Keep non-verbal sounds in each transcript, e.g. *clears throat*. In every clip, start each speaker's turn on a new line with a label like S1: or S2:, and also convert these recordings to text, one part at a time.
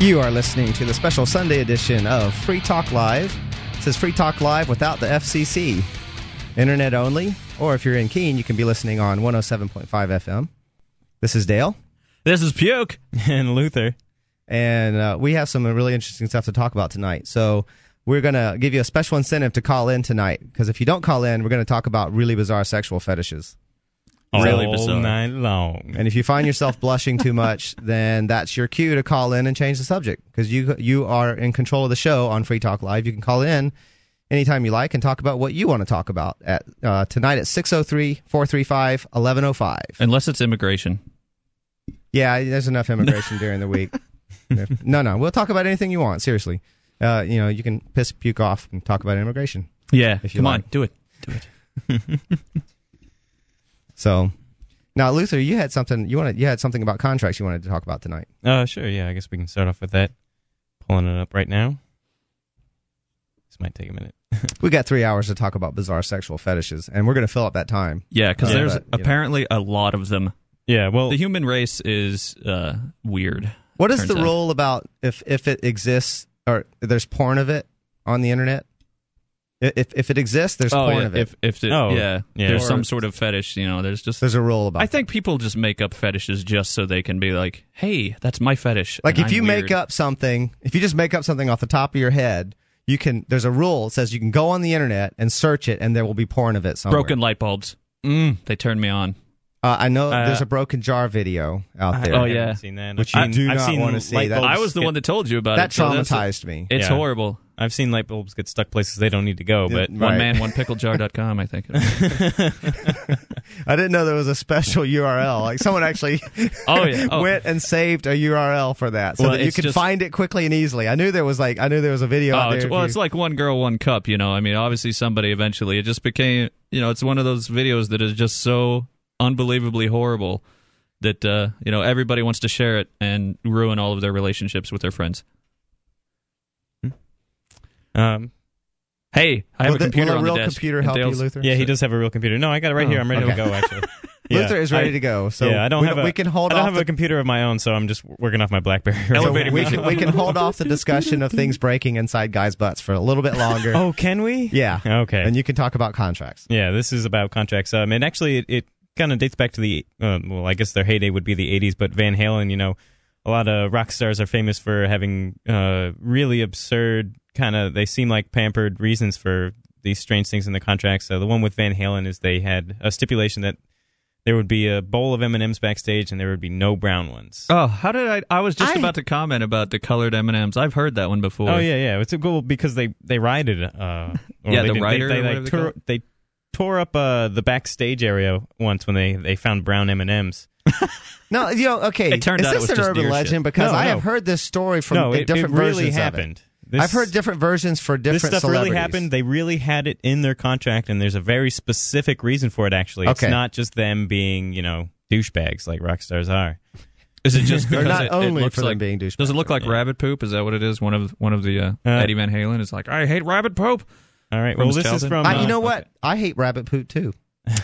S1: You are listening to the special Sunday edition of Free Talk Live. It says Free Talk Live without the FCC. Internet only, or if you're in Keene, you can be listening on 107.5 FM. This is Dale.
S2: This
S1: *laughs*
S2: is Puke.
S3: and Luther.
S1: And uh, we have some really interesting stuff to talk about tonight. So we're going to give you a special incentive to call in tonight because if you don't call in, we're going to talk about really bizarre sexual fetishes.
S2: Really
S3: all
S2: bizarre.
S3: night long.
S1: And if you find yourself blushing too
S3: *laughs*
S1: much, then that's your cue to call in and change the subject because you you are in control of the show on Free Talk Live. You can call in anytime you like and talk about what you want to talk about at uh, tonight at 603-435-1105.
S2: Unless it's immigration.
S1: Yeah, there's enough
S2: *laughs*
S1: immigration during the week. no, no, we'll talk about anything you want, seriously. Uh, you know, you can piss puke off and talk about immigration.
S2: Yeah.
S1: If you
S2: Come
S1: like.
S2: on, do it. Do it.
S3: *laughs*
S1: So, now Luther, you had something you wanted you had something about contracts you wanted to talk about
S2: *laughs*
S1: tonight.
S3: Oh, sure. Yeah, I guess we can start off with that. Pulling it up right now. This might take a minute. *laughs*
S1: We got 3 hours to talk about bizarre sexual fetishes and we're going to fill up that time.
S2: Yeah, because
S1: Yeah,
S2: there's
S1: but, you know.
S2: apparently a lot of them.
S3: Yeah, well,
S2: The human race is uh, weird.
S1: What is
S2: turns
S1: the
S2: out.
S1: rule about if if it exists or there's porn of it on the internet? I- If if it exists, there's porn
S2: Oh, yeah,
S1: of it.
S2: if if the-
S3: Oh,
S2: yeah,
S3: yeah.
S2: there's
S3: Or-
S2: some sort of fetish. You know, there's just.
S1: there's a rule about.
S2: I think people just make up fetishes just so they can be like, "Hey, that's my fetish."
S1: that. like
S2: and
S1: if
S2: I'm
S1: you
S2: weird."
S1: make up something, if you just make up something off the top of your head, you can. There's a rule that says you can go on the internet and search it, and there will be porn of it
S3: Oh,
S1: somewhere.
S2: broken light bulbs, they turn me on.
S1: Uh, I know
S3: Mm. Uh,
S1: there's a broken jar video out there.
S2: oh,
S3: I haven't
S2: yeah.
S3: seen that.
S1: Which you
S3: I've-
S1: do
S3: I've
S1: not
S3: seen
S1: wanna see.
S3: light
S1: That-
S3: bulbs
S2: I was the
S3: get-
S2: one that told you about
S1: that
S2: it. so that's-
S1: traumatized me.
S2: It's
S3: Yeah.
S2: horrible.
S3: I've seen light bulbs get stuck places they don't need to go, but
S1: Right.
S2: One man, one picklejar.com, I think.
S3: *laughs*
S1: I didn't know there was a special URL. Like someone actually,
S2: *laughs* Oh, yeah. Oh.
S1: went and saved a URL for that, so
S2: Well,
S1: that you
S2: it's
S1: could
S2: just-
S1: find it quickly and easily. I knew there was like I knew there was a video. out
S2: Oh,
S1: there
S2: it's,
S1: if
S2: well,
S1: you-
S2: it's like one girl, one cup. You know, I mean, obviously somebody eventually. It just became, you know, it's one of those videos that is just so unbelievably horrible that uh, you know everybody wants to share it and ruin all of their relationships with their friends.
S3: um,
S2: Hey, I have
S1: Will
S2: a
S1: the-
S2: computer
S1: will a
S2: on
S1: real
S2: the desk.
S1: computer
S2: and
S1: help you,
S2: Dale's-
S1: Luther?
S3: yeah, he
S1: So-
S3: does have a real computer. No, I got it right here. I'm ready
S1: okay.
S3: to go. Actually, Yeah,
S1: *laughs* Luther is ready
S3: I-
S1: to go, so
S3: yeah, I don't
S1: we,
S3: have. A,
S1: we can hold
S3: I don't
S1: off
S3: have
S1: the,
S3: a computer of my own, so I'm just working off my BlackBerry.
S1: so
S2: elevator
S1: we,
S2: music.
S1: can, we can hold off the discussion of things breaking inside guys' butts for a little bit longer.
S3: oh, can we?
S1: yeah,
S3: Okay.
S1: and you can talk about contracts.
S3: Yeah, this is about contracts. Um, and actually, it, it kind of dates back to the uh, well, I guess their heyday would be the '80s. But Van Halen, you know, a lot of rock stars are famous for having uh, really absurd kind of they seem like pampered reasons for these strange things in the contracts. So the one with Van Halen is they had a stipulation that there would be a bowl of M and M's backstage, and there would be no brown ones.
S2: Oh, how did I? I was just
S1: I-
S2: about to comment about the colored M and M's. I've heard that one before.
S3: Oh yeah, yeah. It's a goal because they they rioted.
S2: *laughs*
S3: Uh, or
S2: Yeah,
S3: they
S2: the
S3: didn't-
S2: rioter
S3: They,
S2: or
S3: they,
S2: whatever
S3: like,
S2: they
S3: tore,
S2: call it.
S3: they tore up uh, the backstage area once when they they found brown M and M's.
S1: No, you know, okay.
S2: It turned
S1: is
S2: out
S1: this
S2: it was
S1: an
S2: just
S1: urban
S2: deer shit.
S1: legend? Because
S3: No,
S1: I
S3: no.
S1: have heard this story from
S3: No, it, it
S1: different
S3: really
S1: versions of it.
S3: happened. This,
S1: I've heard different versions for different
S3: This stuff
S1: celebrities.
S3: really happened. They really had it in their contract, and there's a very specific reason for it. Actually,
S1: Okay.
S3: it's not just them being you know douchebags like rock stars are.
S2: Is it *laughs* just
S1: They're
S2: because
S1: not
S2: it,
S1: only
S2: it looks
S1: for them
S2: like,
S1: being douchebags.
S2: Does it look like rabbit poop? Is that what it is? One of one of the uh, Eddie Van Halen is like, I hate rabbit poop.
S3: All right.
S2: From
S3: well, this
S2: Stelzen?
S3: is from.
S1: I, you
S3: uh,
S1: know what? I hate rabbit poop
S3: *laughs*
S1: too.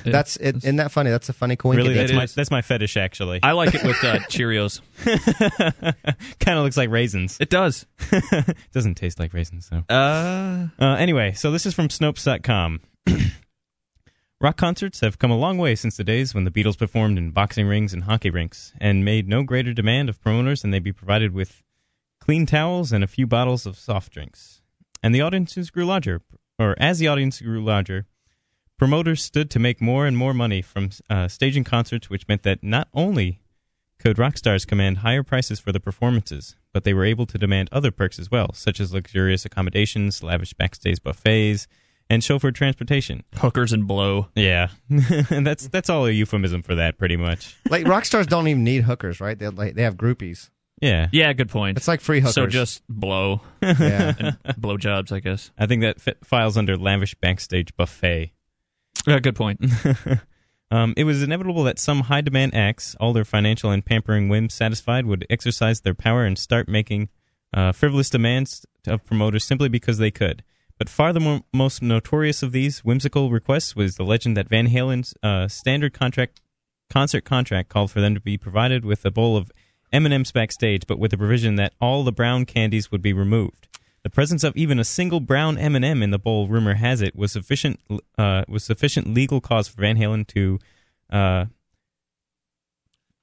S1: That's it, isn't that funny? That's a funny coincidence.
S3: Really, that's
S2: It
S3: my
S2: is.
S3: that's my fetish. Actually,
S2: I like it with uh, Cheerios.
S3: *laughs* kind of looks like raisins.
S2: It does.
S3: *laughs* Doesn't taste like raisins though.
S2: Uh,
S3: Uh, anyway, so this is from Snopes.com. Rock concerts have come a long way since the days when the Beatles performed in boxing rings and hockey rinks and made no greater demand of promoters than they be provided with clean towels and a few bottles of soft drinks. And the audiences grew larger, or as the audience grew larger, promoters stood to make more and more money from uh, staging concerts, which meant that not only could rock stars command higher prices for the performances, but they were able to demand other perks as well, such as luxurious accommodations, lavish backstage buffets, and chauffeur transportation.
S2: hookers and blow.
S3: Yeah, *laughs* that's that's all a euphemism for that, pretty much.
S1: like rock stars don't even need hookers, right? They like they have
S3: *laughs*
S1: groupies.
S3: Yeah,
S2: Yeah, good point.
S1: It's like free hookers.
S2: so just blow,
S1: *laughs* yeah.
S2: *laughs* blow jobs, I guess.
S3: I think that fit, files under lavish backstage buffet.
S2: Yeah, good point.
S3: *laughs* Um, it was inevitable that some high demand acts, all their financial and pampering whims satisfied, would exercise their power and start making uh, frivolous demands of promoters simply because they could. But far the mo- most notorious of these whimsical requests was the legend that Van Halen's uh, standard contract concert contract called for them to be provided with a bowl of Eminem's backstage, but with the provision that all the brown candies would be removed. The presence of even a single brown M&M in the bowl, rumor has it, was sufficient uh, was sufficient legal cause for Van Halen to uh,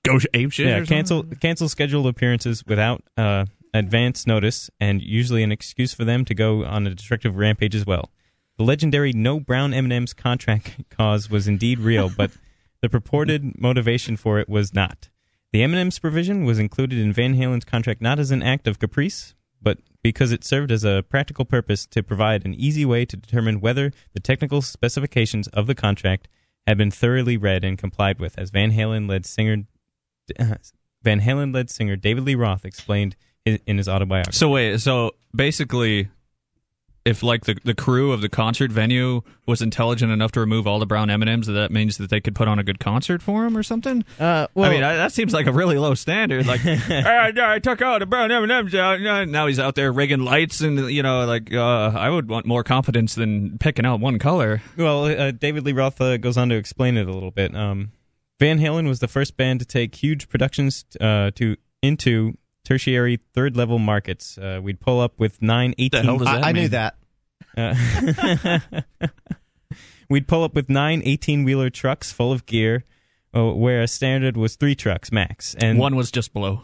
S2: Go ape shit.
S3: yeah,
S2: or
S3: cancel
S2: something?
S3: cancel scheduled appearances without uh, advance notice, and usually an excuse for them to go on a destructive rampage as well. The legendary "No Brown M&M's" contract *laughs* cause was indeed real, but the purported motivation for it was not. The M&M's provision was included in Van Halen's contract not as an act of caprice, but because it served as a practical purpose to provide an easy way to determine whether the technical specifications of the contract had been thoroughly read and complied with, as Van Halen led singer Van Halen led singer David Lee Roth explained i- in his autobiography.
S2: So wait, so basically, if like the the crew of the concert venue was intelligent enough to remove all the brown M and M's, that means that they could put on a good concert for him or something.
S3: Uh,
S2: I mean, I, that seems like a really low standard.
S3: *laughs*
S2: Like, "Ah, no, I took all the brown M and M's out. no," Now he's out there rigging lights, and you know, like, uh, I would want more competence than picking out one color.
S3: well, uh, David Lee Roth uh, goes on to explain it a little bit. Um, Van Halen was the first band to take huge productions uh, to into tertiary third level markets. Uh, we'd pull up with nine
S2: The
S3: eighteen.
S2: hell does that
S1: I, I knew
S2: mean?
S1: that.
S3: Uh, *laughs* we'd pull up with nine 18 wheeler trucks full of gear, uh, where a standard was three trucks max. And
S2: one was just below.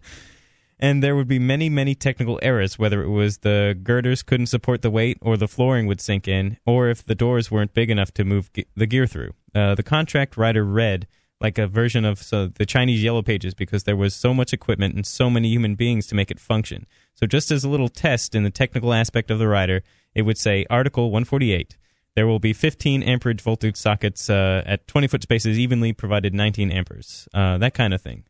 S3: *laughs* and there would be many, many technical errors, whether it was the girders couldn't support the weight, or the flooring would sink in, or if the doors weren't big enough to move ge- the gear through. Uh, the contract writer read like a version of so the Chinese Yellow Pages because there was so much equipment and so many human beings to make it function. So, just as a little test in the technical aspect of the writer, it would say Article 148. There will be 15 amperage voltage sockets uh, at 20 foot spaces, evenly provided 19 amperes, uh, that kind of thing.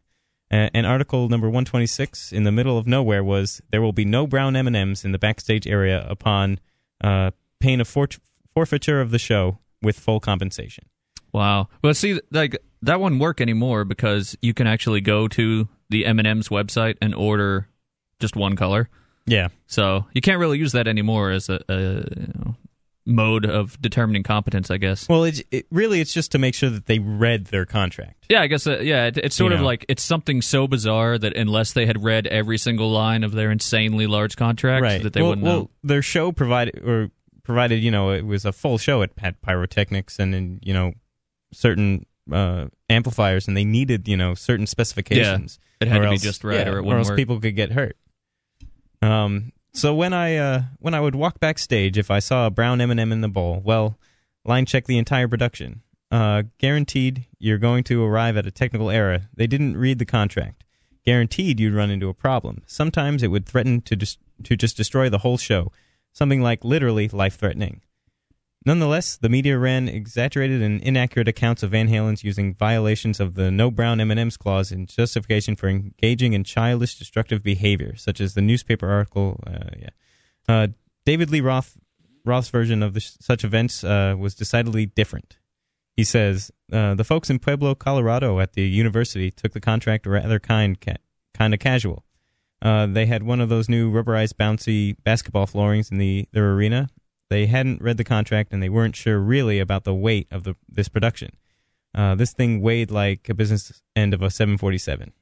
S3: Uh, and article number 126 in the middle of nowhere was there will be no brown M&Ms in the backstage area upon uh, pain of fort- forfeiture of the show with full compensation.
S2: Wow. Well, see, like that wouldn't work anymore because you can actually go to the M and M's website and order just one color.
S3: Yeah.
S2: So you can't really use that anymore as a, a you know, mode of determining competence, I guess.
S3: Well, it, it really it's just to make sure that they read their contract.
S2: yeah, I guess. Uh, yeah, it, it's sort
S3: You
S2: of
S3: know.
S2: like it's something so bizarre that unless they had read every single line of their insanely large contract, that they
S3: well,
S2: wouldn't
S3: well,
S2: know.
S3: their show provided or provided, you know, it was a full show at Pat Pyrotechnics and in, you know, certain uh, amplifiers and they needed, you know, certain specifications.
S2: It had
S3: or
S2: to
S3: else-
S2: be just right,
S3: yeah,
S2: or it wouldn't
S3: else
S2: work.
S3: people could get hurt. Um, so when I uh, when I would walk backstage, if I saw a brown M and m in the bowl, well, line check the entire production. Uh, guaranteed, you're going to arrive at a technical error. They didn't read the contract. Guaranteed, you'd run into a problem. Sometimes it would threaten to dis- to just destroy the whole show, something like literally life threatening. Nonetheless, the media ran exaggerated and inaccurate accounts of Van Halen's using violations of the No Brown M&M's clause in justification for engaging in childish destructive behavior, such as the newspaper article. Uh, yeah, uh, David Lee Roth Roth's version of the, such events uh, was decidedly different. He says uh, the folks in Pueblo, Colorado, at the university took the contract rather kind ca- kind of casual. Uh, they had one of those new rubberized, bouncy basketball floorings in the their arena. They hadn't read the contract and they weren't sure really about the weight of the this production. Uh, this thing weighed like a business end of a 747.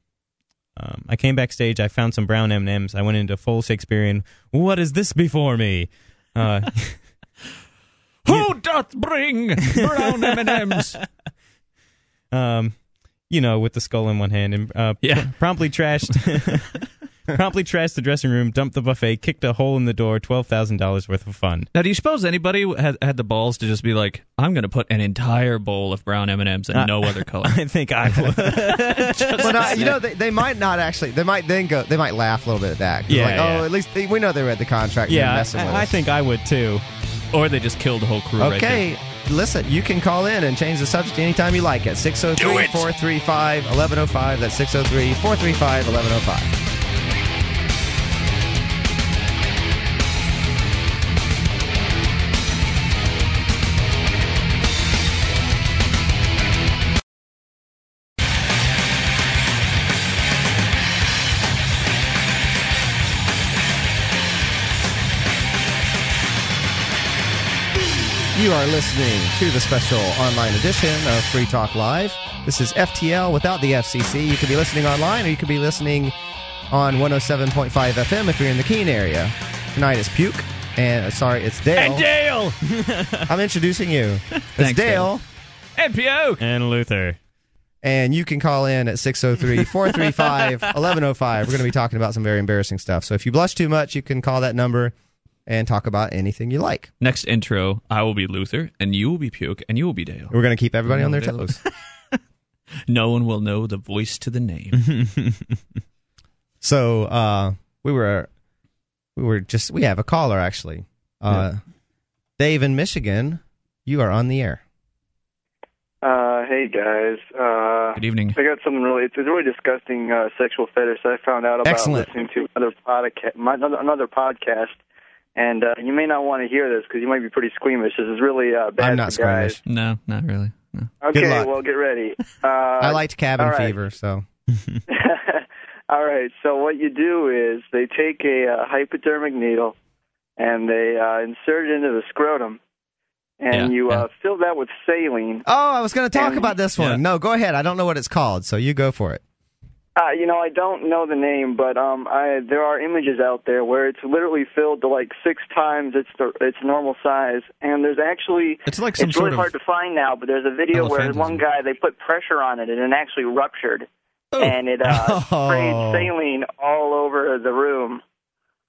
S3: Um, I came backstage. I found some brown M Ms. I went into full Shakespearean. What is this before me? Uh, *laughs*
S2: Who doth bring brown M and *laughs* M's?
S3: um, you know, with the skull in one hand, and uh,
S2: Yeah.
S3: pr- promptly
S2: *laughs*
S3: trashed, promptly trashed the dressing room, dumped the buffet, kicked a hole in the door, twelve thousand dollars worth of fun.
S2: Now, do you suppose anybody had, had the balls to just be like, "I'm going to put an entire bowl of brown M and M's and
S3: *laughs*
S2: no other color"?
S3: I think I would.
S1: Well, no, uh, you know, they, they might not actually. They might then go. They might laugh a little bit at that. 'Cause
S3: Yeah,
S1: like,
S3: yeah.
S1: oh, at least they, we know they read the contract. and
S3: yeah,
S1: they're messing with
S3: I, I
S1: us.
S3: think I would too.
S2: or they just killed the whole crew. right there.
S1: Okay, listen, you can call in and change the subject anytime you like at 603 435 1105. That's 603 435 1105. You are listening to the special online edition of Free Talk Live. This is FTL without the FCC. You could be listening online or you could be listening on 107.5 FM if you're in the Keene area. Tonight is Puke, and uh, sorry, it's Dale.
S3: And
S2: *laughs*
S3: Dale!
S1: *laughs* I'm introducing you. It's
S2: Thanks,
S1: Dale,
S2: Dale. NPO.
S3: and Luther.
S1: and you can call in at 603 435 1105. We're going to be talking about some very embarrassing stuff. So if you blush too much, you can call that number and talk about anything you like.
S2: *laughs* Next intro, I will be Luther, and you will be Puke, and you will be Dale.
S1: We're going to keep everybody on their
S2: Dale. *laughs*
S1: toes.
S2: No one will know the voice to the name.
S3: *laughs*
S1: So uh, we were we were just we have a caller actually. Uh, Dave in Michigan, you are on the air.
S4: Uh, hey guys. Uh,
S2: Good evening.
S4: I got something really. It's a really disgusting uh, sexual fetish that I found out about
S1: Excellent.
S4: listening to another podcast. Another podcast, and uh, you may not want to hear this because you might be pretty squeamish. This is really uh, bad
S1: I'm not
S4: for guys.
S1: squeamish.
S2: No, not really. No.
S4: Okay,
S1: Good luck.
S4: well,
S1: *laughs*
S4: get ready. Uh,
S1: I liked Cabin
S4: all right.
S1: Fever, so
S4: *laughs* all right. So what you do is they take a uh, hypodermic needle and they uh, insert it into the scrotum, and
S2: Yeah,
S4: you
S2: yeah.
S4: Uh, fill that with saline.
S1: Oh, I was going to talk
S4: And-
S1: about this one.
S2: Yeah.
S1: No, go ahead. I don't know what it's called, so you go for it.
S4: Uh, you know, I don't know the name, but um, I, there are images out there where it's literally filled to like six times its the, its normal size, and there's actually
S2: It's like some
S4: it's really
S2: sort
S4: hard
S2: of.
S4: to find now. But there's a video where
S2: Elephantism.
S4: one guy they put pressure on it and it actually ruptured,
S2: Oh.
S4: and it
S2: *laughs*
S4: uh,
S1: Oh.
S4: sprayed saline all over the room.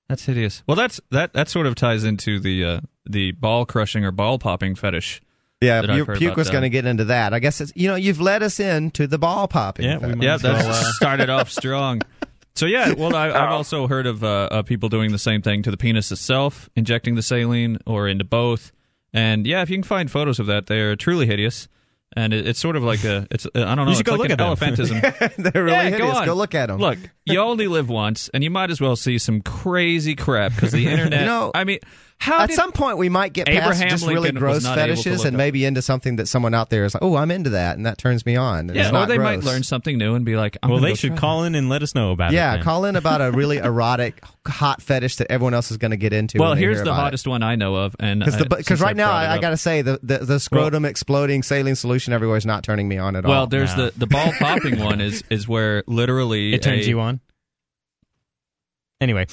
S2: That's hideous. Well, that's that that sort of ties into the uh, the ball crushing or ball popping fetish.
S1: Yeah,
S2: That I've
S1: your
S2: heard
S1: puke
S2: about
S1: was
S2: that.
S1: going to get into that. I guess it's you know you've led us in to the ball popping.
S3: Yeah, we
S1: fetish.
S3: might
S2: Yeah,
S1: *laughs*
S3: as well,
S2: that
S3: uh,
S2: *laughs* started off strong. So yeah, well, I, I've
S1: Oh.
S2: also heard of uh, uh, people doing the same thing to the penis itself, injecting the saline or into both. And yeah, if you can find photos of that, they're truly hideous. And it, it's sort of like a, it's uh, I don't know,
S3: should
S2: it's
S3: go
S2: like
S3: look
S2: an
S3: at them.
S1: *laughs*
S2: elephantism.
S1: they're really
S2: Yeah, go
S1: hideous. Go,
S2: on.
S1: look at them.
S2: Look, you only live once, and you might as well see some crazy crap
S1: *laughs*
S2: because the internet.
S1: You know,
S2: I mean, how
S1: At
S2: did
S1: some point, we might get past
S2: Abraham
S1: just really
S2: Lincoln
S1: gross
S2: was not able to
S1: fetishes
S2: look
S1: and
S2: up-
S1: maybe into something that someone out there is like, "Oh, I'm into that," and that turns me on. and
S2: yeah,
S1: it's
S2: or
S1: not
S2: they might
S1: gross.
S2: learn something new and be like, I'm
S3: Well,
S2: gonna
S3: they
S2: go
S3: should
S2: try
S3: call in and let us know about it.
S1: Yeah,
S3: then.
S1: call in about a
S3: *laughs*
S2: *laughs*
S1: really erotic, hot fetish that everyone else is going to get into.
S2: Well, here's the hottest one I know of, and I-
S1: Because
S2: since
S1: right now,
S2: brought it
S1: I, I
S2: up-
S1: got to say, the, the, the scrotum exploding saline solution everywhere is not turning me on at
S2: Well,
S1: all.
S2: there's
S3: no.
S2: the the ball popping one is is where literally
S3: It turns
S2: a-
S3: you on. Anyway,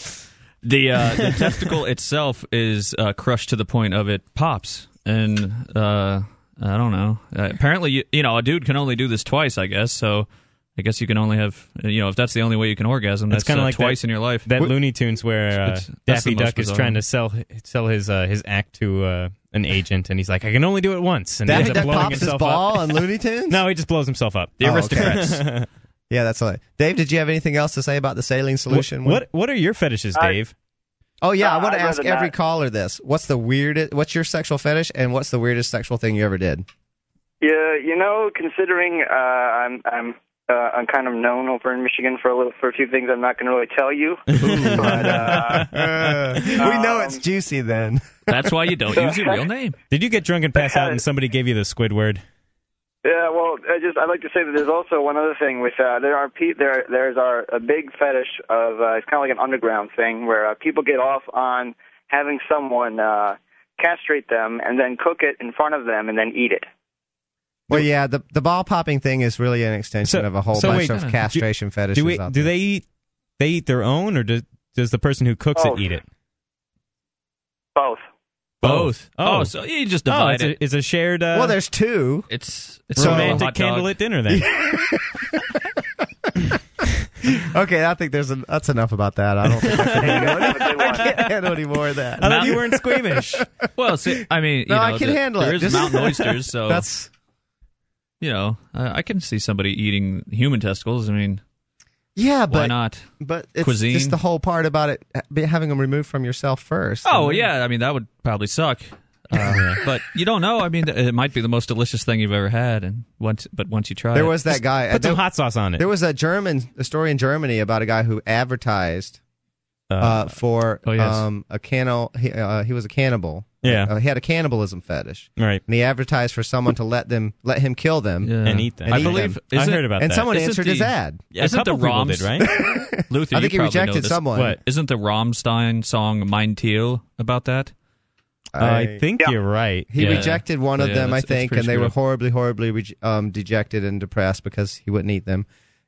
S3: *laughs*
S2: the uh, the testicle itself is uh, crushed to the point of it pops, and uh, I don't know. Uh, apparently, you, you know, a dude can only do this twice, I guess. So. I guess you can only have, you know, if that's the only way you can orgasm,
S3: That's
S2: that's,
S3: kinda
S2: uh,
S3: like
S2: twice
S3: that-
S2: in your life.
S3: that
S1: Wh-
S3: Looney Tunes where uh,
S2: It's- that's
S3: Daffy
S2: the most
S3: Duck is
S2: bizarre
S3: trying
S2: one.
S3: to sell sell his uh, his act to uh, an agent, and he's like, I can only do it once, and he
S1: Daffy
S3: ends up
S1: Duck
S3: blowing
S1: pops his
S3: himself
S1: ball
S3: up.
S1: on
S3: *laughs*
S1: Looney Tunes?
S3: No, he just blows himself up. The
S1: Oh, okay.
S3: aristocrats.
S1: *laughs*
S3: *laughs*
S1: Yeah, that's all right. Dave, did you have anything else to say about the saline solution? one?
S3: what what are your fetishes,
S4: I-
S3: Dave?
S1: Oh, yeah, I
S4: Uh,
S1: want to
S4: I'd
S1: ask
S4: rather
S1: every
S4: not.
S1: caller this. What's the weirdest, what's your sexual fetish, and what's the weirdest sexual thing you ever did?
S4: Yeah, you know, considering uh, I'm I'm uh, I'm kind of known over in Michigan for a little for a few things I'm not going to really
S2: *laughs*
S4: tell you. but, uh,
S1: we
S4: know it's
S1: juicy then.
S2: *laughs* That's why you don't use your real name.
S3: Did you get drunk and pass out, and somebody gave you the Squidward?
S4: Yeah, well, I just I'd like to say that there's also one other thing with uh, there are pe- there there's our a big fetish of uh, it's kind of like an underground thing where uh, people get off on having someone uh, castrate them and then cook it in front of them and then eat it.
S1: Well, yeah, the, the ball popping thing is really an extension
S3: So-
S1: of a whole
S3: so
S1: bunch
S3: wait,
S1: of castration fetishes.
S3: Do we,
S1: out
S3: do
S1: there.
S3: they eat they eat their own, or does does the person who cooks
S4: Both.
S3: it eat it?
S4: Oh. Both.
S2: Both.
S3: Oh,
S2: Oh, so you just
S3: Oh,
S2: divide
S3: it's
S2: it.
S3: a, it's a shared uh,
S1: well, there's two.
S2: It's it's
S1: So-
S2: sort of a
S3: romantic
S2: hot dog.
S3: candlelit dinner
S1: *laughs*
S3: then.
S1: Okay, I think there's an, that's enough about that. I don't think I can handle,
S4: Have a good one.
S1: I can't handle any more of that.
S3: I thought you weren't squeamish.
S2: *laughs* Well, see, I mean, you
S1: No, I
S2: know,
S1: can
S2: the-
S1: handle it.
S2: There is
S1: Just- *laughs*
S2: mountain oysters, so
S1: That's
S2: you know, I, I can see somebody eating human testicles. I mean,
S1: yeah, but
S2: why not?
S1: but it's
S2: Cuisine?
S1: just the whole part about it be- having them removed from yourself first.
S2: Oh yeah, I mean that would probably suck.
S1: *laughs*
S2: Uh, but you don't know. I mean, it might be the most delicious thing you've ever had, and once, but once you try,
S1: there
S2: it-
S1: was that guy.
S3: Put
S1: there,
S3: some hot sauce on it.
S1: there was a German a story in Germany about a guy who advertised uh, for
S2: oh, yes.
S1: um, a cannibal. He, uh, he was a cannibal.
S3: Yeah.
S1: Uh, he had a cannibalism fetish,
S3: right.
S1: and he advertised for someone to let them let him kill them.
S2: Yeah.
S3: And eat them.
S1: And
S2: I
S1: eat
S2: believe
S1: them.
S3: I
S2: isn't-
S3: heard about
S1: And
S3: that.
S1: someone
S2: Isn't
S1: answered his
S2: the-
S1: ad.
S3: a
S2: isn't
S3: couple
S2: the
S3: people
S2: Roms
S3: did, right?
S2: *laughs* Luther,
S1: I
S2: you
S1: think he
S2: probably know
S1: rejected
S2: this.
S1: someone.
S3: What?
S2: Isn't the Rammstein song "Mein Teal" about that?
S3: I think
S4: Yeah.
S3: you're right.
S1: He
S2: Yeah.
S1: rejected one of
S2: Yeah,
S1: them, I
S2: that's- that's
S1: think,
S2: pretty
S1: and they were
S2: screwed up.
S1: horribly, horribly re- um, dejected and depressed because he wouldn't eat them.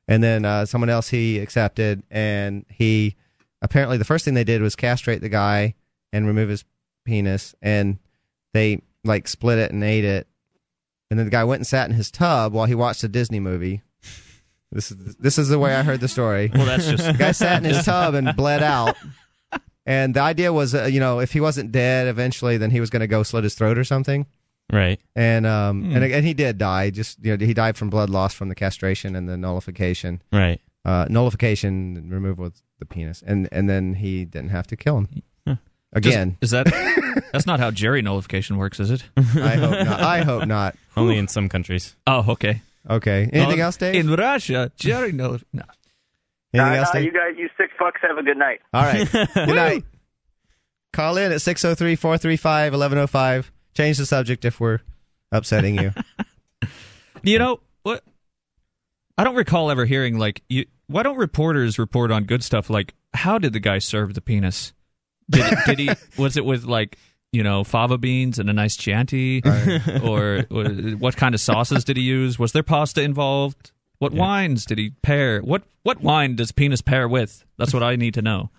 S1: And then uh, someone else he accepted, and he apparently the first thing they did was castrate the guy and remove his penis, and they like split it and ate it. And then the guy went and sat in his tub while he watched a Disney movie. This is this is the way I heard the story.
S2: Well, that's just
S1: The guy sat in
S2: *laughs*
S1: his tub and bled out. And the idea was, uh, you know, if he wasn't dead eventually, then he was going to go slit his throat or something.
S3: Right.
S1: And um
S2: Hmm.
S1: and and he did die. Just you know, he died from blood loss from the castration and the nullification,
S3: Right.
S1: uh, nullification and removal of the penis, and and then he didn't have to kill him
S3: Huh.
S1: again. *laughs*
S2: Is that that's not how Jerry nullification works, is it?
S1: I hope not. I hope
S2: *laughs*
S1: not.
S3: Only in some countries.
S2: Oh, okay.
S1: Okay. Anything
S2: Oh,
S1: else, Dave?
S2: In Russia, Jerry nullif- no.
S1: Anything
S4: Uh,
S1: else,
S4: no,
S1: Dave?
S4: you guys, you sick fucks, have a good night.
S1: All
S2: *laughs*
S1: right. Good night. Call in at 603-435-1105. Change the subject if we're upsetting
S2: *laughs*
S1: you.
S2: You know what? I don't recall ever hearing like you. Why don't reporters report on good stuff? Like, how did the guy serve the penis? Did, did he?
S1: *laughs*
S2: Was it with like you know fava beans and a nice chianti, or wa- what kind of sauces did he use? Was there pasta involved? What wines did he pair? What what wine does penis pair with? That's what I need to know.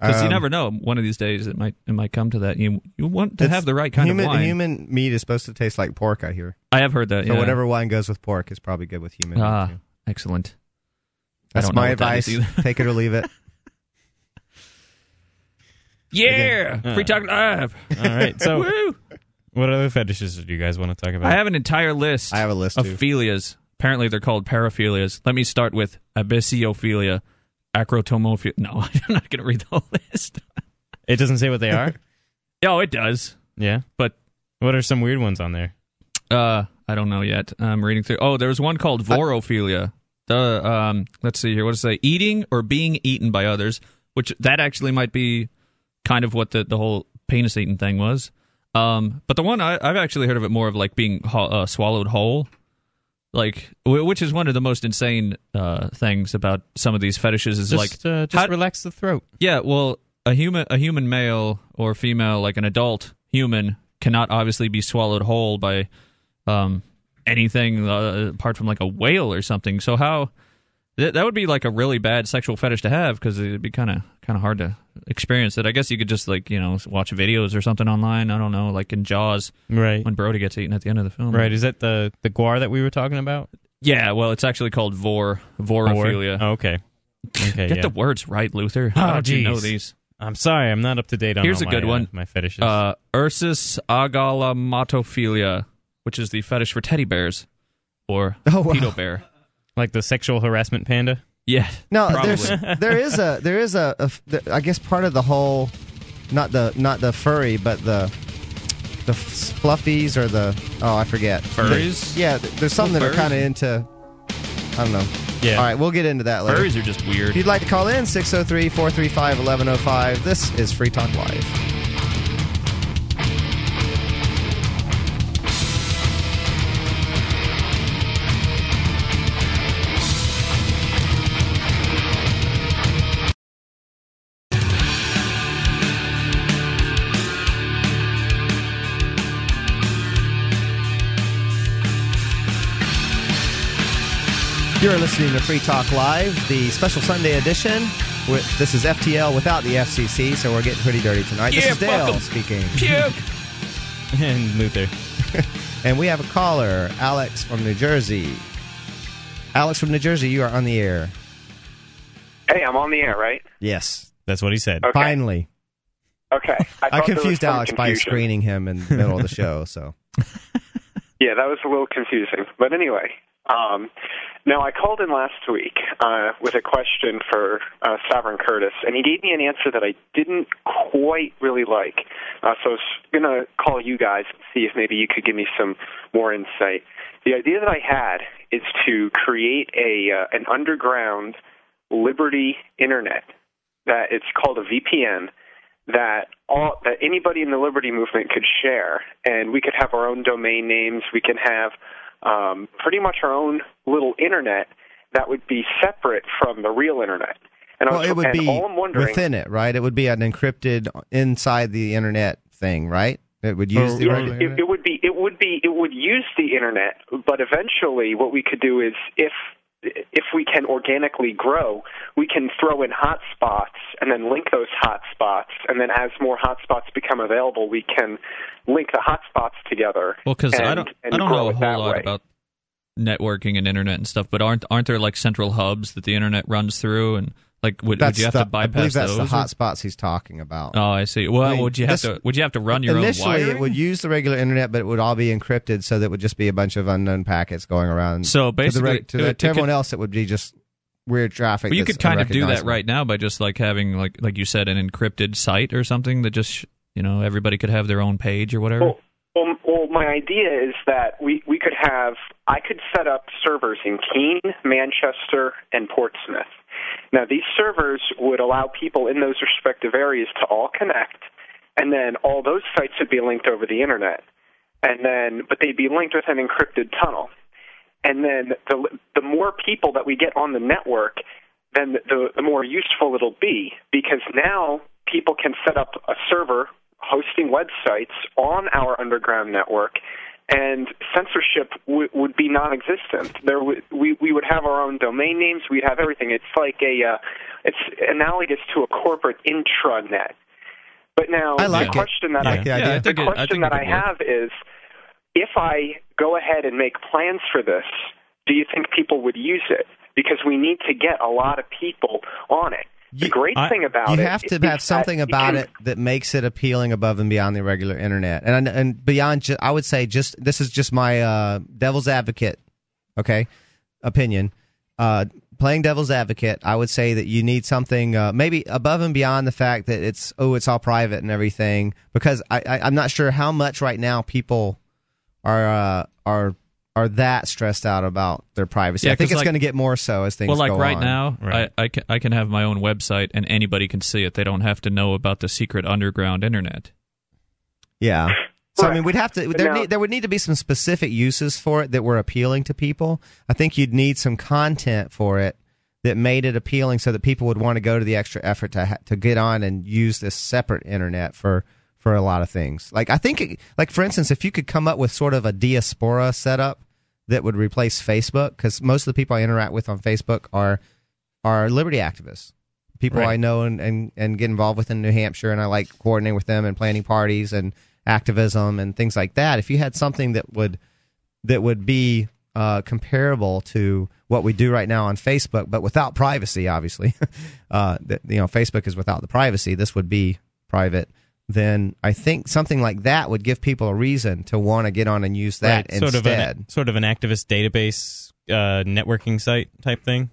S2: Because you
S1: Um,
S2: never
S1: *laughs*
S2: know. One of these days, it might it might come to that. You you want to
S1: It's-
S2: have the right kind
S1: human,
S2: of wine.
S1: Human meat is supposed to taste like pork, I hear.
S2: I have heard that.
S1: So
S2: yeah.
S1: whatever wine goes with pork is probably good with human meat,
S2: Ah,
S1: too.
S2: excellent. I
S1: That's
S2: don't know
S1: my
S2: what that
S1: advice.
S2: is
S1: *laughs*
S2: either.
S1: Take it or leave it.
S2: Yeah, free talk live.
S3: All right. So,
S2: *laughs* Woo!
S3: what other fetishes do you guys want to talk about?
S2: I have an entire list.
S1: I have a list,
S2: of
S1: too.
S2: philias. Apparently, they're called paraphilias. Let me start with abyssiophilia, acrotomophilia. No, *laughs* I'm not going to read the whole list.
S3: it doesn't say what
S2: *laughs*
S3: they are.
S2: oh, it does,
S3: yeah.
S2: but
S3: What are some weird ones on there?
S2: uh, I don't know yet. I'm reading through. Oh, there was one called vorophilia. The um, let's see here. What does it say? Eating or being eaten by others, which that actually might be kind of what the the whole penis eating thing was. Um, but the one I, I've actually heard of it more of like being ho- uh, swallowed whole, like w- which is one of the most insane uh, things about some of these fetishes is like
S3: Just, uh, just
S2: how-
S3: relax the throat.
S2: yeah, well, a human a human male or female, like an adult human, cannot obviously be swallowed whole by um, anything uh, apart from like a whale or something. So how th- that would be like a really bad sexual fetish to have because it'd be kind of kind of hard to experience it. I guess you could just like you know watch videos or something online. I don't know, like in Jaws
S3: Right.
S2: when Brody gets eaten at the end of the film.
S3: Right. Is that the the guar that we were talking about?
S2: Yeah. Well, it's actually called vor
S3: Or-
S2: vorophilia.
S3: Oh, okay. Okay.
S2: Get
S3: yeah. Ah,
S2: the words right, Luther. How do you know
S3: geez.
S2: these?
S3: I'm sorry, I'm not up to date on.
S2: Here's
S3: all
S2: a good
S3: my, uh,
S2: one.
S3: my fetishes.
S2: Uh, Ursus agalamatophilia, which is the fetish for teddy bears or
S1: *laughs* Oh, wow.
S2: pedo bear.
S3: like the sexual harassment panda.
S2: Yeah.
S1: No,
S2: probably.
S1: there's *laughs* there is a there is a, a f- the- I guess part of the whole, not the not the furry, but the the f- fluffies or the oh I forget
S2: Furries?
S1: Yeah, th- there's some
S2: Well,
S1: that are
S2: furries-
S1: kind of into. I don't know.
S3: Yeah.
S1: All right, we'll get into that later.
S2: Furries are just
S1: If
S2: weird.
S1: you'd like to call in, 603 435 1105. This is Free Talk Live. You're listening to Free Talk Live, the special Sunday edition. With, this is FTL without the FCC, so we're getting pretty dirty tonight.
S2: Yeah,
S1: this is Dale
S2: fuck 'em.
S1: speaking.
S3: *laughs*
S2: Puke.
S3: and Luther.
S1: *laughs* And we have a caller, Alex from New Jersey. Alex from New Jersey, you are on the air.
S5: Hey, I'm on the air, right?
S1: Yes.
S3: That's what he said.
S5: Okay.
S1: Finally. *laughs*
S5: Okay.
S1: I
S5: thought there was
S1: confused
S5: some
S1: Alex by
S5: confusion.
S1: screening him in the middle of the show, so.
S5: Yeah, that was a little confusing. But anyway, um, now I called in last week uh, with a question for uh, Sovereign Curtis, and he gave me an answer that I didn't quite really like. Uh, so I was going to call you guys and see if maybe you could give me some more insight. The idea that I had is to create a uh, an underground liberty internet that it's called a VPN that all that anybody in the liberty movement could share and we could have our own domain names we can have um, pretty much our own little internet that would be separate from the real internet *laughs* and I
S1: Well,
S5: was,
S1: it would
S5: and
S1: be
S5: all I'm wondering
S1: within it, right? It would be an encrypted inside the internet thing, right? that would
S2: Oh,
S1: use the
S5: Yeah,
S1: regular
S5: it,
S1: internet?
S5: it would be it would be it would use the internet, but eventually what we could do is if if we can organically grow, we can throw in hotspots and then link those hotspots, and then as more hotspots become available, we can link the hotspots together.
S2: Well, because I
S5: and-
S2: don't,
S5: and
S2: I don't
S5: grow
S2: know a
S5: it
S2: whole
S5: that
S2: lot
S5: way.
S2: about networking and internet and stuff, but aren't aren't there like central hubs that the internet runs through and like would, would
S1: That's
S2: you have
S1: the,
S2: to
S1: I believe
S2: bypass
S1: that's the
S2: those? or-
S1: hotspots he's talking about.
S2: Oh, I see. Well,
S1: I mean,
S2: would you have
S1: this-
S2: to would you have to run your own
S1: Initially,
S2: wire?
S1: it would use the regular internet, but it would all be encrypted, so that would just be a bunch of unknown packets going around.
S2: So basically,
S1: to, the, reg- to,
S2: it
S1: the-
S2: would-
S1: to
S2: it
S1: everyone
S2: could-
S1: else, it would be just weird traffic.
S2: But you
S1: that's
S2: could kind of do that
S1: unrecognizable.
S2: right now by just like having like like you said an encrypted site or something that just you know everybody could have their own page or whatever.
S5: Well, well, well, my idea is that we, we could have, I could set up servers in Keene, Manchester, and Portsmouth. Now, these servers would allow people in those respective areas to all connect, and then all those sites would be linked over the internet. And then, but they'd be linked with an encrypted tunnel. And then the, the more people that we get on the network, then the, the more useful it'll be because now people can set up a server hosting websites on our underground network, and censorship w- would be non-existent. There w- we we would have our own domain names, we'd have everything. It's like a uh, it's analogous to a corporate intranet. But now
S1: I like
S5: the
S1: it.
S5: question that
S1: I
S5: I
S1: like the idea.
S2: I
S5: the
S2: think it- I
S5: question
S2: think it
S5: that I
S2: could work.
S5: have is if I go ahead and make plans for this, do you think people would use it? Because we need to get a lot of people on it. The
S1: You-
S5: great
S3: I-
S5: thing about
S1: You
S5: it
S1: have
S5: is
S1: to
S5: that
S1: have something
S5: you
S1: about
S5: can-
S1: it that makes it appealing above and beyond the regular internet, and and beyond. Ju- I would say just this is just my uh, devil's advocate, okay, opinion. Uh, playing devil's advocate, I would say that you need something uh, maybe above and beyond the fact that it's oh it's all private and everything because I, I I'm not sure how much right now people are uh, are are that stressed out about their privacy.
S2: Yeah,
S1: I think
S2: 'cause
S1: it's
S2: like-
S1: going to get more so as things
S2: well, like
S1: go
S2: right
S1: on.
S2: now,
S3: Right.
S2: I, I, can, I can have my own website and anybody can see it. They don't have to know about the secret underground internet.
S1: Yeah. So I mean,
S5: Correct.
S1: we'd have to. There,
S5: now-
S1: need, there would need to be some specific uses for it that were appealing to people. I think you'd need some content for it that made it appealing, so that people would want to go to the extra effort to ha- to get on and use this separate internet for for a lot of things. Like I think, it, like for instance, if you could come up with sort of a diaspora setup that would replace Facebook, because most of the people I interact with on Facebook are are liberty activists, people
S3: Right.
S1: I know and, and, and get involved with in New Hampshire, and I like coordinating with them and planning parties and activism and things like that. If you had something that would that would be uh, comparable to what we do right now on Facebook, but without privacy, obviously, *laughs* uh, that, you know, Facebook is without the privacy. This would be private. Then I think something like that would give people a reason to want to get on and use that
S3: right, sort
S1: instead.
S3: of an sort of an activist database uh, networking site type thing.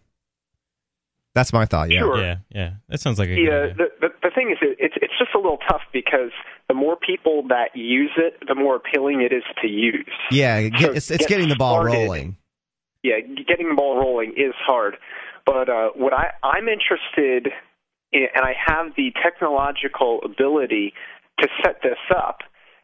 S1: That's my thought. Yeah.
S5: Sure.
S3: Yeah, yeah, that sounds like a good
S5: Yeah, uh,
S3: idea.
S5: the, the the thing is, it, it's it's just a little tough because the more people that use it, the more appealing it is to use.
S1: Yeah, get,
S5: So
S1: it's, it's
S5: get
S1: getting the ball
S5: started.
S1: rolling.
S5: yeah, getting the ball rolling is hard. But uh, what I, I'm interested in, and I have the technological ability to set this up.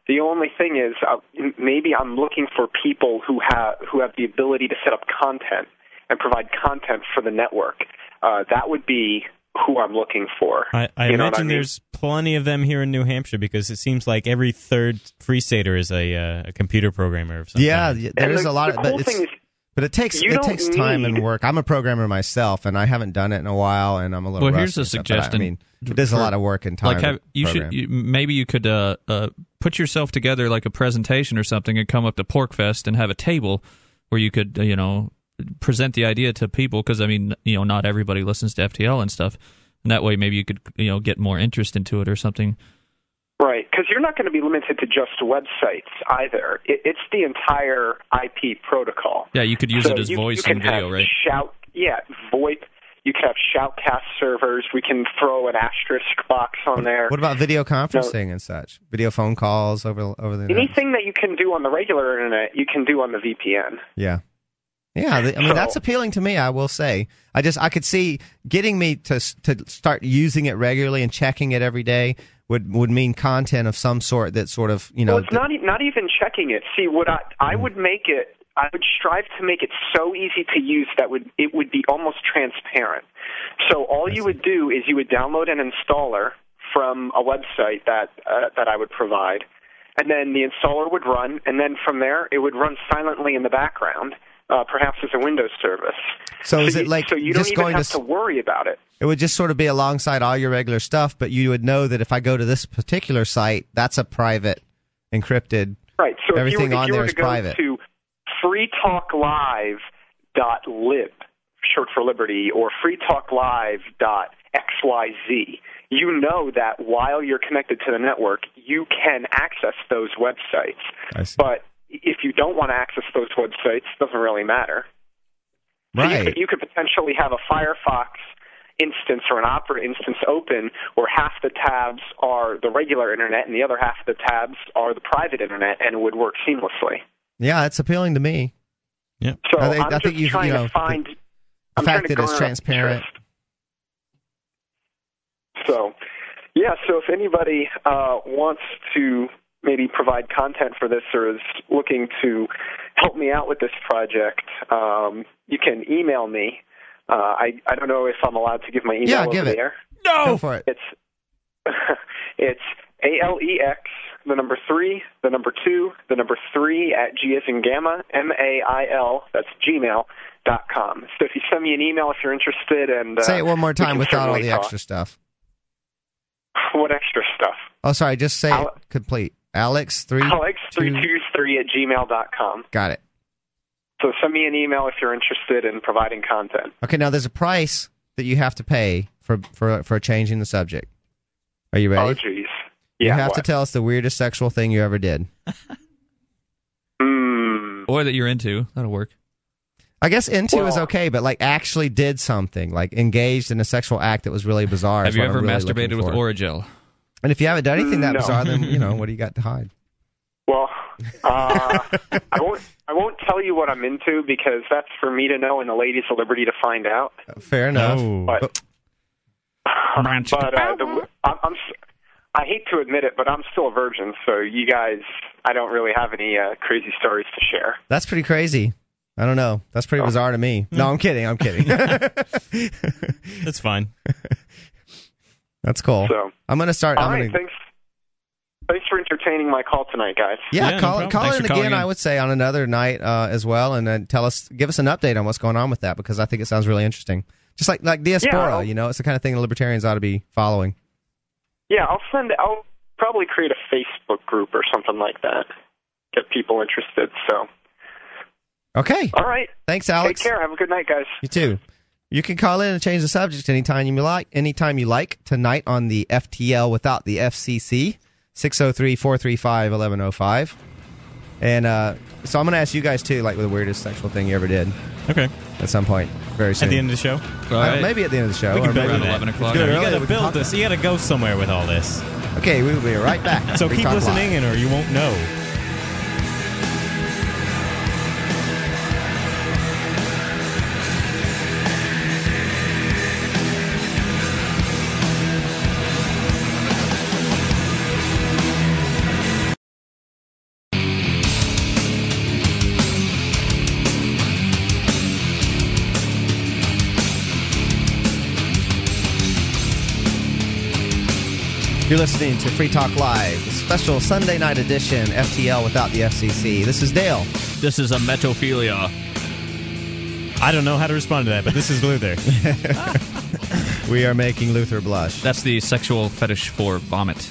S5: The only thing is, uh, m- maybe I'm looking for people who have who have the ability to set up content and provide content for the network. Uh, that would be who I'm looking for.
S3: I, I
S5: You know what
S3: imagine
S5: I mean?
S3: there's plenty of them here in New Hampshire because it seems like every third free stater is a, uh, a computer programmer of some
S1: Yeah,
S3: kind.
S1: y-
S5: And
S1: there is
S5: the,
S1: a lot,
S5: The
S1: of,
S5: cool
S1: but it's
S5: thing is,
S1: but it takes
S5: you
S1: it
S5: don't
S1: takes time and
S5: need-
S1: work. I'm a programmer myself, and I haven't done it in a while, and I'm a little.
S2: Well, here's
S1: rusty
S2: a
S1: and stuff, but I-
S2: suggestion
S1: I mean, it is a
S2: for-
S1: lot of work and time.
S2: like have,
S1: to
S2: you should
S1: program.
S2: you, maybe you could uh, uh, put yourself together like a presentation or something and come up to Porkfest and have a table where you could uh, you know present the idea to people because I mean you know not everybody listens to FTL and stuff and that way maybe you could you know get more interest into it or something.
S5: Right, because you're not going to be limited to just websites either. It, it's the entire IP protocol.
S2: Yeah, you could use
S5: So
S2: it as
S5: you,
S2: voice
S5: you can
S2: and video,
S5: have
S2: right?
S5: Shout, yeah, VoIP. You can have shoutcast servers. We can throw an asterisk box on there.
S1: What about video conferencing and such? Video phone calls over over the internet?
S5: Anything that you can do on the regular internet, you can do on the VPN.
S1: Yeah. Yeah, th- I mean
S5: So-
S1: that's appealing to me. I will say, I just I could see getting me to s- to start using it regularly and checking it every day would would mean content of some sort that sort of you know Mm.
S5: well, it's
S1: th-
S5: not e- not even checking it. See, what I I would make it. I would strive to make it so easy to use that would it would be almost transparent. So all you would do is you would download an installer from a website that uh, that I would provide, and then the installer would run, and then from there it would run silently in the background, uh, perhaps as a Windows service.
S1: So is
S5: you,
S1: it like
S5: so you
S1: just
S5: don't even
S1: going to
S5: have
S1: s-
S5: to worry about it?
S1: It would just sort of be alongside all your regular stuff, but you would know that if I go to this particular site, that's a private, encrypted.
S5: Right. So
S1: everything
S5: if you, were- if
S1: on
S5: you
S1: there
S5: were
S1: is
S5: to go
S1: private.
S5: to freetalklive.lib, short for liberty, or freetalklive.xyz, you know that while you're connected to the network, you can access those websites.
S1: I see.
S5: But if you don't want to access those websites, it doesn't really matter. So you,
S1: Right.
S5: could, you could potentially have a Firefox instance or an Opera instance open where half the tabs are the regular internet and the other half of the tabs are the private internet, and it would work seamlessly.
S1: Yeah, it's appealing to me. I
S5: So
S1: think-
S5: am
S1: I think
S5: just
S1: you-
S5: trying
S1: you know,
S5: to find
S1: The
S5: I'm
S1: fact
S5: trying to
S1: that it's
S5: garner
S1: transparent.
S5: interest. So, yeah. So if anybody uh, wants to maybe provide content for this or is looking to help me out with this project, um, you can email me. Uh, I I don't know if I'm allowed to give my email
S1: Yeah,
S5: over
S1: give it.
S5: there.
S1: Go for it.
S5: It's *laughs* it's A L E X, the number three, the number two, the number three at G as in Gamma, M A I L, that's Gmail dot com. So if you send me an email if you're interested and uh,
S1: Say it one more
S5: we
S1: time
S5: can
S1: without all
S5: certainly
S1: the
S5: talk.
S1: extra stuff.
S5: *laughs* what extra stuff?
S1: Oh, sorry. Just say
S5: Ale-
S1: it complete. Alex three.
S5: Alex three
S1: two-
S5: two three at gmail dot com.
S1: Got it.
S5: So send me an email if you're interested in providing content.
S1: Okay. Now there's a price that you have to pay for for for changing the subject. Are you ready?
S5: Oh jeez.
S1: you
S5: Yeah.
S1: have to
S5: what?
S1: tell us the weirdest sexual thing you ever did.
S5: Hmm.
S2: Or that you're into. That'll work.
S1: I guess into is
S5: Well-
S1: okay, but like actually did something, like engaged in a sexual act that was really bizarre.
S2: Have
S1: is
S2: you
S1: what I'm
S2: ever
S1: really
S2: masturbated
S1: looking
S2: with
S1: for.
S2: Origel?
S1: And if you haven't done anything that
S5: No.
S1: bizarre, then you know what do you got to hide?
S5: Well, uh,
S1: *laughs*
S5: I won't. I won't tell you what I'm into because that's for me to know and the ladies of liberty to find out.
S1: Uh, Fair enough.
S3: Oh.
S5: But,
S1: But-
S2: Branch.
S5: but uh,
S1: Uh-huh.
S5: the, I'm, I'm. s- I hate to admit it, but I'm still a virgin. So you guys, I don't really have any uh, crazy stories to share.
S1: That's pretty crazy. I don't know. That's pretty bizarre to me. No, I'm kidding. I'm kidding.
S3: That's fine.
S1: *laughs* That's cool.
S5: So
S1: I'm gonna start.
S5: all
S1: I'm
S5: right,
S1: gonna,
S5: thanks. Thanks for entertaining my call tonight, guys.
S1: yeah,
S3: Yeah, no
S1: call
S3: problem.
S1: call
S3: Thanks
S1: in
S3: for calling
S1: again.
S3: in.
S1: I would say on another night uh, as well, and then tell us, give us an update on what's going on with that because I think it sounds really interesting. Just like like diaspora,
S5: I'll-
S1: you know, it's the kind of thing the libertarians ought to be following.
S5: Yeah, I'll send. I'll probably create a Facebook group or something like that. Get people interested. So
S1: Okay,
S5: all right,
S1: thanks, Alex.
S5: take care. Have a good night, guys.
S1: You too. You can call in and change the subject anytime you like. Anytime you like tonight on the FTL without the FCC 603-435-1105. And uh, so I'm going to ask you guys too, like the weirdest sexual thing you ever did
S3: Okay.
S1: at some point very soon.
S3: At the end of the show,
S2: All
S1: Uh,
S2: right.
S1: maybe at the end of the show.
S3: we can
S1: or
S3: build
S1: maybe-
S2: around
S3: on that.
S2: 11 o'clock.
S3: Let's do it
S1: Yeah, we
S3: earlier. You
S1: can
S3: gotta
S1: talk
S3: build this. You gotta go somewhere with all this.
S1: Okay, we will be right back.
S3: So
S1: Free
S3: keep
S1: Talk Live.
S3: listening, and or you won't know.
S1: You're listening to Free Talk Live, the special Sunday night edition FTL without the FCC. This is Dale.
S2: This is a metophilia.
S3: I don't know how to respond to that, but this is Luther.
S1: *laughs* We are making Luther blush.
S2: That's the sexual fetish for vomit.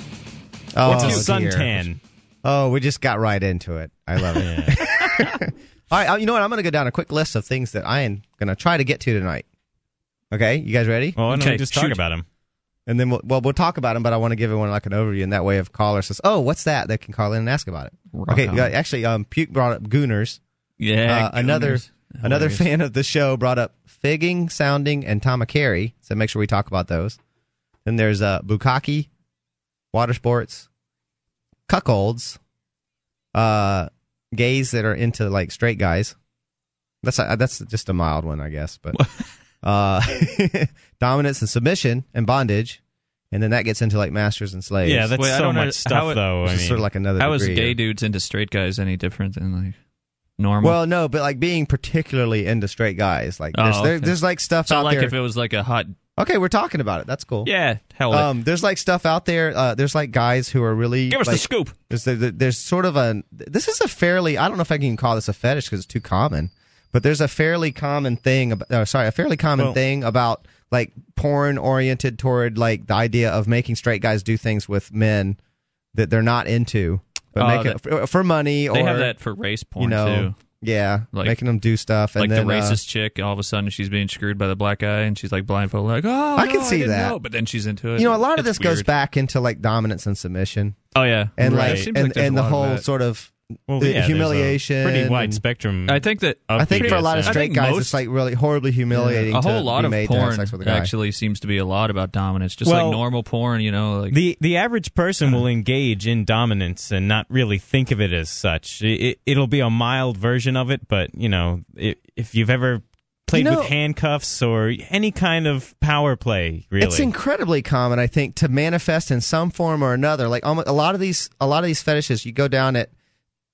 S1: Oh,
S3: What's a
S1: dear.
S3: suntan?
S1: Oh, we just got right into it. I love it. *laughs* All right, uh, you know what? I'm going to go down a quick list of things that I am going to try to get to tonight. Okay, you guys ready?
S3: Well, why don't
S2: Okay,
S3: we just
S2: shoot.
S3: talk about him?
S1: And then we'll, well, we'll talk about them, but I want to give everyone like an overview, and that way, if caller says, "Oh, what's that?" they can call in and ask about it.
S2: Rock
S1: okay,
S2: on.
S1: yeah, actually, um, Puke brought up Gooners.
S2: Yeah.
S1: uh, another
S2: goodness.
S1: another
S2: Hilarious.
S1: fan of the show brought up figging, sounding, and tamakeri. So make sure we talk about those. Then there's uh, bukaki, water sports, cuckolds, uh, gays that are into like straight guys. That's uh, that's just a mild one, I guess. But *laughs* uh, dominance and submission and bondage, and then that gets into like masters and slaves.
S3: Yeah, that's
S2: Wait, I
S3: so much
S2: don't know- how
S3: stuff,
S2: it-
S3: though. I
S1: Which
S3: mean,
S1: is sort of like another.
S2: How is
S1: degree
S2: gay
S1: of-
S2: dudes into straight guys any different than like normal?
S1: Well, no, but like being particularly into straight guys, like
S2: Oh,
S1: there's, there,
S2: okay.
S1: there's like stuff
S2: so
S1: out
S2: like
S1: there.
S2: if it was like a hot
S1: Okay, we're talking about it. That's cool.
S2: Yeah, hell with it.
S1: Um, there's like stuff out there. Uh, there's like guys who are really
S2: Give us the
S1: like-
S2: scoop.
S1: There's the, the, there's sort of a this is a fairly I don't know if I can call this a fetish because it's too common, but there's a fairly common thing. About, uh, sorry, a fairly common
S3: Well-
S1: thing about like porn oriented toward like the idea of making straight guys do things with men that they're not into, but
S2: Oh,
S1: make it for, for money
S2: They
S1: or
S2: have that for race porn
S1: you know
S2: too.
S1: yeah
S2: Like-
S1: making them do stuff and
S2: Like
S1: then
S2: the
S1: uh,
S2: racist chick, all of a sudden she's being screwed by the black guy, and she's like blindfolded, like, oh,
S1: I can
S2: no,
S1: see
S2: didn't
S1: that.
S2: know," But then she's into it.
S1: you know a lot of
S2: It's
S1: this goes
S2: weird.
S1: back into like dominance and submission
S2: Oh yeah,
S1: and
S3: Right.
S1: like
S2: Seems
S1: and,
S2: like there's
S1: and
S2: a
S1: the
S2: lot of
S1: whole
S2: that.
S1: sort of
S3: Well,
S1: the
S3: yeah, there's a
S1: humiliation
S3: Pretty wide
S1: and-
S3: spectrum.
S2: I think that
S3: of
S1: I think for a lot of
S3: BDSM.
S2: I
S1: straight
S2: think
S1: guys,
S2: most-
S1: it's like really horribly humiliating.
S2: a
S1: to
S2: whole lot
S1: be
S2: of
S1: made to have
S2: porn
S1: sex with a guy.
S2: actually seems to be a lot about dominance, just
S3: Well,
S2: like normal porn. You know, like
S3: The the average person will engage in dominance and not really think of it as such. It, it, will be a mild version of it, but you know, i if you've ever played
S1: You know-
S3: with handcuffs or any kind of power play, really,
S1: It's incredibly common, I think, to manifest in some form or another. Like almost, a lot of these, a lot of these fetishes, you go down it,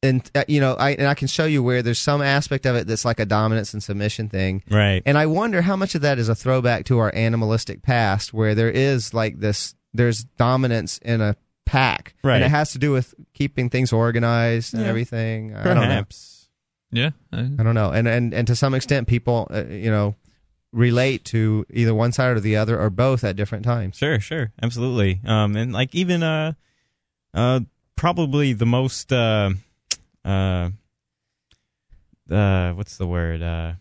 S1: and uh, you know, I and I can show you where there's some aspect of it that's like a dominance and submission thing.
S3: right?
S1: And I wonder how much of that is a throwback to our animalistic past, where there is like this, there's dominance in a pack,
S3: Right.
S1: And it has to do with keeping things organized and
S3: Yeah.
S1: everything. I don't know.
S3: Perhaps.
S2: yeah, I-
S1: I don't know, and and and to some extent, people uh, you know relate to either one side or the other or both at different times.
S3: Sure, sure, absolutely. Um, and like even uh, uh, probably the most uh, uh, uh, what's the word? Uh,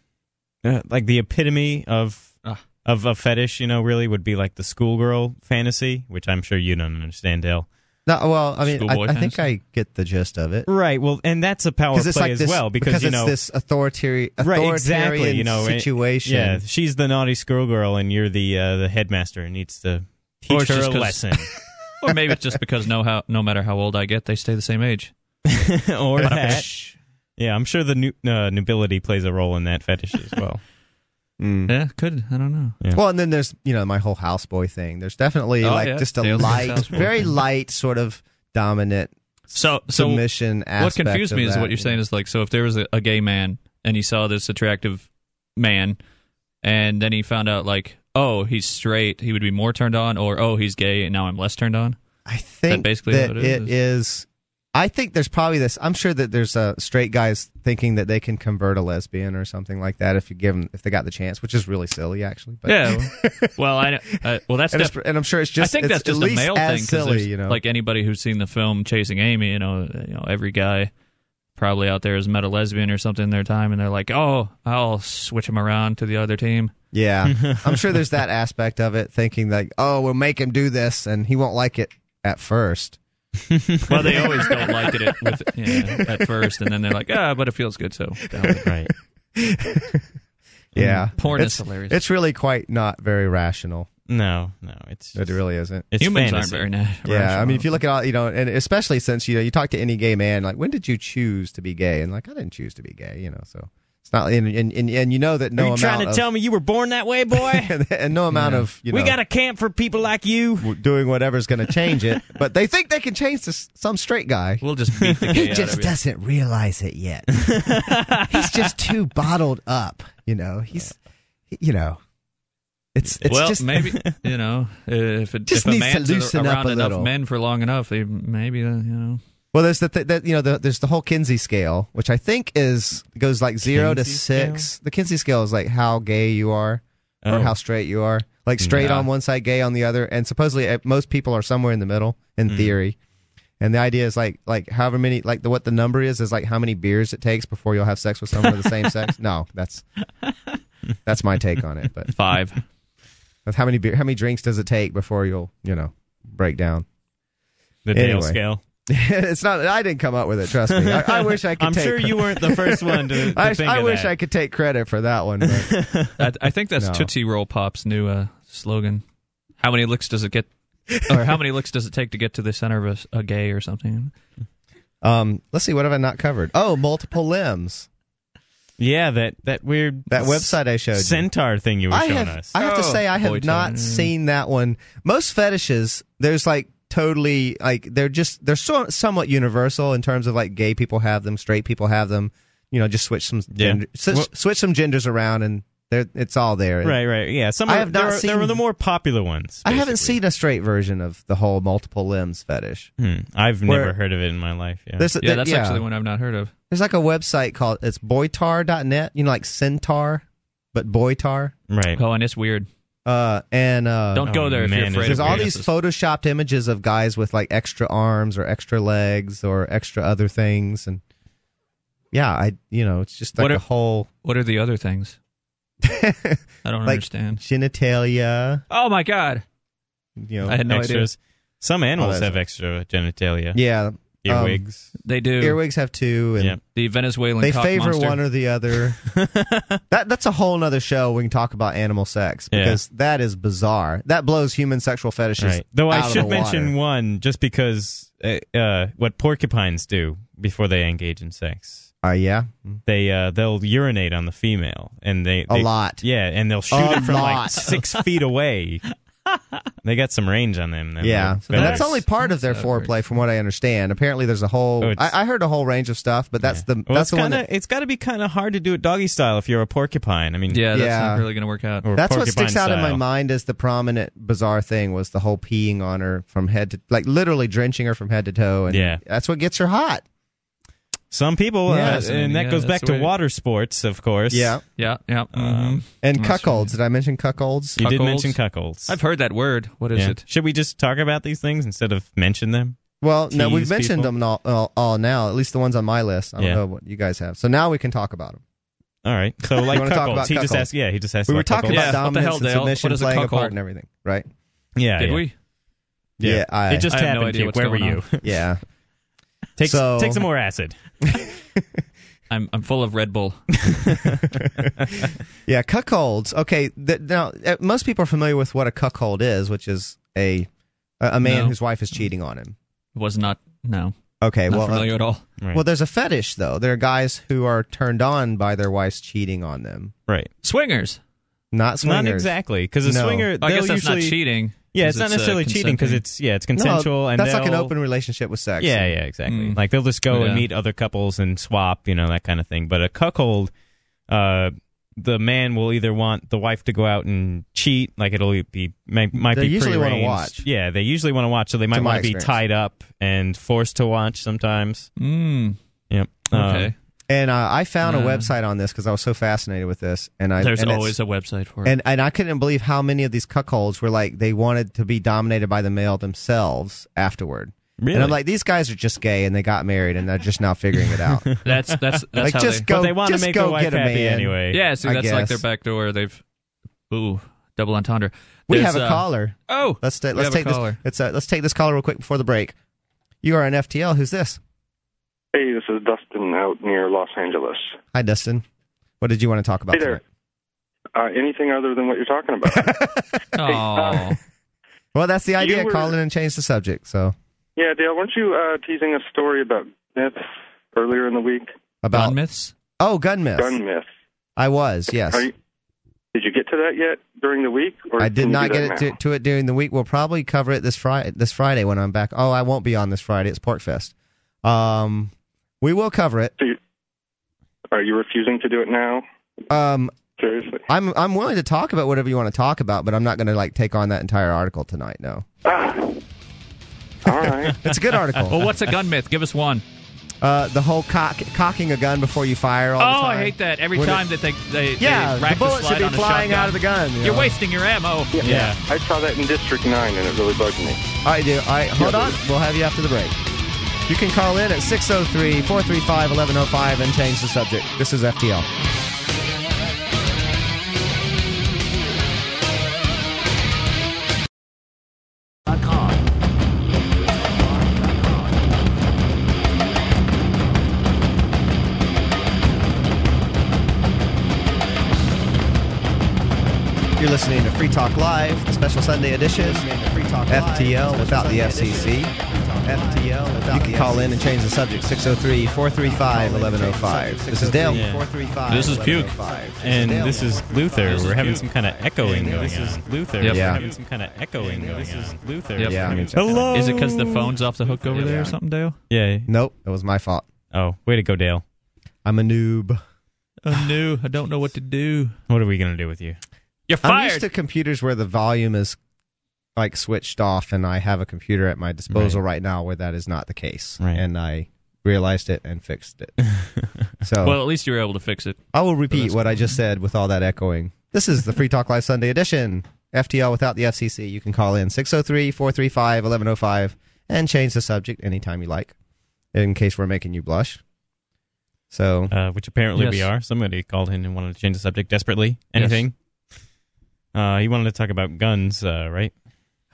S3: uh, like the epitome of
S2: Ah.
S3: of a fetish, you know, really would be like the schoolgirl fantasy, which I'm sure you don't understand, Dale.
S1: No, well, I mean, I,
S2: Schoolboy
S1: I think
S2: fantasy?
S1: I get the gist of it
S3: Right. Well, and that's a power
S1: because
S3: play
S1: it's like
S3: as
S1: this
S3: well, because, you
S1: it's
S3: know,
S1: this authoritarian, authoritarian
S3: right, exactly, you know, it-
S1: situation.
S3: yeah, she's the naughty schoolgirl, and you're the uh, the headmaster, and needs to
S2: Or
S3: teach
S2: it's
S3: her
S2: just
S3: a
S2: 'cause-
S3: lesson,
S2: or maybe it's just because no how no matter how old I get, they stay the same age.
S3: *laughs* or that.
S2: Shh.
S3: Yeah, I'm sure the nu- uh, nobility plays a role in that fetish as *laughs* well.
S1: Mm.
S2: Yeah, could I don't know.
S1: Well, and then there's you know my whole houseboy thing. There's definitely
S2: Oh,
S1: like
S2: yeah.
S1: just a
S2: Dale's
S1: light,
S2: houseboy
S1: very
S2: thing.
S1: light sort of dominant
S2: So so
S1: submission
S2: what
S1: aspect.
S2: confused
S1: of
S2: me is
S1: that,
S2: what
S1: you
S2: you're saying is like so if there was a, a gay man and he saw this attractive man and then he found out like oh he's straight he would be more turned on or oh he's gay and now i'm less turned on
S1: I think
S2: basically
S1: that
S2: what
S1: it
S2: it
S1: is. I think there's probably this. I'm sure that there's uh, straight guys thinking that they can convert a lesbian or something like that if you give them if they got the chance, which is really silly actually. But *laughs*
S2: yeah well i uh, well that's
S1: and,
S2: def-
S1: it's, and I'm sure it's just
S2: I think
S1: it's
S2: that's
S1: at
S2: just a
S1: least
S2: male
S1: as
S2: thing 'cause
S1: silly,
S2: there's-
S1: you know.
S2: like anybody who's seen the film Chasing Amy, you know, you know, every guy probably out there has met a lesbian or something in their time, and they're like, oh, I'll switch him around to the other team. *laughs*
S1: yeah, I'm sure there's that aspect of it, thinking like, oh, we'll make him do this, and he won't like it at first.
S2: Well, they always don't like it at, with, yeah, at first, and then they're like, ah, but it feels good, so. down with it."
S3: right.
S1: *laughs* Yeah,
S2: Porn
S1: it's,
S2: is hilarious.
S1: It's really quite not very rational.
S3: No, no, it's
S1: It
S3: just,
S1: really isn't.
S3: it's
S2: Humans
S3: fantasy.
S2: aren't very natural.
S1: Yeah, I mean, if you look at all, you know, and especially since you know, you talk to any gay man, like, when did you choose to be gay? And like, I didn't choose to be gay, you know. So it's not, and and and, and you know that no
S3: Are you
S1: amount
S3: trying to
S1: of,
S3: tell me you were born that way, boy?
S1: *laughs* and no amount of you know,
S3: we got a camp for people like you.
S1: w- doing whatever's going to change it. but they think they can change this some straight guy.
S2: We'll just beat
S1: *laughs*
S2: the gay out of you.
S1: doesn't realize it
S2: *laughs*
S1: yet. he's just too bottled up, you know. He's, you know, it's it's
S2: well,
S1: just *laughs*
S2: maybe you know if, it,
S1: Just
S2: if a
S1: needs to
S2: man's a-
S1: loosen up
S2: around
S1: a
S2: enough
S1: little.
S2: men for long enough, they maybe uh, you know.
S1: Well, there's the th- that you know the, there's the whole Kinsey scale, which I think is goes like zero to
S3: Kinsey
S1: six. The Kinsey scale is like how gay you are or
S3: Oh.
S1: how straight you are. Like straight
S2: Nah.
S1: on one side, gay on the other, and supposedly uh, most people are somewhere in the middle in
S3: Mm.
S1: theory. And the idea is like like however many like the, what the number is is like how many beers it takes before you'll have sex with someone of the same
S3: *laughs*
S1: sex. No, that's that's my take on it. But
S2: Five.
S1: that's how many beer how many drinks does it take before you'll you know break down?
S3: The Dale
S1: Anyway.
S2: *laughs*
S3: scale.
S1: it's not I didn't come up with it. Trust me. I,
S3: *laughs*
S1: I wish I could.
S3: I'm
S1: take
S3: sure
S1: credit.
S3: you weren't the first
S1: *laughs*
S3: one to, to
S1: I,
S3: think
S1: I
S3: of
S1: wish
S3: that.
S1: I could take credit for that one.
S3: *laughs*
S1: But
S2: *laughs* I, I think that's
S1: No.
S2: Tootsie Roll Pop's new uh, slogan. How many licks does it get, or how many licks does it take to get to the center of a, a gay or something?
S1: um, let's see, what have I not covered? Oh, multiple limbs.
S3: Yeah, that that weird
S1: That
S3: s-
S1: website I showed. you.
S3: centaur thing you were
S1: I
S3: showing
S1: have,
S3: us. Mm.
S1: I have to
S2: Oh,
S1: say, I have
S2: boy,
S1: not
S2: Tony.
S1: seen that one. Most fetishes, there's like totally like they're just they're so, somewhat universal in terms of like gay people have them, straight people have them. You know, just switch some
S3: Yeah.
S1: gender, s-
S3: Well-
S1: switch some genders around, and There, it's all there.
S3: Right, right. Yeah, some
S1: I
S3: are-
S1: have not
S3: there, are, there
S1: seen-
S3: were the more popular ones.
S1: I haven't seen a straight version of the whole multiple limbs fetish.
S3: Hmm. I've
S1: Where-
S3: never heard of it in my life. Yeah.
S1: There's,
S2: Yeah,
S1: there-
S2: that's actually one I've not heard of.
S1: There's like a website called it's boytar.net. You know, like centaur, but boytar.
S3: right.
S2: Oh, and it's weird.
S1: Uh, and uh,
S2: Don't go
S3: oh,
S2: there if you're
S3: man, it's-
S2: afraid
S1: there's
S2: of
S1: all these
S2: weirdnesses.
S1: photoshopped images of guys with like extra arms or extra legs or extra other things, and yeah, I you know it's just like
S2: What
S1: a
S2: are-
S1: whole
S2: What are the other
S1: *laughs*
S2: things? I don't
S1: Like-
S2: understand.
S1: genitalia.
S2: Oh my god!
S1: You know,
S2: I had no idea.
S3: extras. Some animals
S1: that's-
S3: have extra genitalia.
S1: yeah, um,
S3: Earwigs.
S2: They do.
S1: earwigs have two, and
S3: Yeah.
S2: the Venezuelan
S1: they
S2: cock
S1: favor
S2: monster.
S1: one or the
S3: *laughs*
S1: other. that that's a whole nother show we can talk about animal sex
S3: Yeah.
S1: because that is bizarre. That blows human sexual fetishes.
S3: Right. Though
S1: out
S3: I
S1: of
S3: should
S1: the water.
S3: mention one just because uh, uh, what porcupines do before they engage in sex.
S1: Uh, yeah,
S3: They uh, they'll urinate on the female and they,
S1: a
S3: they-
S1: lot.
S3: Yeah, and they'll shoot
S1: A
S3: it from like
S1: lot. *laughs*
S3: six feet away. They got some range on them. them
S1: Yeah,
S3: little
S1: so that's
S3: feathers.
S1: only part of their foreplay, from what I understand. Apparently, there's a whole.
S3: Oh, it's-
S1: I, I heard a whole range of stuff, but that's the
S3: Well,
S1: that's
S3: it's
S1: the one.
S3: kinda,
S1: That,
S3: it's got to be kind of hard to do it doggy style if you're a porcupine. I mean,
S2: Yeah, that's
S1: Yeah.
S2: not really going to work out.
S3: or
S1: that's what
S3: porcupine
S1: sticks out in my
S3: style.
S1: mind as the prominent bizarre thing was the whole peeing on her from head to like literally drenching her from head to toe, and
S3: Yeah.
S1: that's what gets her hot.
S3: Some people,
S1: Yeah.
S3: uh, and that
S2: Yeah,
S3: goes
S2: that's
S3: back to
S2: the way-
S3: water sports, of course.
S1: Yeah,
S2: Yeah, yeah.
S3: Uh,
S2: mhm.
S1: and
S2: That's
S1: cuckolds. Did I mention cuckolds?
S3: Mm-hmm. you did
S2: Cuckolds.
S3: mention cuckolds.
S2: I've heard that word. What is
S3: Yeah.
S2: it?
S3: Should we just talk about these things instead of mention them?
S1: Well, no, we've
S3: tease
S1: mentioned
S3: people?
S1: them all, all, all now. At least the ones on my list. I don't
S3: Yeah.
S1: know what you guys have. So now we can talk about them.
S3: All right.
S1: *laughs*
S3: So like
S1: wanna talk
S3: cuckolds,
S1: about
S3: he just
S1: cuckolds?
S3: asked. Yeah, he just asked.
S1: We were
S3: about
S1: talking
S2: Yeah,
S1: about
S2: what the
S1: dominance
S2: hell,
S1: and
S2: Dale? What
S1: submission
S2: is a
S1: playing a
S2: cuckold?
S1: part and everything, right?
S3: cuckolds. Yeah.
S2: Did
S3: yeah.
S2: we?
S3: Yeah.
S1: Yeah, I-
S3: it just
S2: I have no
S3: happened.
S2: idea
S3: Jake.
S2: what's
S3: Where were
S2: going
S3: you?
S1: *laughs* Yeah.
S3: *laughs* take
S1: So-
S3: take some more acid.
S2: I'm I'm full of Red Bull.
S1: *laughs* Yeah, cuckolds. Okay, th- now uh, most people are familiar with what a cuckold is, which is a a a man
S2: No.
S1: whose wife is cheating on him.
S2: Was not no.
S1: Okay,
S2: Not
S1: well, uh,
S2: familiar at all.
S3: Right.
S1: well, there's a fetish though. There are guys who are turned on by their wives cheating on them.
S3: right.
S2: Swingers.
S1: Not swingers.
S3: Not exactly because a
S1: No.
S3: swinger.
S2: I guess
S3: they'll
S2: that's
S3: usually,
S2: not cheating.
S3: Yeah,
S2: 'cause
S3: it's not
S2: uh,
S3: necessarily cheating because
S2: consenting.
S3: it's yeah, it's
S1: No,
S3: consensual and
S1: that's like an
S3: they'll-
S1: open relationship with sex.
S3: Yeah, yeah, exactly.
S2: Mm.
S3: Like they'll just go
S2: Yeah.
S3: and meet other couples and swap, you know, that kind of thing. But a cuckold, uh, the man will either want the wife to go out and cheat, like it'll e-, be might, might
S1: They
S3: be
S1: usually wanna
S3: prearranged.
S1: watch.
S3: Yeah, they usually want to watch, so they might
S1: my
S3: want to be
S1: experience.
S3: tied up and forced to watch sometimes.
S2: Mm,
S3: Yep. Uh,
S2: okay.
S1: And uh, I found a
S2: Uh.
S1: website on this because I was so fascinated with this, and I
S2: There's
S1: and it's-
S2: always a website for it.
S1: And and I couldn't believe how many of these cuckolds were like they wanted to be dominated by the male themselves afterward. And
S3: Really?
S1: I'm like, these guys are just gay and they got married and they're just now figuring it
S2: *laughs*
S1: out.
S2: That's that's that's
S1: *laughs* like
S2: how
S1: just
S2: they.
S1: go.
S3: but they want to
S1: just
S3: make
S1: go
S3: the wife
S1: get a
S3: happy
S1: man.
S3: anyway.
S2: yeah, see,
S1: I
S2: that's like their
S1: guess.
S2: back door. They've ooh double entendre.
S1: We
S2: There's,
S1: have a
S2: uh,
S1: caller.
S2: Oh,
S1: Let's ta-
S2: we
S1: let's
S2: have a
S1: take this.
S2: caller.
S1: It's uh let's take this caller real quick before the break. You are an FTL. Who's this?
S6: Hey, this is Dustin out near Los Angeles.
S1: Hi, Dustin. What did you want to talk about?
S6: Hey there.
S1: tonight?
S6: Uh, anything other than what you're talking about?
S1: *laughs*
S2: Oh,
S1: Well, that's the idea.
S6: uh, were-
S1: Call in and change the subject. So
S6: yeah, Dale, weren't you uh, teasing a story about myths earlier in the week?
S1: about
S2: gun myths.
S1: oh gun myth.
S6: Gun myths.
S1: I was yes.
S6: Are you, did you get to that yet during the week? Or
S1: I did
S6: can you
S1: not
S6: do
S1: get it
S6: that
S1: to,
S6: now?
S1: to it during the week. We'll probably cover it this Friday. This Friday when I'm back. Oh, I won't be on this Friday. It's Porkfest. Um, we will cover it.
S6: So you, are you refusing to do it now?
S1: Um,
S6: Seriously?
S1: I'm I'm willing to talk about whatever you want to talk about, but I'm not going to like take on that entire article tonight. No,
S6: Ah. All right.
S1: *laughs* it's a good
S2: *laughs* Well,
S1: article.
S2: what's a gun myth? Give us one.
S1: uh, the whole cock, cocking a gun before you fire. All the
S2: Oh,
S1: time.
S2: I hate that. Every
S1: When it-
S2: time that they they
S1: Yeah,
S2: they rack
S1: the bullet should
S2: slide
S1: be
S2: on a
S1: flying
S2: shotgun.
S1: out of the gun. you
S2: You're
S1: know?
S2: wasting your ammo.
S3: Yeah.
S6: I saw that in District 9, and it really bugged me.
S1: I do. All right, hold on. We'll have you after the break. You can call in at 603 435 1105 and change the subject. This is FTL. You're listening to Free Talk Live, the special Sunday edition. FTL without the FCC. FTL without You can call in and change the subject 603 435 1105. This is Dale.
S3: Yeah.
S2: This is Puke.
S1: oh
S3: And this is Luther. We're having some kind of echoing going
S7: this
S3: on.
S7: is
S3: Luther.
S2: Yep.
S3: We're
S1: Yeah.
S3: having some kind of echoing going
S7: this
S3: on.
S7: is
S3: Luther.
S2: Yep.
S1: Yeah, I mean,
S3: Hello.
S2: Is it because
S1: Oh.
S2: the phone's off the hook over there or something, Dale?
S3: Yeah.
S1: Nope, it was my fault.
S3: Oh, way to go, Dale.
S1: I'm a noob.
S2: I'm *sighs* new. I don't know what to do.
S3: What are we gonna do with you?
S2: You're
S1: I'm used to computers where the volume is like switched off, and I have a computer at my disposal right, now where that is not the case.
S3: Right.
S1: And I realized it and fixed
S3: *laughs*
S1: it. so
S2: Well, at least you were able to fix
S1: *laughs*
S2: it.
S1: I will repeat what I just said with all that echoing. This is the Free Talk Live Sunday edition. FTL without the FCC. You can call in 603 435 1105 and change the subject anytime you like in case we're making you blush. So,
S3: Uh, which apparently we
S2: Yes.
S3: are. Somebody called in and wanted to change the subject desperately. Anything? Uh, he wanted to talk about guns, uh, right?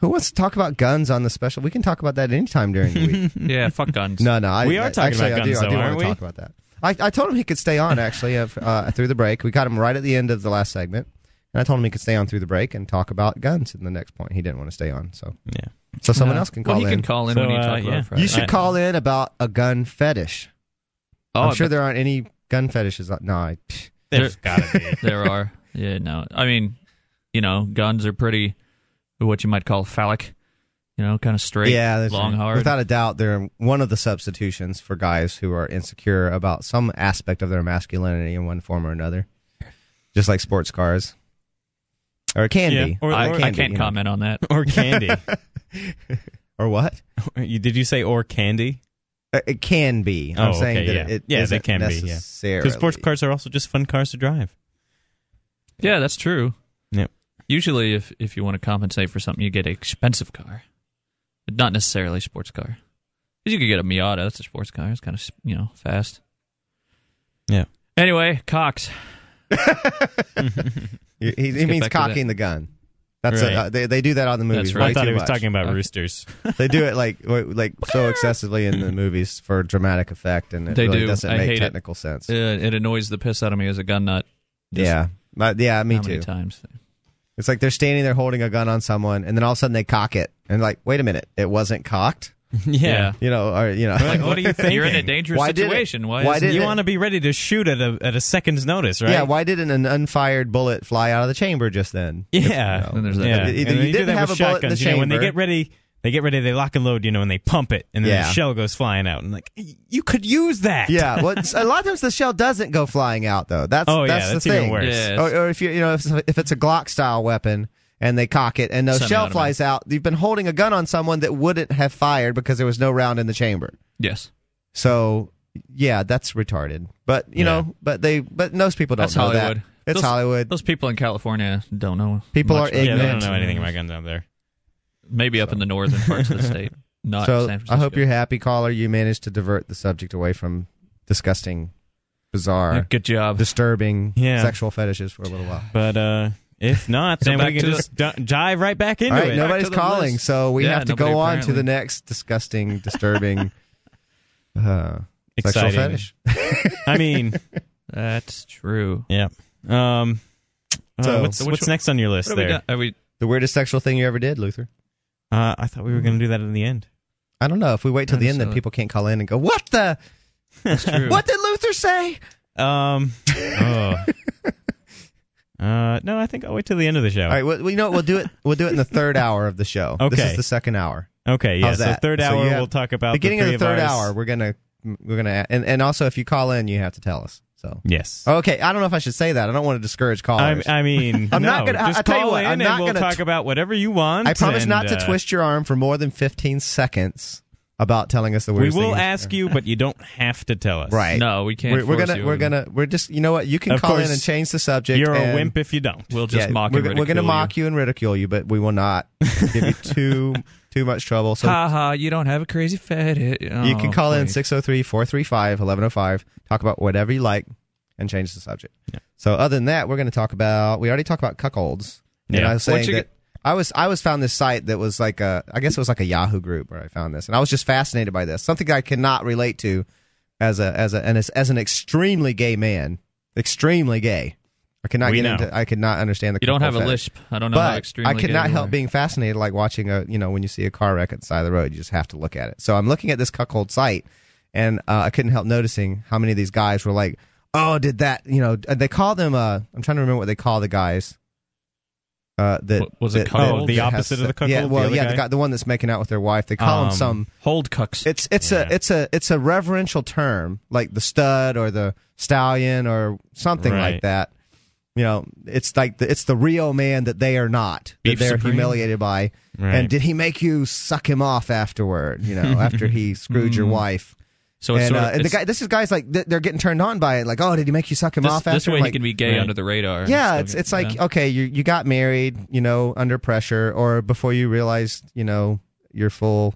S1: who wants to talk about guns on the special? We can talk about that anytime during the week.
S2: Yeah, fuck guns.
S1: No, no. I,
S3: We are
S1: I-
S3: talking
S1: actually,
S3: about
S1: I do,
S3: guns,
S1: I do
S3: though,
S1: want
S3: aren't
S1: to
S3: we?
S1: talk about that. I, I told him he could stay on, actually, of, uh, through the break. We got him right at the end of the last segment. And I told him he could stay on through the break and talk about guns in the next point. He didn't want to stay on, so
S3: Yeah.
S1: so someone else can call
S2: well, he
S1: in.
S2: can call in
S3: So,
S2: when you
S3: uh,
S2: talk
S3: yeah.
S2: about Friday.
S1: you should
S3: I-
S1: call in about a gun fetish.
S2: oh,
S1: I'm
S2: I
S1: sure
S2: bet
S1: there aren't any gun fetishes. No, I, pfft.
S3: There's gotta be.
S2: *laughs* there are. Yeah, no. I mean, you know, guns are pretty what you might call phallic. You know, kind of straight,
S1: yeah, that's
S2: long,
S1: right.
S2: hard.
S1: Without a doubt, they're one of the substitutions for guys who are insecure about some aspect of their masculinity in one form or another, just like sports cars, or it can
S3: Yeah,
S1: be.
S3: or-
S2: I,
S1: It
S3: or-
S1: can
S2: I
S1: be,
S2: can't
S1: you know.
S2: comment on that.
S3: or candy. *laughs*
S1: Or what?
S3: You- Did you say or candy?
S1: Uh, It can be. I'm
S3: Oh,
S1: saying
S3: okay,
S1: that
S3: yeah.
S1: it
S3: Yeah, they
S1: isn't
S3: can be, yeah. 'Cause
S1: necessarily.
S3: Because sports cars are also just fun cars to drive.
S1: *laughs*
S2: *laughs* Yeah, that's true.
S3: Yep.
S2: Usually, if if you want to compensate for something, you get an expensive car, but not necessarily a sports car. 'Cause you could get a Miata. That's a sports car. It's kind of you know fast.
S3: Yeah.
S2: Anyway,
S1: *laughs*
S2: Cox.
S1: He, he- he means
S2: get back to that.
S1: cocking the gun. That's
S3: Right.
S1: a, uh, they, they do that on the movies.
S2: uh, That's right.
S1: way
S3: I thought
S1: too
S3: he was
S1: much.
S3: talking about
S2: Okay.
S3: roosters.
S1: *laughs* They do it like w- like so excessively in the movies for dramatic effect, and it
S2: They
S1: really
S2: do.
S1: doesn't
S2: I
S1: make
S2: hate it.
S1: technical sense.
S2: Uh, it annoys the piss out of me as a gun nut. Just
S1: yeah, but yeah, me
S2: how
S1: too.
S2: many times?
S1: It's like they're standing there holding a gun on someone, and then all of a sudden they cock it, and like, wait a minute, it wasn't cocked.
S2: *laughs* Yeah.
S1: You know, or you know, *laughs*
S3: Like, what do you think?
S2: You're in a dangerous
S1: Why did it-
S2: situation. Why?
S1: why
S2: is-
S1: did
S3: you
S1: it-
S3: want to be ready to shoot at a at a second's notice, right?
S1: yeah, why didn't an unfired bullet fly out of the chamber just then?
S3: Yeah.
S2: Then there's that.
S3: yeah.
S1: Either you
S3: And then
S1: didn't
S3: do that
S1: have
S3: with
S1: a bullet in
S3: shotguns.
S1: the
S3: you know, when they
S1: chamber.
S3: get ready, they get ready, they lock and load, you know, and they pump it, and then
S1: Yeah.
S3: the shell goes flying out. And like, you could use that. *laughs*
S1: Yeah, well, it's- a lot of times the shell doesn't go flying out though. That's
S3: Oh, yeah,
S1: that's,
S3: that's
S1: the
S3: even
S1: thing.
S3: worse.
S2: Yeah,
S1: Or, or if you you know if, if it's a Glock style weapon and they cock it and the shell
S2: Semi-automatic.
S1: flies out, you've been holding a gun on someone that wouldn't have fired because there was no round in the chamber.
S2: yes.
S1: So yeah, that's retarded. But you know, but they but most people don't
S2: That's
S1: know
S2: Hollywood.
S1: that. It's
S2: Those-
S1: Hollywood.
S2: Those people in California don't know.
S1: People
S2: much
S1: are
S2: about
S3: Yeah, they don't
S1: ignorant.
S3: know anything about guns out there.
S2: Maybe up in the northern parts of the
S3: *laughs*
S2: state, not
S1: so
S2: San Francisco.
S1: I hope you're happy, caller. You managed to divert the subject away from disgusting,
S2: *laughs* Yeah,
S1: bizarre,
S2: Good job.
S1: disturbing
S3: Yeah.
S1: sexual fetishes for a little while.
S3: But uh, if
S2: *laughs*
S3: not, then
S2: back
S3: we
S2: to
S3: can
S2: the-
S3: just d- dive right back into
S1: All right,
S3: it.
S1: nobody's
S2: Back to the
S1: calling,
S2: list.
S1: so we
S2: Yeah,
S1: have to
S2: nobody
S1: go on to
S2: apparently.
S1: the next disgusting,
S3: *laughs*
S1: disturbing uh, sexual
S3: Exciting.
S1: fetish. *laughs*
S3: I mean,
S2: That's true.
S3: yeah. Um, uh,
S1: So-
S3: what's
S2: So which
S3: what's
S2: one-
S3: next on your list
S2: What
S3: there?
S2: have we done? Are we?
S1: The weirdest sexual thing you ever did, Luther?
S3: Uh, I thought we were going to do that in the end.
S1: I don't know. If we wait till the end, then
S2: Absolutely.
S1: people can't call in and go, "What the?
S2: *laughs* That's true.
S1: *laughs* What did Luther say?" *laughs*
S3: Um, oh. uh, no, I think I'll wait till the end of the show.
S1: All right. Well, well, you know, what? we'll do it. We'll do it in the third hour of the show. This
S3: Okay.
S1: is the second hour.
S3: Okay, yeah.
S1: How's
S3: So
S1: that?
S3: third
S1: So
S3: hour,
S1: you have-
S3: we'll talk about
S1: Beginning
S3: the
S1: of
S3: three
S1: the third
S3: ours.
S1: hour, we're gonna we're gonna and, and also if you call in, you have to tell us. So
S3: Yes.
S1: okay, I don't know if I should say that. I don't want to discourage
S3: I,
S1: callers.
S3: I mean,
S1: *laughs* I'm
S3: no,
S1: not gonna- I-
S3: Just
S1: I tell you
S3: call
S1: what,
S3: in
S1: I'm
S3: and
S1: not
S3: we'll
S1: gonna
S3: talk
S1: t-
S3: about whatever you want.
S1: I promise
S3: and,
S1: not to
S3: uh,
S1: twist your arm for more than 15 seconds about telling us the
S3: We
S1: weirdest.
S3: will
S1: thing
S3: ask you, but you don't have to tell us.
S1: Right.
S2: No, we can't.
S1: we're, we're
S2: force
S1: gonna
S2: you
S1: we're
S2: in.
S1: gonna we're just you know what you can
S3: Of
S1: call in
S3: course,
S1: and change the subject.
S3: You're a
S1: and-
S3: wimp if you don't.
S2: We'll just
S1: yeah,
S2: mock
S1: we're,
S2: and
S1: we're gonna
S2: ridicule
S1: mock you and ridicule you, but we will not give you
S2: *laughs*
S1: too too much trouble. So
S2: Ha ha! You don't have a crazy fetish.
S1: you can call in
S2: Oh, please.
S1: 603-435-1105, talk about whatever you like, and change the subject. So other than that, we're gonna talk about we already talked about cuckolds. And
S3: Yeah.
S1: I was saying
S2: Once you
S1: that. I was I was found this site that was like a I guess it was like a Yahoo group where I found this and I was just fascinated by this something I cannot relate to as a as a and as, as an extremely gay man extremely gay I cannot
S3: We
S1: get
S3: know.
S1: into I could not understand the
S2: You don't have a
S1: fetish.
S2: lisp. I don't know how
S1: but
S2: extremely.
S1: I could not
S2: gay you
S1: help
S2: are.
S1: being fascinated like watching a you know when you see a car wreck at the side of the road you just have to look at it so I'm looking at this cuckold site and uh, I couldn't help noticing how many of these guys were like oh did that you know they call them uh I'm trying to remember what they call the guys Uh, that
S2: What- was it
S1: that-
S2: cuckold?
S1: that-
S3: The
S1: that has
S3: opposite of the
S1: se-
S3: cuckold,
S1: Yeah,
S3: the
S1: well,
S3: other
S1: yeah,
S3: guy?
S1: the guy, the one that's making out with their wife. They call
S3: Um,
S1: him some.
S2: Hold cucks.
S1: It's it's a it's a it's a reverential term like the stud or the stallion or something like
S3: Right.
S1: that. You know, it's like the, it's the real man that they are not that
S2: Beef
S1: they're
S2: Supreme?
S1: humiliated by.
S3: Right.
S1: And did he make you suck him off afterward? You know, after
S2: *laughs*
S1: he screwed your wife.
S2: Mm. so it's
S1: and
S2: sort
S1: uh,
S2: of,
S1: and the
S2: it's-
S1: guy, this is guys like th- they're getting turned on by it. Like, oh, did he make you suck him
S2: this,
S1: off?
S2: this
S1: after?
S2: way
S1: like,
S2: he can be gay
S3: Right.
S2: under the radar. and
S1: yeah,
S2: still
S1: it's
S2: get-
S1: it's like
S2: yeah.
S1: okay, you you got married, you know, under pressure, or before you realized, you know, your full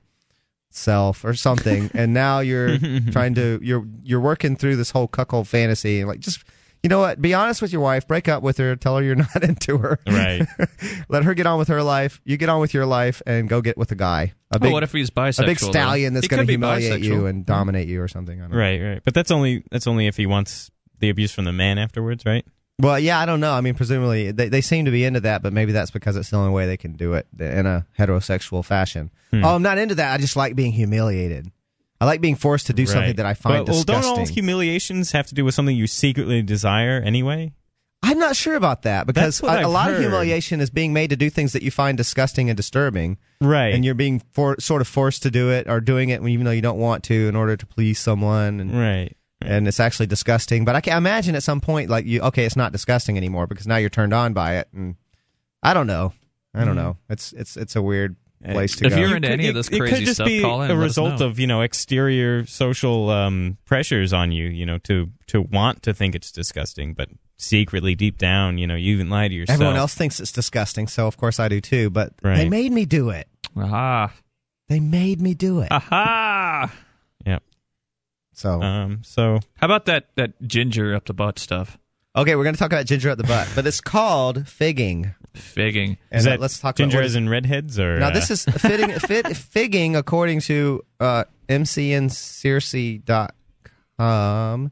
S1: self or
S2: *laughs*
S1: something, and now you're trying to you're you're working through this whole cuckold fantasy, and like just you know what, be honest with your wife, break up with her, tell her you're *laughs* not into her,
S3: Right.
S1: *laughs* Let her get on with her life, you get on with your life, and go get with a guy, a
S2: Well,
S1: big
S2: what if he's bisexual?
S1: a big stallion
S2: though?
S1: that's
S2: He
S1: going
S2: could
S1: to
S2: be
S1: humiliate you
S2: bisexual.
S1: and dominate you or something. I don't know.
S3: Right, right. But that's only that's only if he wants the abuse from the man afterwards, right?
S1: Well, yeah, I don't know. I mean, presumably they, they seem to be into that, but maybe that's because it's the only way they can do it in a heterosexual fashion.
S3: Hmm.
S1: Oh, I'm not into that. I just like being humiliated. I like being forced to do something
S3: Right.
S1: that I find
S3: but, well,
S1: disgusting.
S3: don't all humiliations have to do with something you secretly desire anyway?
S1: I'm not sure about that because
S3: That's what
S1: a, a
S3: I've
S1: lot of
S3: heard.
S1: humiliation is being made to do things that you find disgusting and disturbing,
S3: Right.
S1: and you're being for, sort of forced to do it or doing it even though you don't want to in order to please someone. And,
S3: right.
S1: and it's actually disgusting. But I can imagine at some point, like you, okay, it's not disgusting anymore because now you're turned on by it, and I don't know, I
S3: Mm-hmm.
S1: don't know. It's it's it's a weird place to
S2: If
S1: go.
S2: you're into
S3: It-
S2: any
S3: it,
S2: of this
S3: it
S2: crazy
S3: could just
S2: stuff,
S3: be
S2: call in
S3: a
S2: and let us
S3: result
S2: know.
S3: of you know exterior social um, pressures on you, you know, to to want to think it's disgusting, but secretly deep down, you know, you even lie to yourself.
S1: Everyone else thinks it's disgusting, so of course I do too. But they
S3: Right.
S1: made me do it.
S2: Aha.
S1: They made me do it.
S2: Aha.
S1: So
S3: Um. So
S2: How about that, that ginger up the butt stuff?
S1: okay, we're gonna talk about ginger at the butt, but it's called figging.
S2: *laughs* Figging.
S1: And
S3: is that
S1: let's talk
S3: ginger
S1: about what
S3: as in redheads or
S1: Now
S3: uh,
S1: this is fitting,
S2: *laughs*
S1: fit, figging according to uh, mcncearcy.com.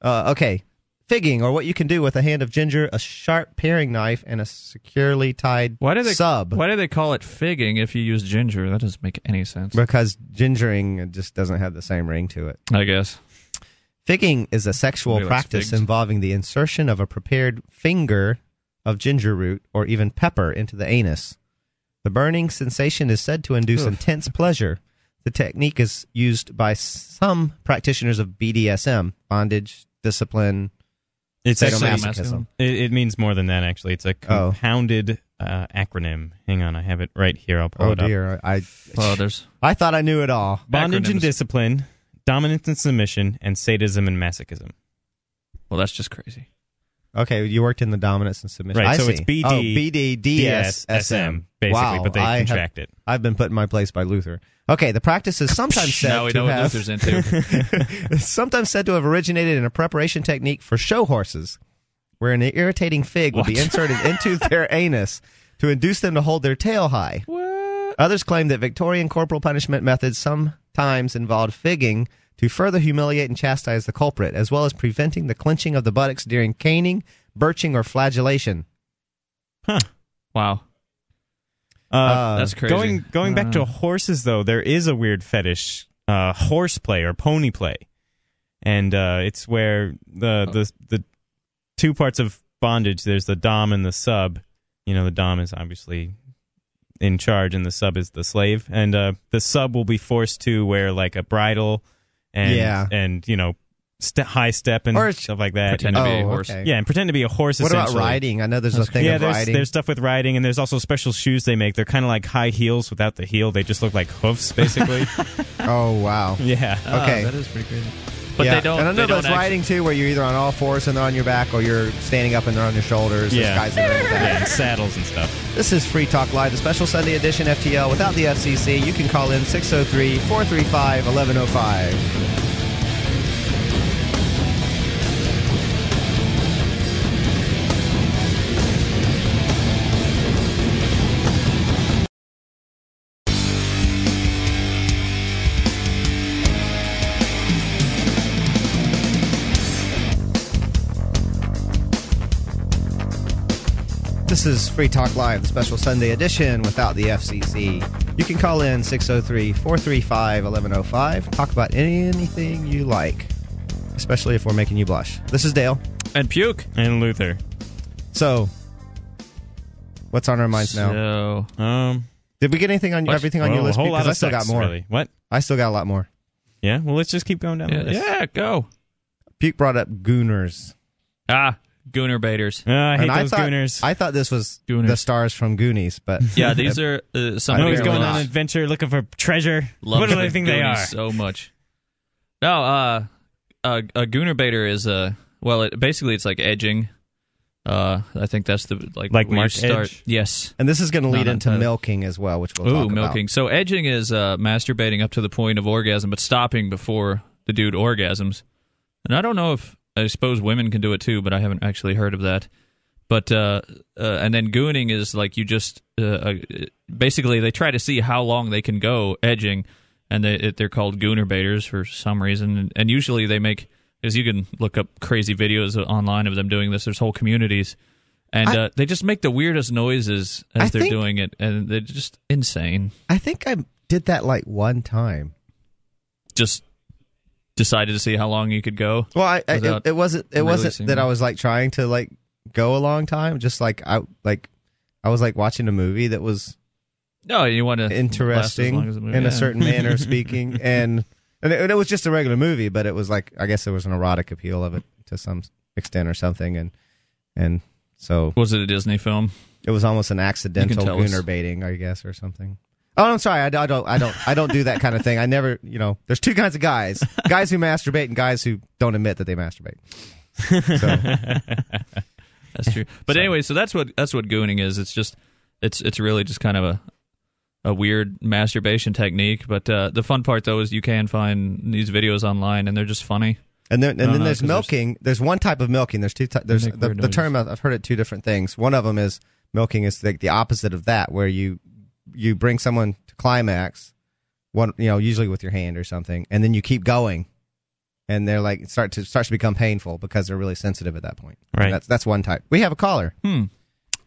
S1: Uh, okay, figging or what you can do with a hand of ginger, a sharp paring knife, and a securely tied
S2: Why do they
S1: sub.
S2: Why do they call it figging if you use ginger? That doesn't make any sense.
S1: Because gingering just doesn't have the same ring to it.
S2: I guess.
S1: Figging is a sexual
S2: Maybe that's
S1: practice
S2: figged.
S1: involving the insertion of a prepared finger of ginger root or even pepper into the anus. The burning sensation is said to induce intense pleasure. The technique is used by some practitioners of BDSM, bondage, discipline,
S3: it's
S2: Sexual
S3: actually
S1: sadomasochism.
S2: masochism.
S3: It, it means more than that, actually. It's a
S1: Oh.
S3: compounded uh, acronym. Hang on, I have it right here. I'll pull
S1: Oh
S3: it up.
S1: dear, I
S2: Well, there's
S1: I thought I knew it all.
S3: Bondage and
S2: Acronyms.
S3: discipline, dominance and submission, and sadism and masochism.
S2: well, that's just crazy.
S1: Okay, you worked in the dominance and submission.
S3: Right,
S1: I
S3: so
S1: see.
S3: it's BD,
S1: oh, BD, DS, SM.
S3: basically,
S1: Wow,
S3: but they
S1: I have-
S3: contract it.
S1: I've been put in my place by Luther. Okay, the practice is sometimes said
S2: now we
S1: to
S2: know what
S1: have,
S2: Luther's into.
S1: *laughs* It's sometimes said to have originated in a preparation technique for show horses, where an irritating fig would be inserted
S2: *laughs*
S1: into their anus to induce them to hold their tail high. Others claim that Victorian corporal punishment methods sometimes involved figging to further humiliate and chastise the culprit, as well as preventing the clenching of the buttocks during caning, birching, or flagellation.
S2: wow.
S3: Uh,
S2: Oh, that's crazy. Uh.
S3: Going going back to horses though, there is a weird fetish, uh, horse play or pony play, and uh, it's where the
S2: Oh.
S3: the the two parts of bondage. There's the dom and the sub. You know, the dom is obviously in charge, and the sub is the slave. And uh, the sub will be forced to wear like a bridle, and
S1: Yeah.
S3: and you know, st- high step and
S1: Or it's-
S3: stuff like that. you
S2: Pretend to
S3: know.
S2: be
S1: Oh,
S2: a horse.
S1: okay.
S3: Yeah, and pretend to be a horse.
S1: What about
S3: essentially
S1: riding? I know there's a thing
S3: yeah,
S1: of
S3: there's,
S1: riding.
S3: there's stuff with riding, and there's also special shoes they make. They're kind of like high heels without the heel. They just look like hoofs, basically.
S1: *laughs* oh wow.
S3: yeah.
S1: Ah, Okay.
S2: that is pretty crazy. But
S1: Yeah,
S2: they don't.
S1: And I know
S2: they don't
S1: there's
S2: actually-
S1: riding too, where you're either on all fours and they're on your back, or you're standing up and they're on your shoulders. There's
S3: Yeah.
S1: guys that are into that.
S3: yeah, and saddles and stuff.
S1: This is Free Talk Live, the special Sunday edition FTL without the FCC. You can call in 603 435 1105. This is Free Talk Live, the special Sunday edition without the FCC. You can call in 603 435 1105. Talk about anything you like, especially if we're making you blush. This is Dale.
S2: and puke.
S3: And Luther.
S1: So, What's on our minds now?
S2: So,
S3: Um,
S1: Did we get anything on
S3: let's-
S1: everything on
S3: well,
S1: your list?
S3: A whole lot
S1: Because
S3: of
S1: I still
S3: sex,
S1: got more.
S3: Really. What?
S1: I still got a lot more.
S3: Yeah. Well, let's just keep going down
S2: yeah,
S3: the list.
S2: yeah, go.
S1: Puke brought up gooners.
S2: Ah, gooner baiters.
S3: Ah, I hate
S1: and I
S3: those
S1: thought,
S3: gooners.
S1: I thought this was
S2: Gooners.
S1: the stars from Goonies, but
S2: Yeah,
S1: *laughs*
S2: these are uh, some
S1: I
S3: I'm
S1: know
S3: always
S2: of the
S1: apparently
S3: going
S2: most-
S3: on an adventure looking for treasure.
S2: Love
S3: what do
S2: the Oh,
S3: they think they
S2: Goonies
S3: are?
S2: So much. No, uh, a, a gooner baiter is a well. It, basically, it's like edging. Uh, I think that's the like
S3: Like
S2: where you
S3: Mark
S2: start.
S3: Edge?
S2: Yes.
S1: and this is going to
S2: Not
S1: lead into
S2: entirely.
S1: milking as well, which we'll
S2: Ooh,
S1: talk about.
S2: milking. So edging is uh, masturbating up to the point of orgasm, but stopping before the dude orgasms. And I don't know if I suppose women can do it too, but I haven't actually heard of that. But uh, uh, and then gooning is like you just uh, uh, basically they try to see how long they can go edging, and they it, they're called gooner baiters for some reason. And, and usually they make as you can look up crazy videos online of them doing this. There's whole communities. And
S1: I-
S2: uh, they just make the weirdest noises as
S1: I
S2: they're
S1: think-
S2: doing it, and they're just insane.
S1: I think I did that like one time.
S2: Just decided to see how long you could go.
S1: Well, I, I it,
S2: Without
S1: it wasn't it
S2: really
S1: wasn't
S2: seeing
S1: that I
S2: it.
S1: was like trying to like go a long time. Just like I like I was like watching a movie that was
S2: No, you want to
S1: interesting in a certain
S2: *laughs*
S1: manner of speaking, and and it, and it was just a regular movie, but it was like I guess there was an erotic appeal of it to some extent or something, and and so
S2: Was it a Disney film?
S1: it was almost an accidental
S2: tell us.
S1: gooner baiting, I guess, or something. Oh, I'm sorry. I, I don't. I don't. I don't do that kind of thing. I never. You know, there's two kinds of guys: guys who masturbate and guys who don't admit that they masturbate. So,
S2: That's
S1: *laughs*
S2: true. But anyway, so that's what that's what gooning is. It's just it's it's really just kind of a a weird masturbation technique. But uh, the fun part though is you can find these videos online, and they're just funny.
S1: and then and
S2: No,
S1: then
S2: Oh, no,
S1: there's
S2: 'cause there's-
S1: milking. There's, one type of milking. There's two. Ty- there's
S2: make
S1: the,
S2: weird
S1: the term I've I've heard it two different things. One of them is milking is like the opposite of that, where you you bring someone to climax, one you know usually with your hand or something, and then you keep going, and they're like start to starts to become painful because they're really sensitive at that point.
S3: Right.
S1: That's that's one type. We have a caller.
S2: Hmm.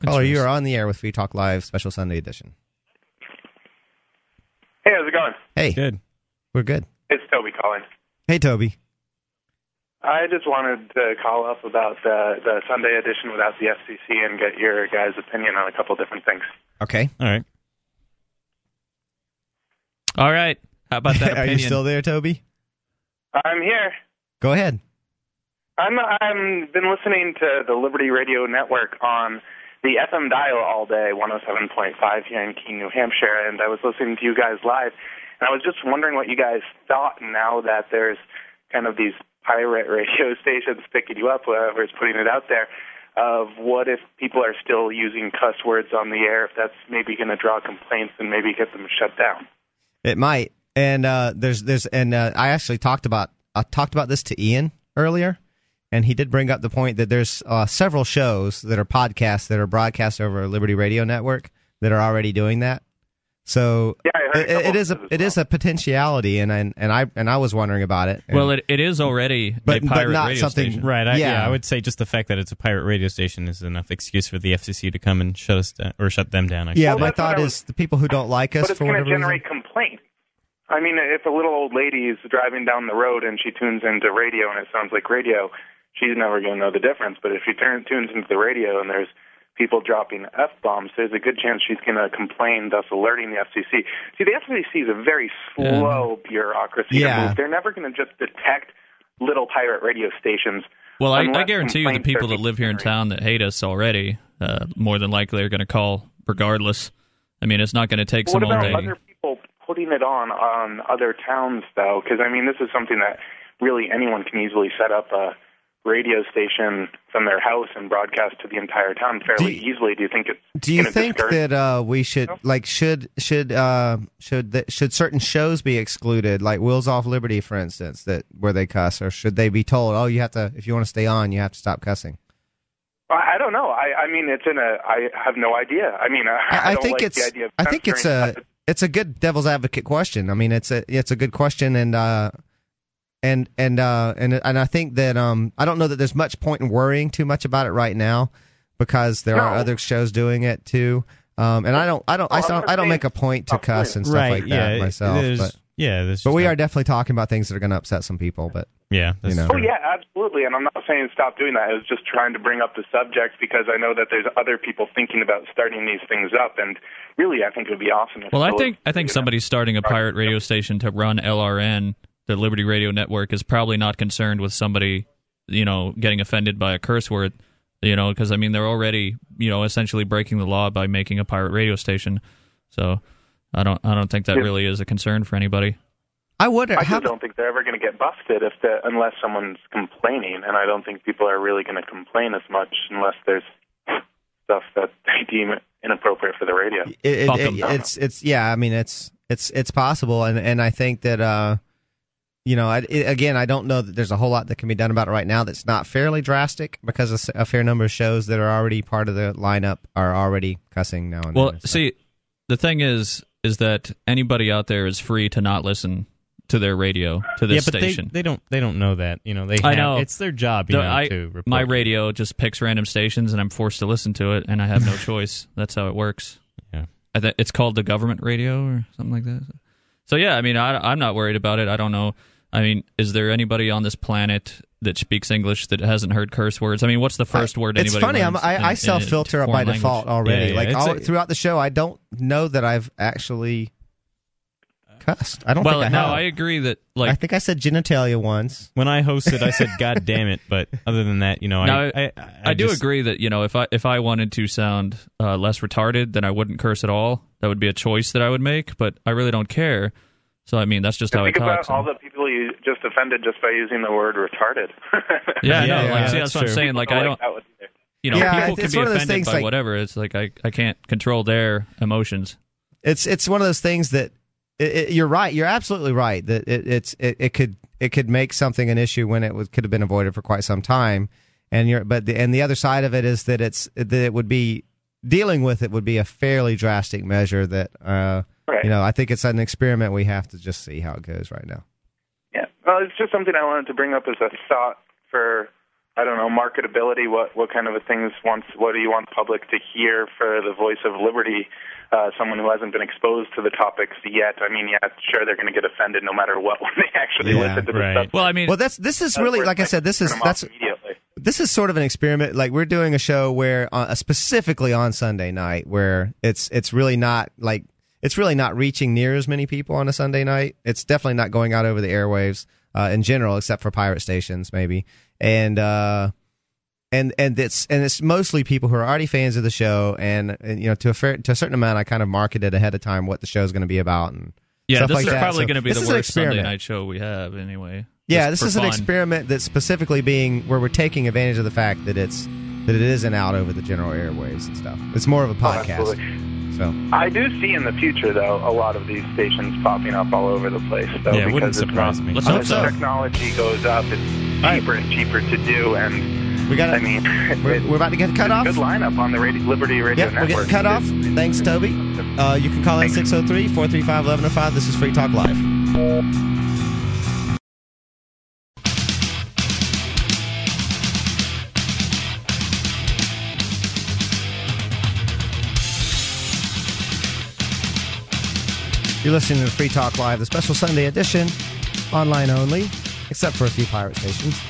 S1: Caller, you are on the air with Free Talk Live Special Sunday Edition.
S7: Hey, how's it going?
S1: Hey,
S3: Good.
S1: we're good.
S7: It's Toby calling.
S1: Hey, Toby.
S7: I just wanted to call up about the, the Sunday edition without the FCC and get your guys' opinion on a couple different things.
S1: Okay.
S3: All right.
S2: All right. How about
S1: *laughs*
S2: that
S1: are
S2: opinion?
S1: you still there, Toby?
S7: I'm here.
S1: Go ahead.
S7: I'm I'm been listening to the Liberty Radio Network on the FM dial all day, 107.5 here in Keene, New Hampshire, and I was listening to you guys live, and I was just wondering what you guys thought now that there's kind of these pirate *laughs* radio stations picking you up, whoever's putting it out there, of what if people are still using cuss words on the air, if that's maybe going to draw complaints and maybe get them shut down.
S1: It might. And uh, there's there's and uh, I actually talked about I talked about this to Ian earlier, and he did bring up the point that there's uh, several shows that are podcasts that are broadcast over Liberty Radio Network that are already doing that. So
S7: Yeah, I heard a
S1: it- it
S7: couple
S1: is a
S7: of those as
S1: it is
S7: well.
S1: a potentiality, and and and I and I was wondering about it. And-
S2: well, it, it is already
S1: But-
S2: a
S1: but
S2: pirate
S1: not
S2: radio
S1: something-
S2: station.
S3: Right. I, yeah.
S1: Yeah.
S3: I would say just the fact that it's a pirate radio station is enough excuse for the FCC to come and shut us down or shut them down. I
S1: yeah,
S7: Well,
S1: my
S7: that's what
S1: thought
S7: I
S1: is the people who don't like us
S7: But it's
S1: for
S7: going
S1: whatever
S7: to
S1: reason.
S7: generate complaint. I mean, if a little old lady is driving down the road and she tunes into radio and it sounds like radio, she's never going to know the difference. But if she turn, tunes into the radio and there's people dropping f bombs, there's a good chance she's going to complain, thus alerting the FCC. See, the FCC is a very slow bureaucracy. to
S1: Yeah.
S7: move. They're never going to just detect little pirate radio stations.
S2: Well, I, I
S7: unless
S2: guarantee you the
S7: complaints are
S2: people that live here in
S7: being
S2: town that hate us already, uh, more than likely are going to call regardless. I mean, it's not going to take
S7: What
S2: some
S7: about
S2: old lady.
S7: other people putting it on on other towns though? Because I mean, this is something that really anyone can easily set up a radio station from their house and broadcast to the entire town
S1: Do
S7: fairly
S1: you-
S7: easily. Do you think it's
S1: Do you
S7: gonna
S1: think
S7: discourage-
S1: that uh, we should like should should uh, should th- should certain shows be excluded, like Wheels Off Liberty, for instance, that where they cuss, or should they be told, oh, you have to if you want to stay on, you have to stop cussing?
S7: I I don't know. I, I mean, it's in a. I have no idea. I mean, I, I, don't
S1: think
S7: like
S1: it's
S7: the idea of
S1: I think it's
S7: censoring,
S1: a it's a good devil's advocate question. I mean, it's a it's a good question, and uh, and and uh, and and I think that um, I don't know that there's much point in worrying too much about it right now because there are
S7: No.
S1: other shows doing it too. Um, and I don't, I don't, I
S7: Well, I'm
S1: don't,
S7: not
S1: I don't
S7: saying
S1: make a point to
S7: it's not
S1: cuss
S7: clear.
S1: and stuff
S3: right.
S1: like
S3: yeah.
S1: that myself.
S3: There's
S1: But
S3: Yeah, this
S1: but we are definitely talking about things that are going to upset some people. But
S3: yeah,
S1: you know,
S7: Oh yeah, absolutely. And I'm not saying stop doing that. I was just trying to bring up the subject because I know that there's other people thinking about starting these things up, and really, I think it would be awesome. if
S2: Well, I
S7: people-
S2: think I think somebody starting a pirate radio station to run LRN, the Liberty Radio Network, is probably not concerned with somebody, you know, getting offended by a curse word, you know, because I mean they're already, you know, essentially breaking the law by making a pirate radio station. So I don't I don't think that
S7: Yeah.
S2: really is a concern for anybody.
S1: I would.
S7: I just don't think they're ever going to get busted if the, unless someone's complaining, and I don't think people are really going to complain as much unless there's stuff that they deem inappropriate for the radio.
S1: it, it, it, it's it's yeah. I mean, it's it's it's possible, and and I think that uh, you know, I, it- again, I don't know that there's a whole lot that can be done about it right now. That's not fairly drastic because a, s- a fair number of shows that are already part of the lineup are already cussing now and
S2: Well,
S1: then.
S2: see, the thing is, is that anybody out there is free to not listen to their radio to this
S3: yeah, but
S2: station.
S3: They, they don't they don't know that. You know, they
S2: I
S3: have-
S2: know
S3: it's their job, you
S2: The-
S3: know,
S2: I-
S3: to report.
S2: my radio just picks random stations, and I'm forced to listen to it, and
S3: *laughs*
S2: I have no choice. That's how it works.
S3: Yeah.
S2: I th- it's called the government radio or something like that. So yeah, I mean, I, I'm not worried about it. I don't know. I mean, is there anybody on this planet that speaks English that hasn't heard curse words? I mean, what's the first word
S1: It's
S2: anybody?
S1: funny. I'm,
S2: learns
S1: I,
S2: in-
S1: I
S2: in a
S1: self-filter by
S2: foreign
S1: default
S2: language?
S1: already.
S3: Yeah, yeah,
S1: like
S3: it's
S1: all,
S3: a-
S1: throughout the show, I don't know that I've actually cussed. I don't
S2: well,
S1: think I
S2: no,
S1: have.
S2: I agree that
S1: I
S2: like
S1: think I said genitalia once.
S3: When I hosted, I
S2: *laughs*
S3: said, *laughs* "God damn it!" But other than that, you know,
S2: No,
S3: I, I,
S2: I, do
S3: just-
S2: agree that you know if I if I wanted to sound uh, less retarded, then I wouldn't curse at all. That would be a choice that I would make, but I really don't care. So I mean, that's just how I
S7: Think
S2: talk.
S7: about
S2: so-
S7: all the people you just offended just by using the word retarded.
S2: yeah, I know,
S3: Yeah,
S1: yeah,
S2: like, see,
S3: that's
S2: that's, what I'm
S3: true.
S2: saying. Like I don't,
S7: that one either.
S2: you know,
S1: Yeah,
S2: people
S1: it's-
S2: can
S1: it's
S2: be
S1: one of those
S2: offended
S1: things,
S2: by
S1: like-
S2: whatever. It's like I I can't control their emotions.
S1: it's it's one of those things that it, it, you're right. You're absolutely right that it, it's it, it could it could make something an issue when it was, could have been avoided for quite some time. And you're but the, and the other side of it is that it's that it would be dealing with it would be a fairly drastic measure that uh,
S7: Right.
S1: you know I think it's an experiment we have to just see how it goes right now.
S7: Yeah. Well, it's just something I wanted to bring up as a thought for I don't know marketability. What what kind of a things wants what do you want the public to hear for the voice of liberty? Uh, someone who hasn't been exposed to the topics yet. I mean, yeah, sure they're going to get offended no matter what *laughs* when they actually
S1: Yeah,
S7: listen to the
S3: right.
S7: stuff.
S2: Well, I mean,
S1: Well, that's this is really like I said this is that's
S7: immediately.
S1: this is sort of an experiment. Like we're doing a show where, uh, specifically on Sunday night, where it's it's really not like it's really not reaching near as many people on a Sunday night. It's definitely not going out over the airwaves uh, in general, except for pirate stations maybe. And uh, and and it's and it's mostly people who are already fans of the show, and, and you know to a fair, to a certain amount, I kind of marketed ahead of time what the show's going to be about and
S2: yeah,
S1: stuff
S2: this
S1: like
S2: is
S1: that.
S2: probably
S1: So
S2: going to be
S1: this
S2: the
S1: is an
S2: worst Sunday
S1: experiment.
S2: night show we have anyway.
S1: Yeah,
S2: Just
S1: this is
S2: for
S1: an
S2: fun.
S1: experiment that's specifically being where we're taking advantage of the fact that it's that it isn't out over the general airwaves and stuff. It's more of a podcast.
S7: Oh, absolutely.
S1: so
S7: I do see in the future, though, a lot of these stations popping up all over the place. Though,
S3: Yeah, it
S7: because
S3: wouldn't
S7: it's
S3: surprise
S7: not-
S3: me.
S2: Let's
S1: hope
S7: as
S1: so.
S7: Technology goes up; it's cheaper and cheaper to do. And
S1: we got.
S7: I mean, *laughs*
S1: we're,
S7: it-
S1: we're about to get cut off.
S7: Good lineup on the radio, Liberty Radio
S1: Yep, we're
S7: Network.
S1: getting cut off. Thanks, Toby. Uh, you can call in 603 435 1105. This is Free Talk Live. You're listening to Free Talk Live, the special Sunday edition, online only, except for a few pirate stations.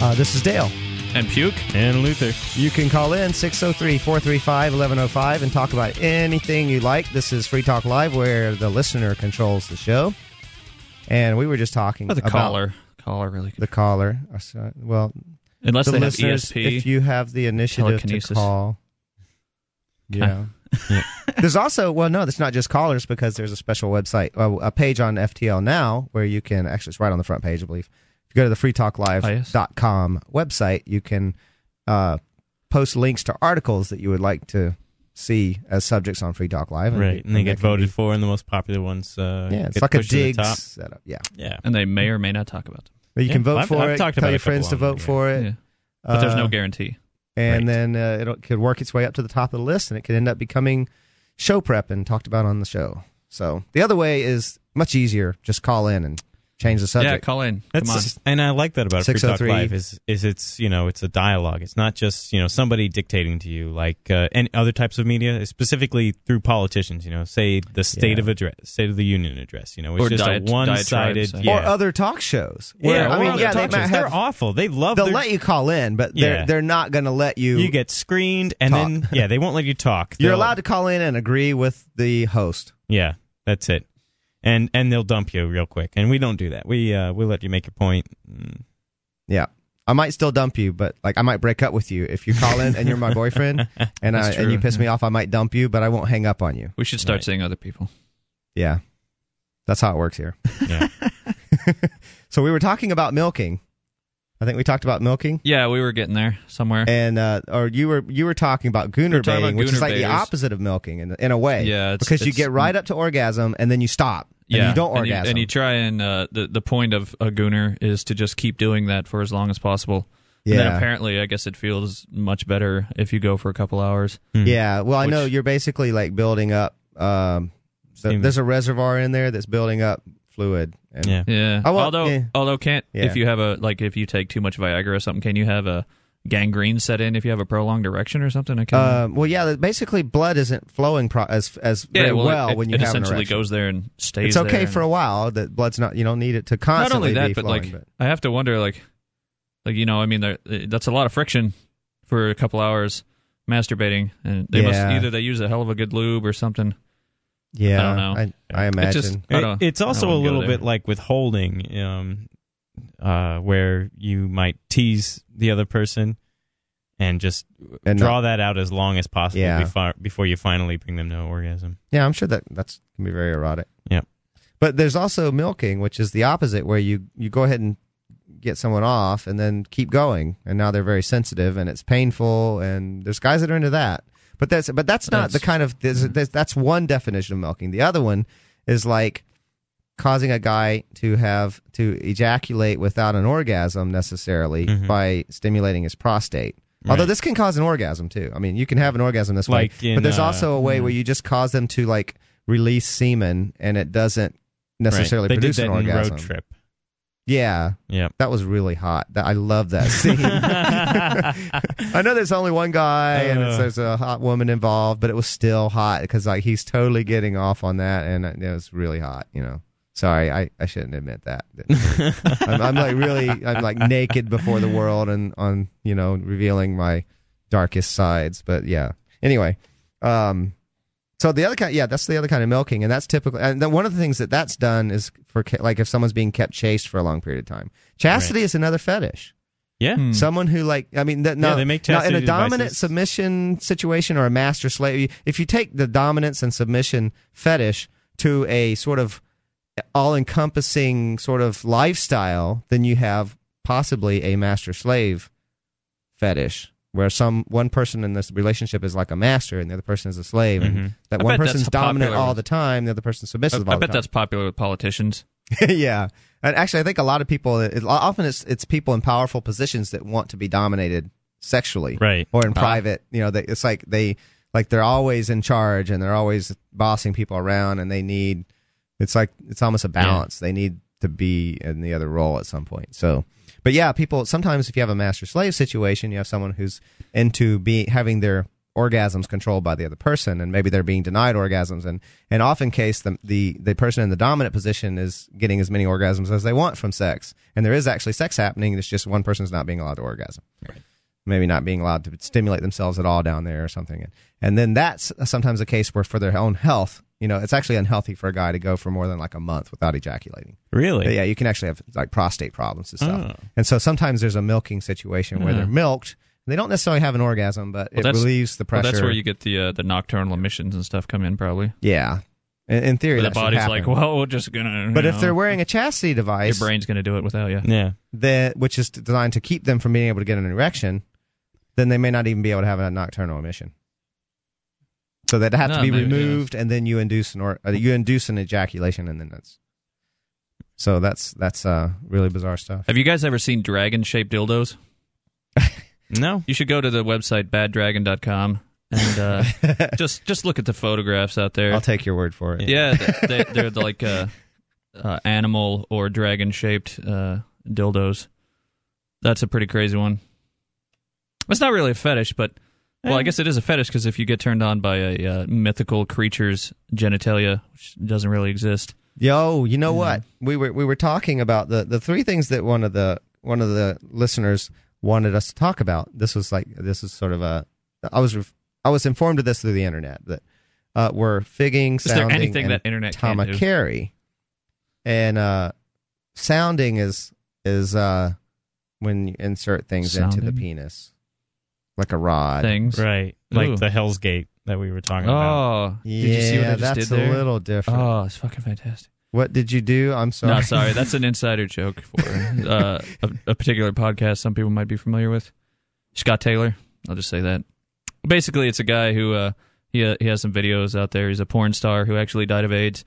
S1: Uh, this is Dale.
S2: And puke.
S3: And Luther,
S1: You can call in 603 435 1105 and talk about anything you like. This is Free Talk Live, where the listener controls the show. And we were just talking
S2: Or the
S1: about
S2: caller. Caller really.
S1: The caller. Uh, so- Well,
S2: Unless
S1: the
S2: they have
S1: listeners,
S2: ESP.
S1: if you have the initiative to
S2: telekinesis.
S1: call. *laughs* Yeah. there's also, well, no, that's not just callers because there's a special website, uh, a page on FTL Now where you can, actually, it's right on the front page, I believe. If you go to the
S2: Oh, yes.
S1: freetalklive.com website, you can uh, post links to articles that you would like to see as subjects on Free Talk Live.
S3: right? And they
S1: that
S3: get
S1: can
S3: voted
S1: be-
S3: for, and the most popular ones, uh,
S1: Yeah, it's
S3: get
S1: like a
S3: pushed to the
S1: dig
S3: top.
S1: setup. Yeah.
S3: Yeah,
S2: and they may or may not talk about it,
S1: But you
S3: Yeah,
S1: can vote
S3: well, I've-
S1: for
S3: I've
S1: it.
S3: talked
S1: tell
S3: about
S1: your
S3: a couple
S1: friends to
S3: of
S1: vote
S3: them,
S1: for it.
S2: yeah. but there's no
S1: Uh,
S2: guarantee.
S1: and
S3: Right.
S1: then uh, it'll- it could work its way up to the top of the list, and it could end up becoming show prep and talked about on the show. So the other way is much easier. Just call in and change the subject.
S3: That's- And I like that about Free Talk
S1: 603.
S3: Live is is it's you know it's a dialogue. It's not just you know somebody dictating to you like uh, any other types of media, specifically through politicians. You know, say the state
S1: Yeah.
S3: of address, state of the union address. You know, it's
S2: Or
S3: just
S2: diet- uh,
S3: a one sided.
S2: diatribes, I
S3: yeah.
S1: Or uh, other talk shows.
S3: Yeah,
S1: Where, I
S3: or
S1: mean,
S3: other
S1: yeah, they
S3: talk
S1: might
S3: shows.
S1: have.
S3: They're awful. They love.
S1: They'll
S3: their-
S1: let you call in, but they're
S3: Yeah.
S1: they're not going to let you.
S3: You get screened, and
S1: Talk.
S3: then yeah, they won't let you talk.
S1: You're
S3: They'll-
S1: allowed to call in and agree with the host.
S3: Yeah, that's it. And and they'll dump you real quick. And we don't do that. We uh, we let you make your point. Mm.
S1: Yeah. I might still dump you, but like I might break up with you if you call in and you're my
S3: *laughs*
S1: boyfriend and I,
S2: That's
S1: and you
S2: true.
S1: piss me off. I might dump you, but I won't hang up on you.
S2: We should start
S3: Right.
S2: seeing other people.
S1: Yeah, that's how it works here.
S3: *laughs* Yeah.
S1: so we were talking about milking. I think we talked about milking,
S2: Yeah, we were getting there somewhere.
S1: and uh, or you were you were talking about gooner
S2: were talking
S1: baiting,
S2: about
S1: which is
S2: gooner
S1: like the
S2: baiters.
S1: opposite of milking in, in a way.
S2: Yeah, it's-
S1: because you
S2: it's-
S1: get right up to orgasm and then you stop. And you don't
S2: and
S1: orgasm.
S2: and you try and uh, the the point of a gooner is to just keep doing that for as long as possible. And then
S1: Yeah.
S2: apparently, I guess it feels much better if you go for a couple hours.
S3: Hmm.
S1: Yeah. Well, I know
S2: Which-
S1: you're basically like building up. Um, so
S3: Steam.
S1: there's a reservoir in there that's building up fluid. And
S3: Yeah.
S2: Yeah.
S1: I want-
S2: although,
S1: yeah.
S2: although can't
S1: Yeah.
S2: if you have a like if you take too much Viagra or something, can you have a gangrene set in if you have a prolonged erection or something? I can.
S1: Um, well, yeah. that- Basically, blood isn't flowing pro- as as
S2: yeah.
S1: very
S2: well,
S1: well,
S2: it- it,
S1: when you
S2: it
S1: have an
S2: essentially
S1: erection.
S2: goes there and stays.
S1: It's okay
S2: there
S1: for
S2: and-
S1: a while. That blood's not. You don't need it to
S2: not
S1: constantly
S2: only that,
S1: be
S2: but
S1: flowing.
S2: like I have to wonder, like, like you know, I mean, there, that's a lot of friction for a couple hours masturbating, and they must
S1: Yeah.
S2: either they use a hell of a good lube or something.
S1: yeah,
S2: I don't know.
S1: I, I
S2: It's
S1: imagine.
S2: just- I
S3: It,
S2: don't-
S3: it's
S2: I
S3: also a
S2: wouldn't go
S3: little
S2: there.
S3: bit like withholding, um, uh, where you might tease the other person and just
S1: And
S3: draw that out as long as possible
S1: Yeah.
S3: before, before you finally bring them to orgasm.
S1: yeah, I'm sure that that's can be very erotic.
S3: Yep.
S1: But there's also milking, which is the opposite, where you you go ahead and get someone off and then keep going, and now they're very sensitive and it's painful, and there's guys that are into that. But that's but that's not the
S2: That's-
S1: kind of there's, there's, that's one definition of milking. The other one is like causing a guy to have to ejaculate without an orgasm necessarily
S3: Mhm.
S1: by stimulating his prostate. Although
S3: Right.
S1: this can cause an orgasm too. I mean, you can have an orgasm this
S3: Like
S1: way,
S3: in,
S1: but there's
S3: uh,
S1: also a way where you just cause them to like release semen and it doesn't necessarily
S3: Right. They did
S1: produce
S3: that
S1: an
S3: in
S1: orgasm.
S3: Road Trip.
S1: Yeah,
S3: Yep.
S1: that was really hot. That, I love
S3: *laughs*
S1: that scene. I know there's only one guy and it's,
S3: Uh.
S1: there's a hot woman involved, but it was still hot because like he's totally getting off on that, and it was really hot. You know, sorry, I, I shouldn't admit that. *laughs* I'm, I'm like really, I'm like naked before the world and on you know revealing my darkest sides. But yeah, anyway, um, so the other kind, yeah, that's the other kind of milking, and that's typical. And then one of the things that that's done is for ca- like if someone's being kept chased for a long period of time. Chastity is another fetish.
S3: yeah.
S2: Hmm.
S1: Someone who like I mean th- no,
S3: Yeah, they make
S1: no, in a
S3: chastity
S1: dominant
S3: devices.
S1: submission situation or a master slave if you take the dominance and submission fetish to a sort of all encompassing sort of lifestyle then you have possibly a master slave fetish where some one person in this relationship is like a master and the other person is a slave and
S3: Mhm.
S1: that
S2: Mm-hmm. I
S1: one
S2: bet that's
S1: person's dominant
S2: popular.
S1: all the time the other person's
S2: I,
S1: submissive
S2: I
S1: all the
S2: bet
S1: time
S2: that's popular with politicians.
S1: *laughs* yeah. And actually, I think a lot of people, it, often it's it's people in powerful positions that want to be dominated sexually,
S3: Right.
S1: Or in
S2: Ah.
S1: private, you know, they, it's like they like they're always in charge and they're always bossing people around, and they need it's like it's almost a balance. They need to be in the other role at some point. So, but yeah, people sometimes if you have a master slave situation, you have someone who's into being having their orgasms controlled by the other person and maybe they're being denied orgasms and and often case the, the the person in the dominant position is getting as many orgasms as they want from sex and there is actually sex happening it's just one person's not being allowed to orgasm maybe not being allowed to stimulate themselves at all down there or something. And, and then that's sometimes a case where for their own health, you know, it's actually unhealthy for a guy to go for more than like a month without ejaculating. But
S3: Really?
S1: yeah, you can actually have like prostate problems and stuff.
S3: Oh.
S1: And so sometimes there's a milking situation where they're milked. They don't necessarily have an orgasm, but it
S2: that's-
S1: relieves the
S2: Hmm. Well,
S1: pressure.
S2: that's where you get the uh, the nocturnal emissions and stuff come in probably.
S1: yeah. In, in theory,
S2: Where the
S1: that should
S2: body's
S1: happen.
S2: like, well, we're just gonna. you
S1: But if
S2: know,
S1: they're wearing a chastity
S2: your
S1: device,
S2: brain's gonna do it without you.
S3: Yeah.
S1: that which is designed to keep them from being able to get an erection, then they may not even be able to have a nocturnal emission. So they'd have to
S2: No,
S1: be
S2: maybe, yeah.
S1: removed, and then you induce an or uh, you induce an ejaculation, and then that's. So that's that's uh, really bizarre stuff.
S2: Have you guys ever seen dragon
S1: *laughs*
S2: shaped dildos?
S3: No.
S2: You should go to the website baddragon.com
S1: *laughs*
S2: and uh, just just look at the photographs out there.
S1: I'll take your word for it.
S2: yeah, they, they, they're like uh, uh, animal or dragon shaped uh, dildos. That's a pretty crazy one. It's not really a fetish, but well,
S1: Eh.
S2: I guess it is a fetish because if you get turned on by a uh, mythical creature's genitalia, which doesn't really exist.
S1: Yo, you know what? We were we were talking about the the three things that one of the one of the listeners wanted us to talk about. This was like this is sort of a I was ref- I was informed of this through the internet that uh, were figging,
S2: Is there
S1: sounding,
S2: anything
S1: and
S2: that internet can't do?
S1: Tamacary. and uh, sounding is is uh, when you insert things into the
S2: Sounding?
S1: penis, like a rod.
S2: Things.
S3: Right. Like
S2: Ooh.
S3: the Hell's Gate that we were talking about.
S2: Oh, did you see what I
S1: Yeah,
S2: just
S1: that's
S2: did there?
S1: a little different.
S2: Oh, it's fucking fantastic.
S1: What did you do? I'm sorry.
S2: No, sorry, that's an insider joke for uh, a, a particular podcast some people might be familiar with. Scott Taylor, I'll just say that. Basically, it's a guy who uh, he he has some videos out there. He's a porn star who actually died of AIDS,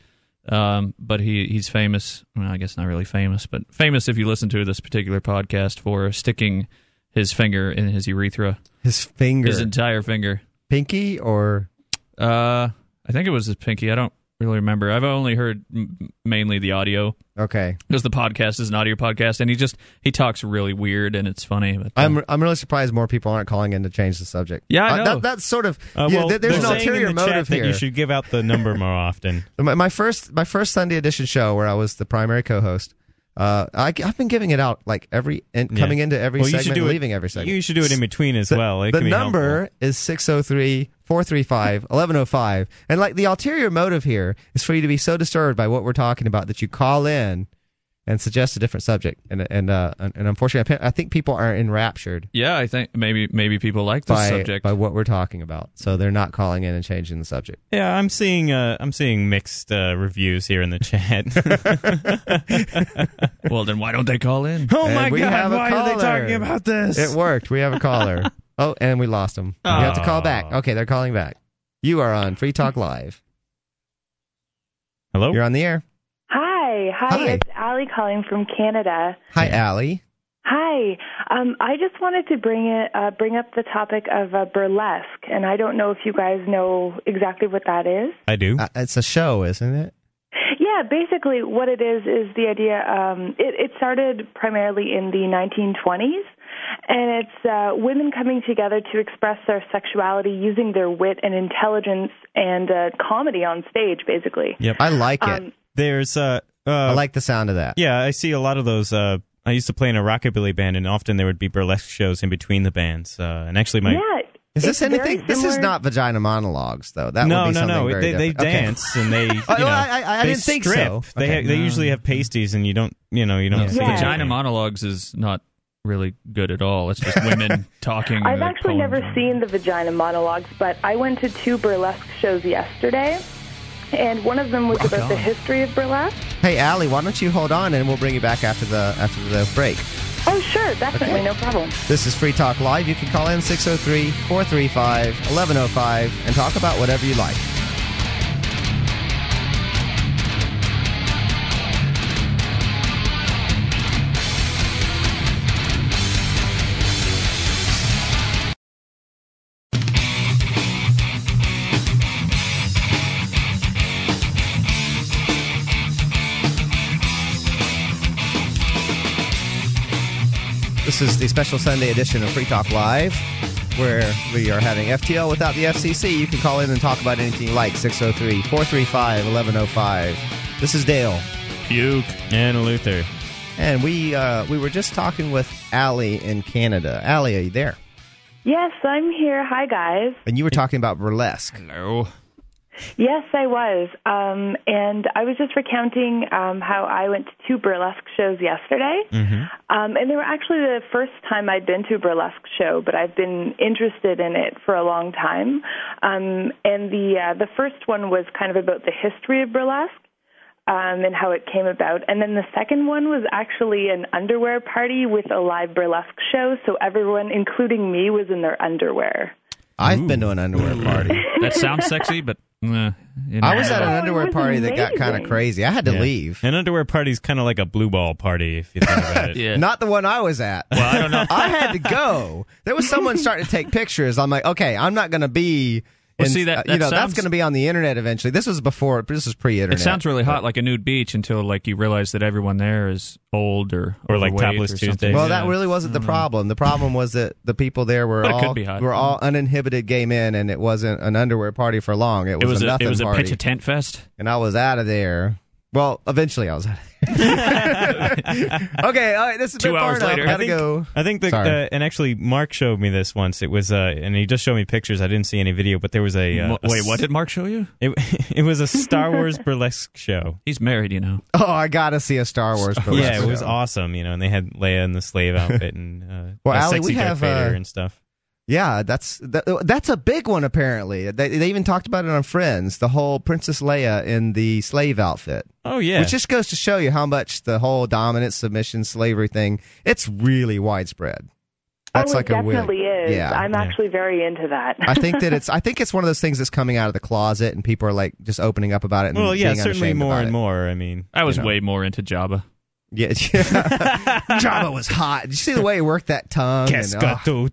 S2: um, but he he's famous. Well, I guess not really famous, but famous if you listen to this particular podcast for sticking his finger in his urethra,
S1: His finger,
S2: his entire finger.
S1: pinky or
S2: Uh, I think it was his pinky. I don't really remember. I've only heard m- mainly the audio.
S1: *laughs* okay.
S2: because the podcast is an audio podcast, and he just he talks really weird and it's funny. But um,
S1: I'm I'm really surprised more people aren't calling in to change the subject.
S2: Yeah, I
S1: Uh,
S2: know.
S1: that, that's sort of
S3: Uh,
S1: yeah,
S3: well,
S1: there- there's
S3: they're
S1: an
S3: saying
S1: ulterior
S3: in the
S1: motive
S3: chat
S1: here.
S3: that you should give out the number more often.
S1: my, my first my first Sunday edition show where I was the primary co-host. Uh, I, have been giving it out like every and *laughs*
S3: Yeah.
S1: coming into every
S3: Well, you should
S1: segment,
S3: do
S1: and
S3: it-
S1: leaving every segment.
S3: You should do it in between as
S1: The-
S3: well. It
S1: the
S3: can be
S1: number is 603-435-1105. and like the ulterior motive here is for you to be so disturbed by what we're talking about that you call in and suggest a different subject. And and uh, and and unfortunately, I pe- I think people are enraptured
S2: yeah, I think maybe maybe people like this
S1: by
S2: subject.
S1: by what we're talking about, so they're not calling in and changing the subject.
S3: helpful. Yeah, I'm seeing uh, I'm seeing mixed uh, reviews here in the
S1: *laughs*
S3: chat.
S2: well, then why don't they call in?
S3: oh
S1: And
S3: my
S1: we
S3: god,
S1: have a
S3: why are they
S1: caller.
S3: talking about this?
S1: It worked. We have a
S3: *laughs*
S1: caller. oh, and we lost him. We have to call back.
S3: Aw.
S1: Okay, they're calling back. You are on Free Talk Live.
S3: Hello?
S1: You're on the air.
S8: Hi, hi,
S1: Hi.
S8: it's Allie calling from Canada.
S1: Hi, Allie.
S8: Hi, um, I just wanted to bring it, uh, bring up the topic of uh, burlesque, and I don't know if you guys know exactly what that is.
S3: I do.
S1: Uh, it's a show, isn't it?
S8: Yeah, basically, what it is is the idea. Um, it, it started primarily in the 1920s, and it's uh, women coming together to express their sexuality using their wit and intelligence and uh, comedy on stage, basically.
S3: yep.
S1: I like it.
S8: Um,
S3: There's uh, uh
S1: I like the sound of that.
S3: Yeah, I see a lot of those. Uh, I used to play in a rockabilly band, and often there would be burlesque shows in between the bands. Uh, and actually, my
S8: yeah.
S1: Is
S8: it's
S1: this
S8: very
S1: anything? This is
S8: similar-
S1: not vagina monologues, though. That
S3: no,
S1: would be
S3: no,
S1: something
S3: no,
S1: very
S3: they they
S1: different. Okay.
S3: dance and
S1: *laughs*
S3: they. You know,
S1: *laughs* Oh, I- I- I
S3: they
S1: didn't think
S3: strip.
S1: so.
S3: They
S1: Okay.
S3: ha- they usually have pasties, and you don't you know you don't. see
S8: Yeah.
S3: anything.
S2: Mm-hmm. Vagina monologues is not really good at all. It's just
S1: *laughs*
S2: women talking.
S8: I've
S2: their
S8: actually never
S2: poems.
S8: seen the vagina monologues, but I went to two burlesque shows yesterday, and one of them was about the
S2: on.
S8: history of burlesque.
S1: Hey, Allie, why don't you hold on and we'll bring you back after the after the break.
S8: Oh, sure, definitely, no problem.
S1: This is Free Talk Live. You can call in 603-435-1105 and talk about whatever you like. This is the special Sunday edition of Free Talk Live, where we are having FTL without the FCC. You can call in and talk about anything you like 603-435-1105. This is Dale.
S3: Puke and Luther.
S1: And we uh, we were just talking with Allie in Canada. Allie, are you there?
S8: Yes, I'm here. Hi, guys.
S1: And you were talking about burlesque.
S2: Hello.
S8: Yes, I was. Um, and I was just recounting um, how I went to two burlesque shows yesterday.
S2: Mm-hmm.
S8: Um, and they were actually the first time I'd been to a burlesque show, but I've been interested in it for a long time. Um, and the, uh, the first one was kind of about the history of burlesque. Um, and how it came about. And then the second one was actually an underwear party with a live burlesque show, so everyone, including me, was in their underwear.
S1: I've been to an underwear
S3: Mm.
S2: *laughs*
S1: party.
S2: That sounds sexy, but uh, you know.
S1: I was at an
S8: Oh, it
S1: underwear
S8: was
S1: party that got kind of
S8: amazing.
S1: crazy. I had to
S3: Yeah.
S1: leave.
S3: An underwear party's kind of like a blue ball party if you think about it.
S2: yeah.
S1: Not the one I was at.
S2: well,
S1: *laughs*
S2: I don't know.
S1: I had to go. There was someone starting to take pictures. I'm like, okay, I'm not going to be
S2: Well,
S1: And,
S2: see, that-
S1: uh,
S2: that
S1: you know that's
S2: sounds-
S1: going to be on the internet eventually. This was before. This is pre-internet.
S2: It sounds really hot, like a nude beach, until like you realize that everyone there is old or
S1: Or, like,
S2: overweight
S1: topless
S2: or something.
S1: Tuesdays. Well, that
S2: Yeah.
S1: really wasn't the problem. The problem was that the people there were
S2: But it could
S1: all
S2: be hot.
S1: were all uninhibited gay men, and it wasn't an underwear party for long. It was,
S2: It was
S1: a,
S2: a- it
S1: nothing
S2: was a
S1: party.
S2: pitch a tent fest,
S1: and I was out of there. Well, eventually I was out. *laughs* okay, all right. This is
S9: Two hours later.
S1: Gotta
S9: I think-
S1: go.
S3: I think the
S1: Sorry.
S3: uh, and actually Mark showed me this once. It was uh, and he just showed me pictures. I didn't see any video, but there was a, uh,
S2: Wha- wait, what did Mark show you?
S1: *laughs*
S3: It it was a Star
S2: *laughs*
S3: Wars burlesque show.
S2: He's married, you know.
S1: Oh, I gotta see a Star
S2: *laughs*
S1: Wars. burlesque
S3: yeah, it was
S1: show.
S3: awesome, you know, and they had Leia in the slave outfit and uh,
S1: Well,
S3: a
S1: Allie,
S3: sexy
S1: we
S3: Darth
S1: have,
S3: Vader
S1: uh,
S3: and stuff.
S1: Yeah, that's that, uh, that's a big one. Apparently, they, they even talked about it on Friends. The whole Princess Leia in the slave outfit.
S3: Oh, yeah.
S1: which just goes to show you how much the whole dominant submission slavery thing. It's really widespread. That's
S8: oh,
S1: like
S8: it
S1: a wig.
S8: definitely is.
S1: Yeah,
S8: I'm actually very into that.
S1: *laughs* I think that it's. I think it's one of those things that's coming out of the closet, and people are like just opening up about it. And
S3: Well, yeah,
S1: being
S3: certainly
S1: unashamed
S3: more
S1: about
S3: and
S1: it.
S3: more.
S1: *laughs*
S3: I mean,
S2: I was
S1: You know.
S2: way more into Jabba.
S1: Yeah, *laughs* Jabba was hot. Did you see the way he worked that tongue? and, oh.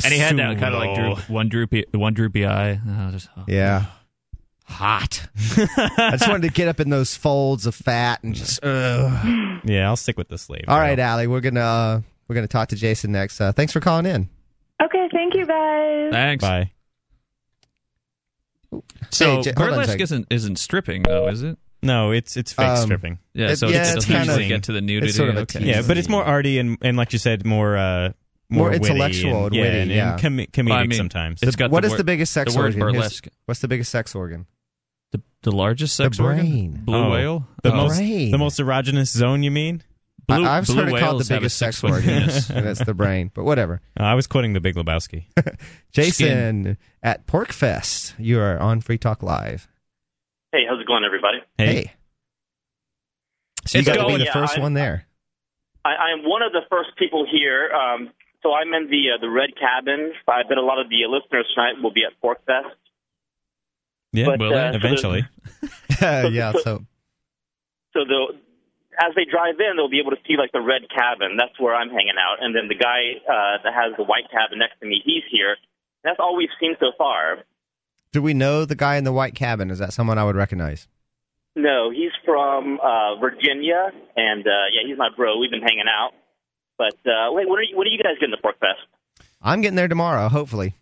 S1: *laughs*
S2: And he had that kind of like droop, one droopy, one droopy eye. Oh, just, oh,
S1: Yeah,
S2: hot.
S1: I just wanted to get up in those folds of fat and just. Ugh.
S3: *sighs* Yeah, I'll stick with the slave.
S1: All right, Allie, we're gonna uh, we're gonna talk to Jason next. Uh, thanks for calling in.
S8: *laughs* Okay, thank you guys.
S2: Thanks.
S3: Bye.
S2: So
S1: Hey, J- hold on a
S2: burlesque
S1: second.
S2: isn't isn't stripping though, is it?
S3: No, it's it's fake
S1: Um,
S3: stripping.
S2: Yeah, so
S1: yeah,
S2: it
S1: it's
S2: doesn't
S1: kind
S2: usually
S1: of-
S2: get to the
S1: it's
S2: nudity.
S1: sort of a
S2: okay.
S1: tease.
S3: Yeah, but it's more arty and, and like you said, more uh, more,
S1: More
S3: witty
S1: intellectual
S3: and,
S1: and witty,
S3: yeah, and,
S1: yeah.
S3: and com- comedic
S2: Well, I mean,
S3: sometimes.
S2: it's got
S1: What
S2: the
S1: is
S2: word-
S1: the biggest sex
S2: the word
S1: organ? Here's-
S2: burlesque.
S1: What's the biggest sex organ?
S2: The, the largest sex organ,
S1: brain.
S2: blue
S3: Oh.
S2: whale,
S3: the
S2: Oh.
S3: most
S1: brain.
S3: the most erogenous zone. You mean?
S2: Blue,
S1: I, I've
S2: blue
S1: heard it
S2: whales
S1: called the
S2: have a
S1: biggest sex
S2: six-foot
S1: organ, *laughs*
S2: penis. *laughs*
S1: and it's the brain. But whatever.
S3: Uh, I was quoting The Big Lebowski.
S1: Jason at Porkfest, you are on Free Talk Live.
S10: Hey, how's it going, everybody?
S1: Hey, so you
S2: It's
S1: got to be
S10: going,
S1: the
S10: yeah,
S1: first
S10: I-
S1: one there.
S10: I, I am one of the first people here. Um, so I'm in the uh, the Red Cabin. I bet a lot of the listeners tonight will be at Forkfest.
S3: yeah,
S10: But, uh, *laughs*
S3: eventually.
S1: *laughs* yeah. So
S10: So they'll, as they drive in, they'll be able to see like the Red Cabin. That's where I'm hanging out. And then the guy uh, that has the white cabin next to me, he's here. That's all we've seen so far.
S1: do we know the guy in the white cabin? Is that someone I would recognize?
S10: No, he's from uh, Virginia, and uh, yeah, he's my bro. We've been hanging out. But uh, wait, what are you, what are you guys getting to Forkfest?
S1: I'm getting there tomorrow, hopefully.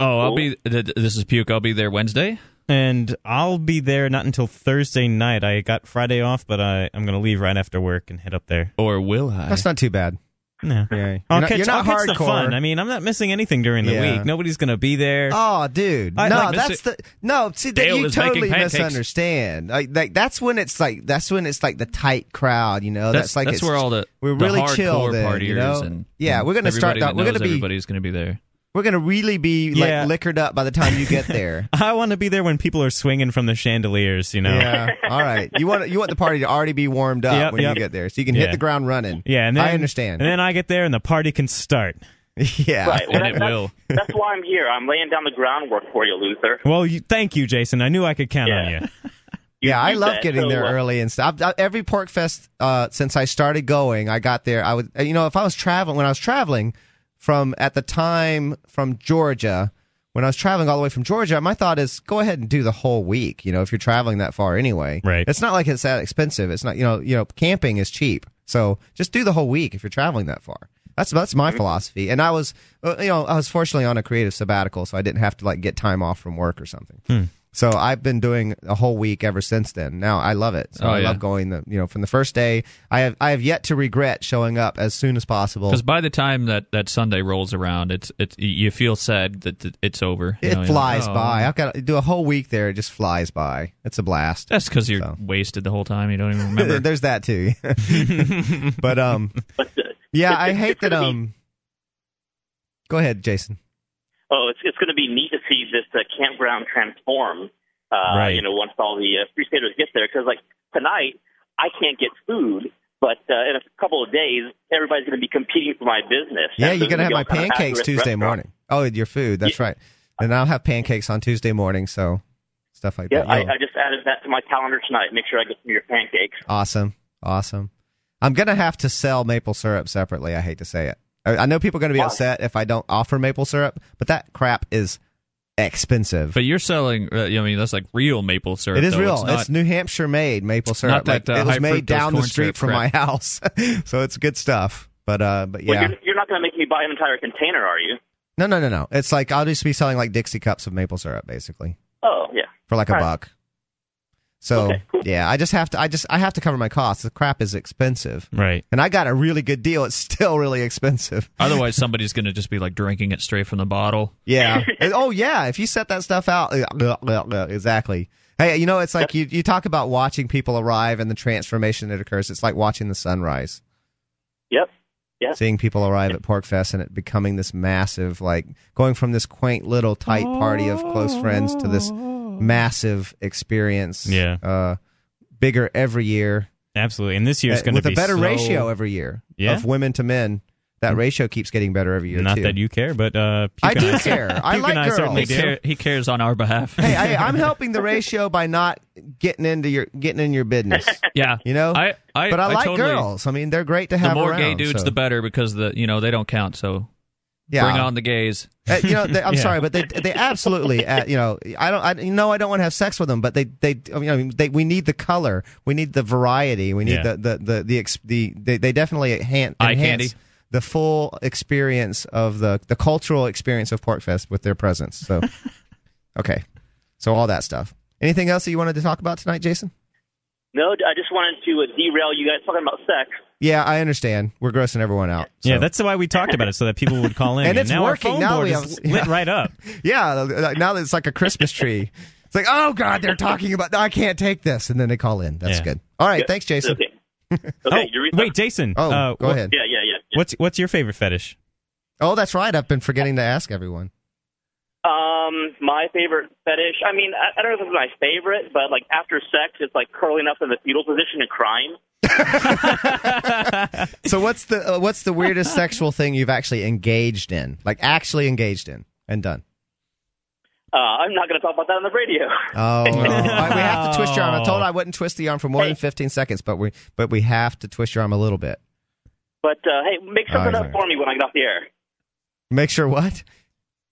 S2: Oh, I'll be. th- th- This is puke. I'll be there Wednesday.
S3: And I'll be there not until Thursday night. I got Friday off, but I, I'm going to leave right after work and head up there.
S2: Or will I?
S1: That's not too bad.
S3: No.
S1: Yeah.
S3: I'll
S1: You're not,
S3: catch,
S1: you're not
S3: I'll
S1: hardcore.
S3: catch the fun. I mean, I'm not missing anything during the
S1: Yeah.
S3: week. Nobody's going to be there.
S1: Oh, dude!
S3: I-
S1: no,
S3: like,
S1: that's the Uh, no. See, that
S2: Dale
S1: you
S2: is making
S1: totally
S2: pancakes.
S1: misunderstand. Like, like, that's when it's like that's when it's like the tight crowd. You know, Oh, that's,
S2: that's
S1: like
S2: that's
S1: it's,
S2: where all the
S1: we're
S2: the
S1: really
S2: hardcore
S1: chill then,
S2: partiers
S1: you know?
S2: and
S1: Yeah, we're gonna
S2: to
S1: start
S2: That
S1: out- we're
S2: knows
S1: gonna be-
S2: everybody's going to be there.
S1: we're gonna really be like
S3: Yeah.
S1: liquored up by the time you get
S3: *laughs*
S1: there.
S3: I want to be there when people are swinging from the chandeliers, you know?
S1: Yeah. All right. You want you want the party to already be warmed up
S3: Yep,
S1: when
S3: yep.
S1: you get there, so you can
S3: Yeah.
S1: hit the ground running.
S3: *laughs* Yeah, and then,
S1: I understand.
S3: And then I get there and the party can start.
S1: *laughs* yeah.
S10: Right.
S1: *laughs*
S10: Well,
S2: And
S10: that-
S2: it will.
S10: That's why I'm here. I'm laying down the groundwork for you, Luther.
S3: Well, you, thank you, Jason. I knew I could count on
S10: Yeah.
S3: you.
S1: Yeah, I
S10: you
S1: love
S10: bet.
S1: getting
S10: So,
S1: there
S10: uh,
S1: early and stuff. I, every Pork Fest uh, since I started going, I got there. I would, uh, you know, if I was traveling when I was traveling from at the time from Georgia, when I was traveling all the way from Georgia, my thought is go ahead and do the whole week. You know, if you're traveling that far anyway,
S3: Right.
S1: It's not like it's that expensive. It's not, you know, you know, camping is cheap, so just do the whole week if you're traveling that far. That's that's
S10: Mm-hmm.
S1: my philosophy. And I was, uh, you know, I was fortunately on a creative sabbatical, so I didn't have to like get time off from work or something.
S10: Hmm.
S1: So I've been doing a whole week ever since then. Now I love it. So
S2: Oh,
S1: I
S2: yeah.
S1: love going the you know from the first day. I have I have yet to regret showing up as soon as possible.
S2: Because by the time that, that Sunday rolls around, it's it's you feel sad that th- it's over.
S1: *laughs*
S2: You
S1: It
S2: know, you're
S1: flies
S2: like, "Oh."
S1: by. I've got to do a whole week there. It just flies by. It's a blast.
S2: That's because you're
S1: So.
S2: wasted the whole time. You don't even remember.
S1: Oh. *laughs* There's that
S2: *laughs*
S1: too. but um,
S10: But uh,
S1: yeah,
S10: It's-
S1: I
S10: it's
S1: hate that.
S10: gonna be-
S1: Um, go ahead, Jason.
S10: oh, it's it's going to be neat to see this uh, campground transform. Uh,
S3: Right.
S10: You know, once all the uh, Crusaders get there, because like tonight I can't get food, but uh, in a couple of days everybody's going to be competing for my business.
S1: Yeah,
S10: And
S1: you're
S10: so
S1: gonna have my
S10: there's gonna be all kinds of
S1: pancakes
S10: at-risk
S1: Tuesday
S10: restaurants.
S1: morning. Oh, your food. That's right. Then I'll have pancakes on Tuesday morning. So stuff like
S10: Yeah,
S1: that.
S10: I,
S1: You'll-
S10: I just added that to my calendar tonight. Make sure I get some of your pancakes.
S1: Awesome. Awesome. I'm going to have to sell maple syrup separately. I hate to say it. I I know people are going to be
S10: Why?
S1: upset if I don't offer maple syrup, but that crap is expensive.
S2: But you're selling, uh, I mean, that's like real maple syrup.
S1: It is
S2: though.
S1: real.
S2: It's
S1: It's,
S2: not,
S1: New Hampshire made maple syrup.
S2: not that,
S1: Like,
S2: uh,
S1: it was
S2: high
S1: made
S2: fructose
S1: down the
S2: corn
S1: street
S2: syrup
S1: from my
S2: crap.
S1: house, *laughs* so it's good stuff. But uh, but
S10: Well,
S1: yeah,
S10: you're, you're not going to make me buy an entire container, are you?
S1: no, no, no, no. It's like I'll just be selling like Dixie cups of maple syrup, basically.
S10: Oh, yeah.
S1: for like a
S10: All right.
S1: buck. So yeah, I just have to. I just I have to cover my costs. The crap is expensive,
S3: right?
S1: And I got a really good deal. It's still really expensive.
S2: Otherwise, somebody's going to just be like drinking it straight from the bottle.
S10: *laughs*
S1: Yeah. And- oh yeah. If you set that stuff out, uh, exactly. Hey, you know it's like you you talk about watching people arrive and the transformation that occurs. It's like watching the sunrise.
S10: Yep. Yeah.
S1: Seeing people arrive at Pork Fest and it becoming this massive, like going from this quaint little tight party of close friends to this
S10: Oh.
S1: massive experience.
S3: Yeah.
S1: Uh, bigger every year.
S3: Absolutely. And this year's
S1: Uh,
S3: going to
S1: with
S3: be
S1: a better
S3: so-
S1: ratio every year
S3: Yeah? Mm-hmm.
S1: of women to men. That ratio keeps getting better every year.
S3: Not
S1: too.
S3: that you care, but uh,
S1: I
S3: Puke and
S1: do care. I
S3: *laughs* Puke
S1: like
S3: and I certainly
S1: girls.
S3: do.
S1: He care-
S2: He cares on our behalf. *laughs*
S1: hey, I, I'm helping the ratio by not getting into your getting in your business.
S2: Yeah,
S1: you know.
S2: I, *laughs* I
S1: but I, like
S2: totally-
S1: girls. I mean, they're great to have.
S2: The more
S1: around,
S2: gay dudes,
S1: so.
S2: the better, because the you know they don't count. So
S1: Yeah.
S2: bring on the gays.
S1: Uh, you know, they, I'm
S2: *laughs* Yeah.
S1: sorry, but they they absolutely, uh, you know, I don't, I you know, I don't want to have sex with them, but they they, you know, they we need the color, we need the variety, we need
S2: Yeah.
S1: the the the the, ex, the they, they definitely enhan- enhance
S2: Eye candy.
S1: the full experience of the the cultural experience of Porkfest with their presence.
S2: *laughs*
S1: So, okay, so all that stuff. Anything else that you wanted to talk about tonight, Jason?
S10: No, I just wanted to uh, derail you guys talking about sex.
S1: Yeah, I understand. We're grossing everyone out.
S3: Yeah, that's why we talked about it so that people would
S1: *laughs*
S3: call in.
S1: And it's
S3: now
S1: working.
S3: Our phone
S1: Now
S3: board
S1: we
S3: is
S1: have- yeah.
S3: lit
S1: *laughs*
S3: right up.
S1: Yeah, uh, now that it's like a Christmas tree. It's like, oh God, they're talking about. I can't take this, and then they call in. That's
S3: Yeah.
S1: good. All right, thanks, Jason. *laughs*
S10: Okay.
S3: oh, wait, Jason.
S1: Oh,
S3: uh,
S1: go
S3: wh-
S1: ahead.
S10: Yeah, yeah, yeah.
S3: What's what's your favorite fetish?
S1: Oh, that's right. I've been forgetting to ask
S3: *laughs*
S1: everyone.
S10: Um, my favorite fetish. I mean, I, I don't know if it's my favorite, but like after sex, it's like curling up in the fetal position and crying.
S1: So, what's the uh, what's the weirdest sexual thing you've actually engaged in, like actually engaged in and done?
S10: Uh, I'm not going to talk about that on the radio.
S1: Oh, no. I- we have to twist your arm. I told I wouldn't twist the arm for more than fifteen seconds, but we but we have to twist your arm a little bit.
S10: *laughs* But uh, hey, make something
S1: All right.
S10: up for me when I get off the air.
S1: Make sure what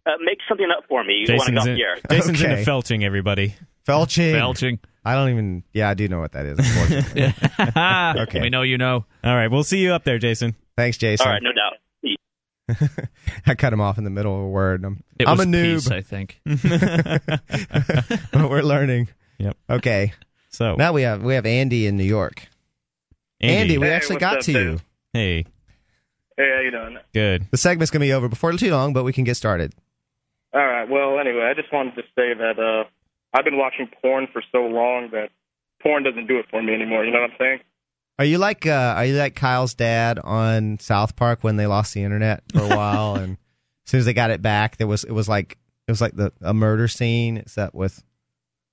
S10: Uh, make something up for me when I
S3: Jason's,
S10: get off
S3: in,
S10: the air.
S3: *laughs* Jason's
S1: Okay.
S3: into felching, everybody.
S1: felching.
S2: Belching.
S1: I don't even. Yeah, I do know what that is. unfortunately.
S3: *laughs*
S2: okay. We know you know.
S3: All right, we'll see you up there, Jason.
S1: Thanks, Jason.
S10: All right, no doubt.
S1: *laughs* I cut him off in the middle of a word. I'm,
S2: It
S1: I'm
S2: was
S1: a noob.
S2: Peace, I think.
S1: *laughs* but we're learning.
S3: Yep.
S1: Okay.
S3: So
S1: Now we have we have Andy in New York. Andy, we
S6: Hey,
S1: actually
S6: what's
S1: got
S6: up,
S1: to you.
S6: dude?
S3: Hey,
S6: Hey, how you doing?
S3: good.
S1: The segment's gonna be over before too long, but we can get started.
S6: All right. Well, anyway, I just wanted to say that uh, I've been watching porn for so long that porn doesn't do it for me anymore. You know what I'm
S2: *laughs*
S6: saying?
S1: Are you like uh, are you like Kyle's dad on South Park when they lost the internet
S3: *laughs*
S1: for a while, and as soon as they got it back, there was it was like it was like the a murder scene except with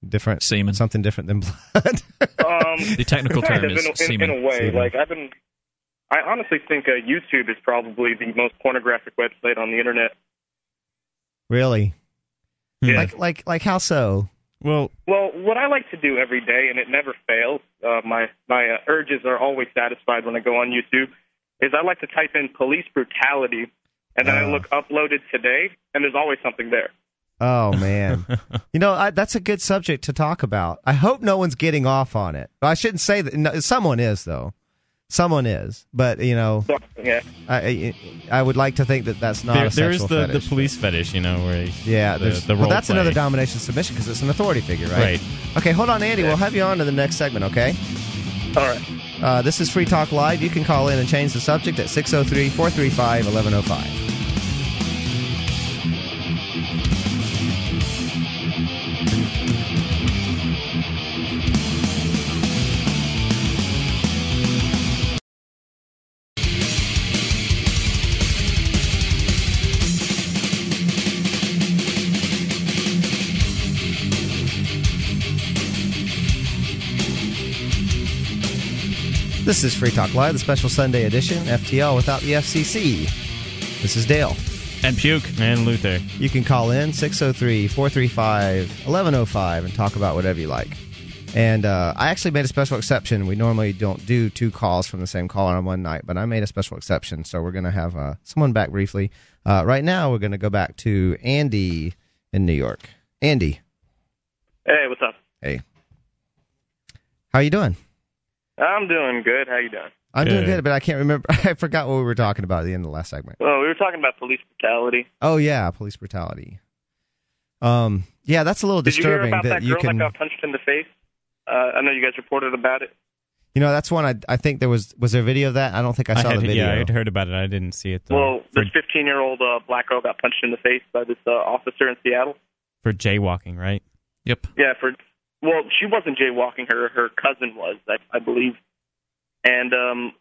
S1: different
S2: Semen.
S1: something different than *laughs* blood.
S6: Um,
S2: The technical
S6: kind
S2: term
S6: of,
S2: is
S6: in, in,
S2: semen.
S6: in a way.
S1: Semen.
S6: Like I've been, I honestly think uh, YouTube is probably the most pornographic website on the internet.
S1: really?
S3: Yeah.
S1: Like like like how so?
S3: Well,
S6: Well, what I like to do every day, and it never fails, uh, my my uh, urges are always satisfied when I go on YouTube, is I like to type in police brutality, and then I
S1: Ah.
S6: look uploaded today, and there's always something there.
S1: Oh
S3: *laughs*
S1: man, you know I, that's a good subject to talk about. I hope no one's getting off on it. I shouldn't say that. No, someone is though. Someone is, but you know,
S6: So, yeah.
S1: I I I would like to think that that's not
S3: there,
S1: a
S3: there is
S1: sexual
S3: the, the
S1: fetish.
S3: police fetish, you know, where he-
S1: yeah,
S3: the,
S1: there's-
S3: the
S1: well,
S3: role
S1: that's another
S3: play.
S1: domination submission because it's an authority figure, right?
S3: Right.
S1: Okay, hold on, Andy. We'll have you on to the next segment, okay?
S6: All right.
S1: Uh, this is Free Talk Live. You can call in and change the subject at 603 435 1105. This is Free Talk Live, the special Sunday edition, FTL without the FCC. This is Dale.
S2: And puke.
S3: and Luther.
S1: You can call in 603 435 1105 and talk about whatever you like. And uh, I actually made a special exception. We normally don't do two calls from the same caller on one night, but I made a special exception. So we're going to have uh, someone back briefly. Uh, right now, we're going to go back to Andy in New York. Andy,
S6: Hey, what's up?
S1: hey, how you doing?
S6: I'm doing good. How you doing?
S1: I'm doing good, but I can't remember. *laughs* I forgot what we were talking about at the end of the last segment.
S6: Well, we were talking about police brutality.
S1: Oh yeah, police brutality. Um, yeah, that's a little
S6: Did you hear
S1: disturbing
S6: about that,
S1: that you
S6: girl
S1: can.
S6: that got punched in the face? Uh, I know you guys reported about it.
S1: You know, that's one I I think there was was there a video of that. I don't think I saw
S3: had,
S1: the video.
S3: Yeah, I had heard about it. I didn't see
S1: Oh,
S3: it though.
S6: Well, this 15 year old uh, black girl got punched in the face by this uh, officer in Seattle.
S3: for jaywalking, right?
S2: Yep.
S6: Yeah, for well, she wasn't jaywalking. Her her cousin was, I, I believe. And um,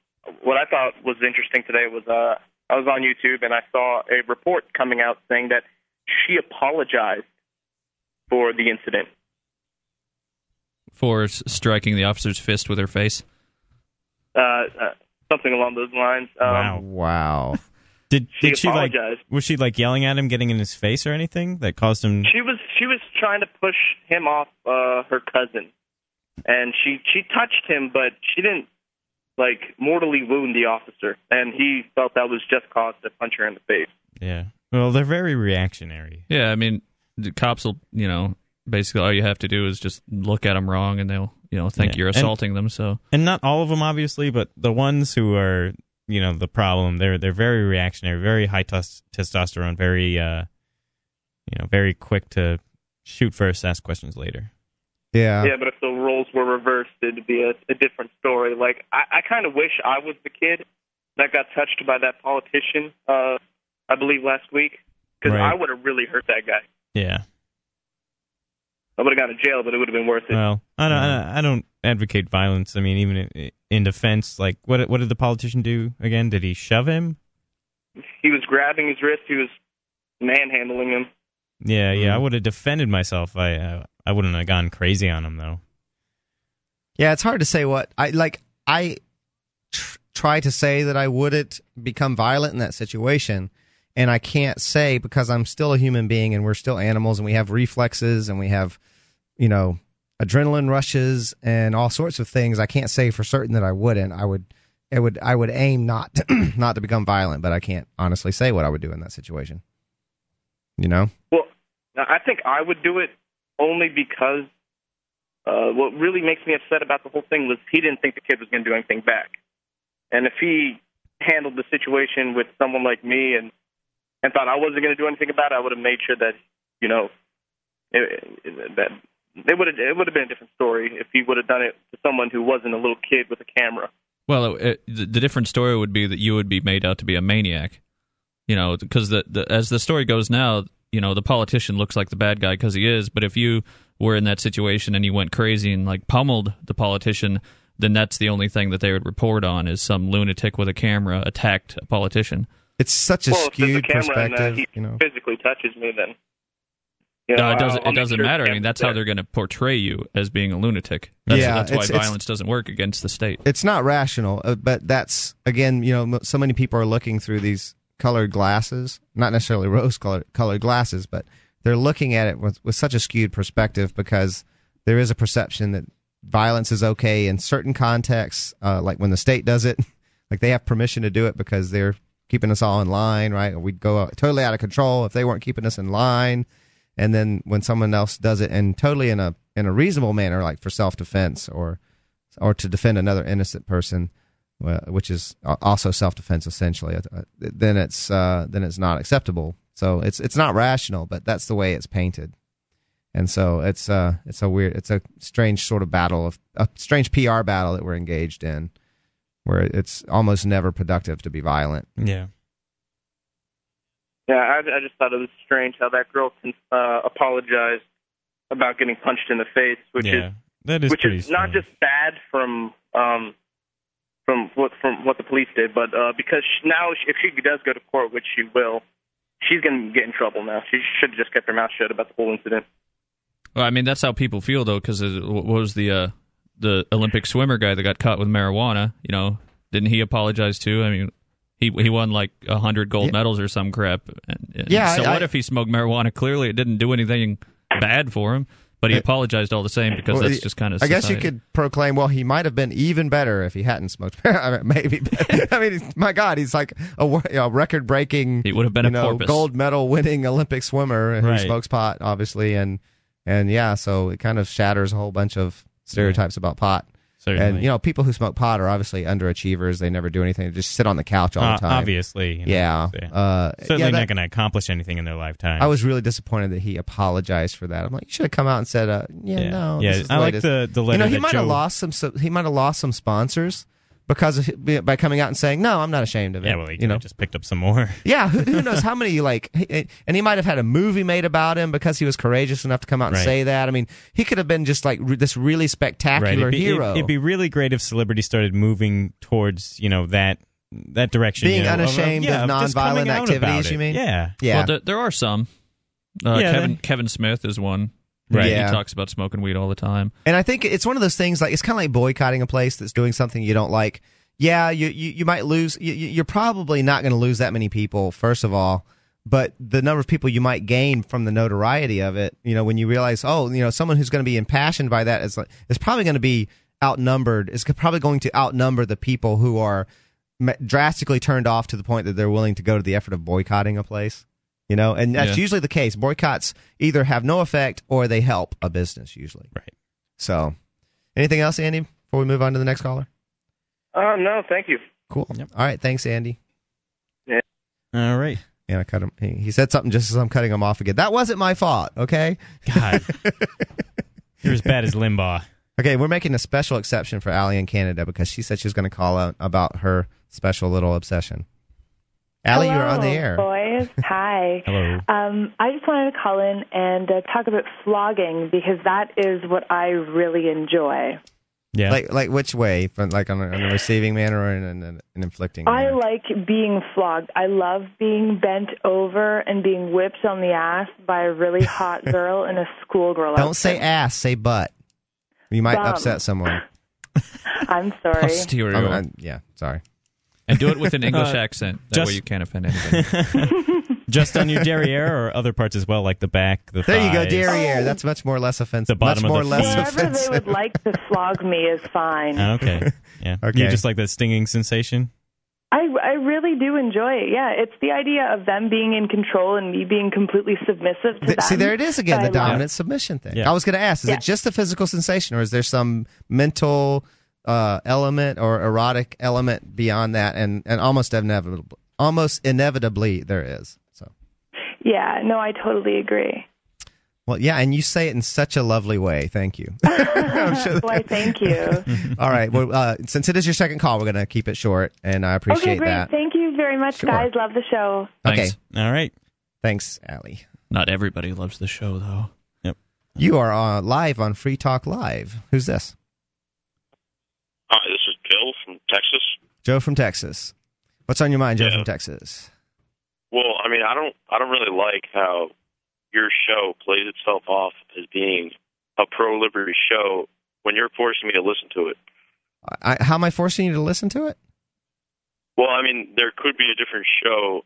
S6: what I thought was interesting today was uh, I was on YouTube and I saw a report coming out saying that she apologized for the incident.
S2: for s- striking the officer's fist with her face.
S6: Uh, uh, something along those lines. Um,
S3: Wow.
S1: Wow.
S3: Did
S6: She
S3: did she like
S6: apologized.
S3: was she like yelling at him, getting in his face or anything that caused him?
S6: She was she was trying to push him off uh, her cousin, and she she touched him, but she didn't like mortally wound the officer, and he felt that was just cause to punch her in the face.
S3: Yeah. Well, they're very reactionary.
S2: Yeah, I mean, the cops will, you know, basically all you have to do is just look at them wrong and they'll, you know, think
S3: Yeah.
S2: you're
S3: And-
S2: assaulting them. So,
S3: and not all of them obviously but the ones who are you know the problem they're they're very reactionary very high tes- testosterone very uh you know very quick to shoot first ask questions later
S1: yeah.
S6: yeah, but if the roles were reversed, it'd be a, a different story. Like I, I kind of wish I was the kid that got touched by that politician. Uh, I believe last week because
S3: Right.
S6: I would have really hurt that guy.
S3: yeah
S6: I would have gone to jail, but it would have been worth it.
S3: well i don't I, I don't advocate violence i mean even i- in defense like what what did the politician do again did he shove him
S6: he was grabbing his wrist. He was manhandling him.
S3: yeah
S6: Mm-hmm.
S3: yeah i would have defended myself i uh, i wouldn't have gone crazy on him though
S1: Yeah, it's hard to say what I like. I tr- try to say that I wouldn't become violent in that situation, and I can't say because I'm still a human being and we're still animals and we have reflexes and we have, you know, adrenaline rushes and all sorts of things. I can't say for certain that I wouldn't. I would, I would, I would aim not to, *clears throat* not to become violent, but I can't honestly say what I would do in that situation. You know?
S6: Well, I think I would do it only because uh, what really makes me upset about the whole thing was he didn't think the kid was going to do anything back. And if he handled the situation with someone like me and and thought I wasn't going to do anything about it, I would have made sure that you know it, it, that it would have it would have been a different story if he would have done it to someone who wasn't a little kid with a camera.
S2: well, it, it, the the different story would be that you would be made out to be a maniac, you know, because the, the as the story goes now, you know, the politician looks like the bad guy because he is. But if you were in that situation and you went crazy and like pummeled the politician, then that's the only thing that they would report on is some lunatic with a camera attacked a politician.
S1: It's such a
S6: well, if there's a
S1: skewed
S6: camera and uh,
S1: perspective.
S6: he
S1: you know?
S6: physically touches me, then you
S2: No,
S6: know,
S2: it doesn't.
S6: I'll- I'll
S2: it
S6: make
S2: doesn't
S6: sure
S2: matter. I
S6: the
S2: mean,
S6: camera's
S2: that's
S6: there.
S2: how they're going to portray you as being a lunatic. That's,
S1: Yeah,
S2: that's why
S1: it's- it's-
S2: violence doesn't work against the state.
S1: it's not rational, uh, but that's again, you know, m- so many people are looking through these colored glasses, not necessarily rose colored colored glasses, but they're looking at it with, with such a skewed perspective because there is a perception that violence is okay in certain contexts, uh, like when the state does it, *laughs* like they have permission to do it because they're keeping us all in line, right? We'd go out, totally out of control if they weren't keeping us in line. And then when someone else does it and totally in a in a reasonable manner, like for self defense or or to defend another innocent person, well, which is a- also self-defense essentially, uh, then it's uh, then it's not acceptable. So it's it's not rational, but that's the way it's painted, and so it's uh it's a weird, it's a strange sort of battle of a strange PR battle that we're engaged in, where it's almost never productive to be violent.
S3: yeah
S6: Yeah, I, I just thought it was strange how that girl uh, apologized about getting punched in the face, which
S3: yeah that
S6: is
S3: is
S6: which
S3: pretty
S6: is not
S3: strange.
S6: just bad from um, from what from what the police did, but uh, because she, now she, if she does go to court, which she will, she's going to get in trouble now. She should have just kept her mouth shut about the whole incident.
S2: Well, I mean, that's how people feel though, because what was the uh, the Olympic swimmer guy that got caught with marijuana? You know, didn't he apologize too? I mean, he he won like hundred gold medals or some crap. And, and
S1: Yeah,
S2: So
S1: I-
S2: what
S1: I-
S2: if he smoked marijuana? Clearly, it didn't do anything bad for him. But he apologized all the same because
S1: Uh, Well,
S2: that's just kind of.
S1: I guess you
S2: society.
S1: could proclaim, well, he might have been even better if he hadn't smoked. *laughs* I mean, Maybe. but- I mean, my God, he's like a, wor- you know, record-breaking. He would have
S2: been
S1: you
S2: a
S1: know,
S2: porpoise.
S1: gold medal-winning Olympic swimmer who
S2: Right.
S1: smokes pot, obviously, and and yeah, so it kind of shatters a whole bunch of stereotypes about pot. And
S3: Certainly.
S1: you know, people who smoke pot are obviously underachievers. They never do anything. They just sit on the couch all
S3: Uh,
S1: the time.
S3: obviously, you know,
S1: yeah.
S3: so, yeah.
S1: Uh,
S3: Certainly
S1: yeah, that-
S3: not going to accomplish anything in their lifetime.
S1: I was really disappointed that he apologized for that. I'm like, you should have come out and said, uh, yeah,
S3: Yeah.
S1: no.
S3: Yeah,
S1: this is
S3: I like
S1: latest."
S3: the- the letter
S1: You know, he
S3: that
S1: might have
S3: Joe-
S1: lost some. so- He might have lost some sponsors because of, by coming out and saying, no, I'm not ashamed of it.
S3: yeah, well, he
S1: you know,
S3: just picked up some more.
S1: *laughs* yeah. Who, who
S3: *laughs*
S1: knows how many like, he- eh, and he might have had a movie made about him because he was courageous enough to come out and
S3: Right.
S1: say that. I mean, he could have been just like re- this really spectacular
S3: it'd be, it'd-
S1: hero.
S3: It'd, be really great if celebrities started moving towards you know that that direction,
S1: Being
S3: you know,
S1: unashamed
S3: yeah,
S1: of
S3: just coming
S1: nonviolent
S3: out about
S1: activities,
S3: it.
S1: you mean?
S3: Yeah,
S2: Well, there, there are some. Uh,
S1: Yeah,
S2: Kevin Kevin Smith is one.
S1: Right.
S2: He-
S1: Yeah.
S2: He talks about smoking weed all the time.
S1: And I think it's one of those things like it's kind of like boycotting a place that's doing something you don't like. Yeah, you you, you might lose. You, you- you're probably not going to lose that many people, first of all. But the number of people you might gain from the notoriety of it, you know, when you realize, oh, you know, someone who's going to be impassioned by that is like is probably going to be outnumbered. Is probably going to outnumber the people who are ma- drastically turned off to the point that they're willing to go to the effort of boycotting a place. You know, and that's
S2: Yeah.
S1: usually the case. Boycotts either have no effect or they help a business usually.
S3: Right.
S1: So, anything else, Andy, before we move on to the next caller?
S6: Uh, no, thank you.
S1: Cool. All right. Thanks, Andy.
S6: Yeah.
S3: All right.
S1: And I cut him. He, he said something just as I'm cutting him off again. That wasn't my fault. Okay. *laughs*
S3: God. You're as bad as Limbaugh.
S1: Okay, we're making a special exception for Allie in Canada because she said she was going to call out about her special little obsession. Allie, you're on the
S8: Hello,
S1: air.
S8: Boys, hi.
S1: *laughs* Hello.
S8: Um, I just wanted to call in and uh, talk about flogging because that is what I really enjoy.
S3: Yeah.
S1: Like, like which way? From like on a, on a receiving manner or in an, an, an inflicting?
S8: I like being flogged. I love being bent over and being whipped on the ass by a really
S1: *laughs*
S8: hot girl in a schoolgirl.
S1: Don't
S8: outfit.
S1: say ass. Say butt. You might
S8: Bum.
S1: upset someone.
S8: *laughs* I'm sorry.
S1: I'm- I'm- Oh, uh, yeah. Sorry.
S2: And do it
S3: *laughs*
S2: with an English
S3: Uh,
S2: accent. That
S3: just-
S2: way you can't offend anybody.
S3: *laughs* Just on your derriere or other parts as well, like the back, the
S1: There you go,
S3: thighs.
S1: derriere. That's much more less offensive.
S3: The bottom
S1: much more
S3: of the
S1: less
S3: feet.
S8: Wherever they would like to flog me is fine.
S3: *laughs* Ah, okay. Yeah.
S1: *laughs* Okay.
S3: You just like that stinging sensation?
S8: I, I really do enjoy it. Yeah, it's the idea of them being in control and me being completely submissive to
S1: Th-
S8: them.
S1: See, there it is again,
S8: that
S1: the
S8: I love.
S1: dominant submission thing.
S3: Yeah.
S1: I was going to ask, is
S8: Yeah.
S1: it just the physical sensation or is there some mental uh, element or erotic element beyond that? And, and almost inevitably, almost inevitably there is. So,
S8: Yeah, no, I totally agree.
S1: well, yeah, and you say it in such a lovely way.
S8: *laughs*
S1: Thank you.
S8: Why, thank you.
S1: All right. Well, uh, since it is your second call, we're going to keep it short and I *laughs* appreciate
S8: okay, great.
S1: that.
S8: Thank you very much,
S1: Sure.
S8: guys. Love the show.
S1: Okay.
S3: All right.
S1: Thanks, Allie.
S2: Not everybody loves the show, though.
S1: You are uh, live on Free Talk Live. Who's this?
S9: Hi, this is Bill from Texas.
S1: Joe from Texas. What's on your mind, Joe from Texas?
S9: Well, I mean, I don't, I don't really like how your show plays itself off as being a pro liberty show when you're forcing me to listen to it.
S1: I, how am I forcing you to listen to it?
S9: Well, I mean, there could be a different show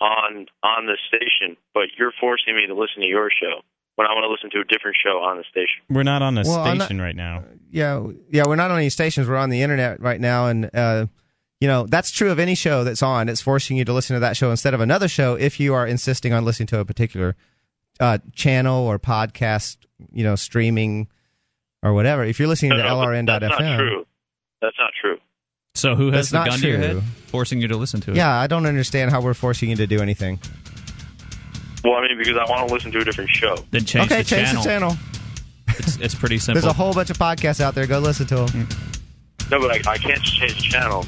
S9: on on this station, but you're forcing me to listen to your show when I want to listen to a different show on the station.
S3: We're not on a
S1: Well, I'm
S3: station right now. *laughs*
S1: yeah, w- yeah, we're not on any stations. We're on the internet right now, and uh, you know that's true of any show that's on. It's forcing you to listen to that show instead of another show if you are insisting on listening to a particular uh, channel or podcast, you know, streaming or whatever. If you're listening to
S9: No, no,
S1: LRN.fm,
S9: but that's not true. That's not true.
S2: So Oh, who
S1: That's
S2: has the
S1: not
S2: gun to your
S1: true.
S2: head, forcing you to listen to it?
S1: yeah, I don't understand how we're forcing you to do anything.
S9: Well, I mean, because I want to listen to a different show.
S2: Then change
S1: okay,
S2: the
S1: change
S2: channel.
S1: the channel.
S2: It's, it's pretty simple.
S1: There's *laughs* a whole bunch of podcasts out there. Go listen to them.
S2: Mm.
S9: No, but I, I can't just change the channel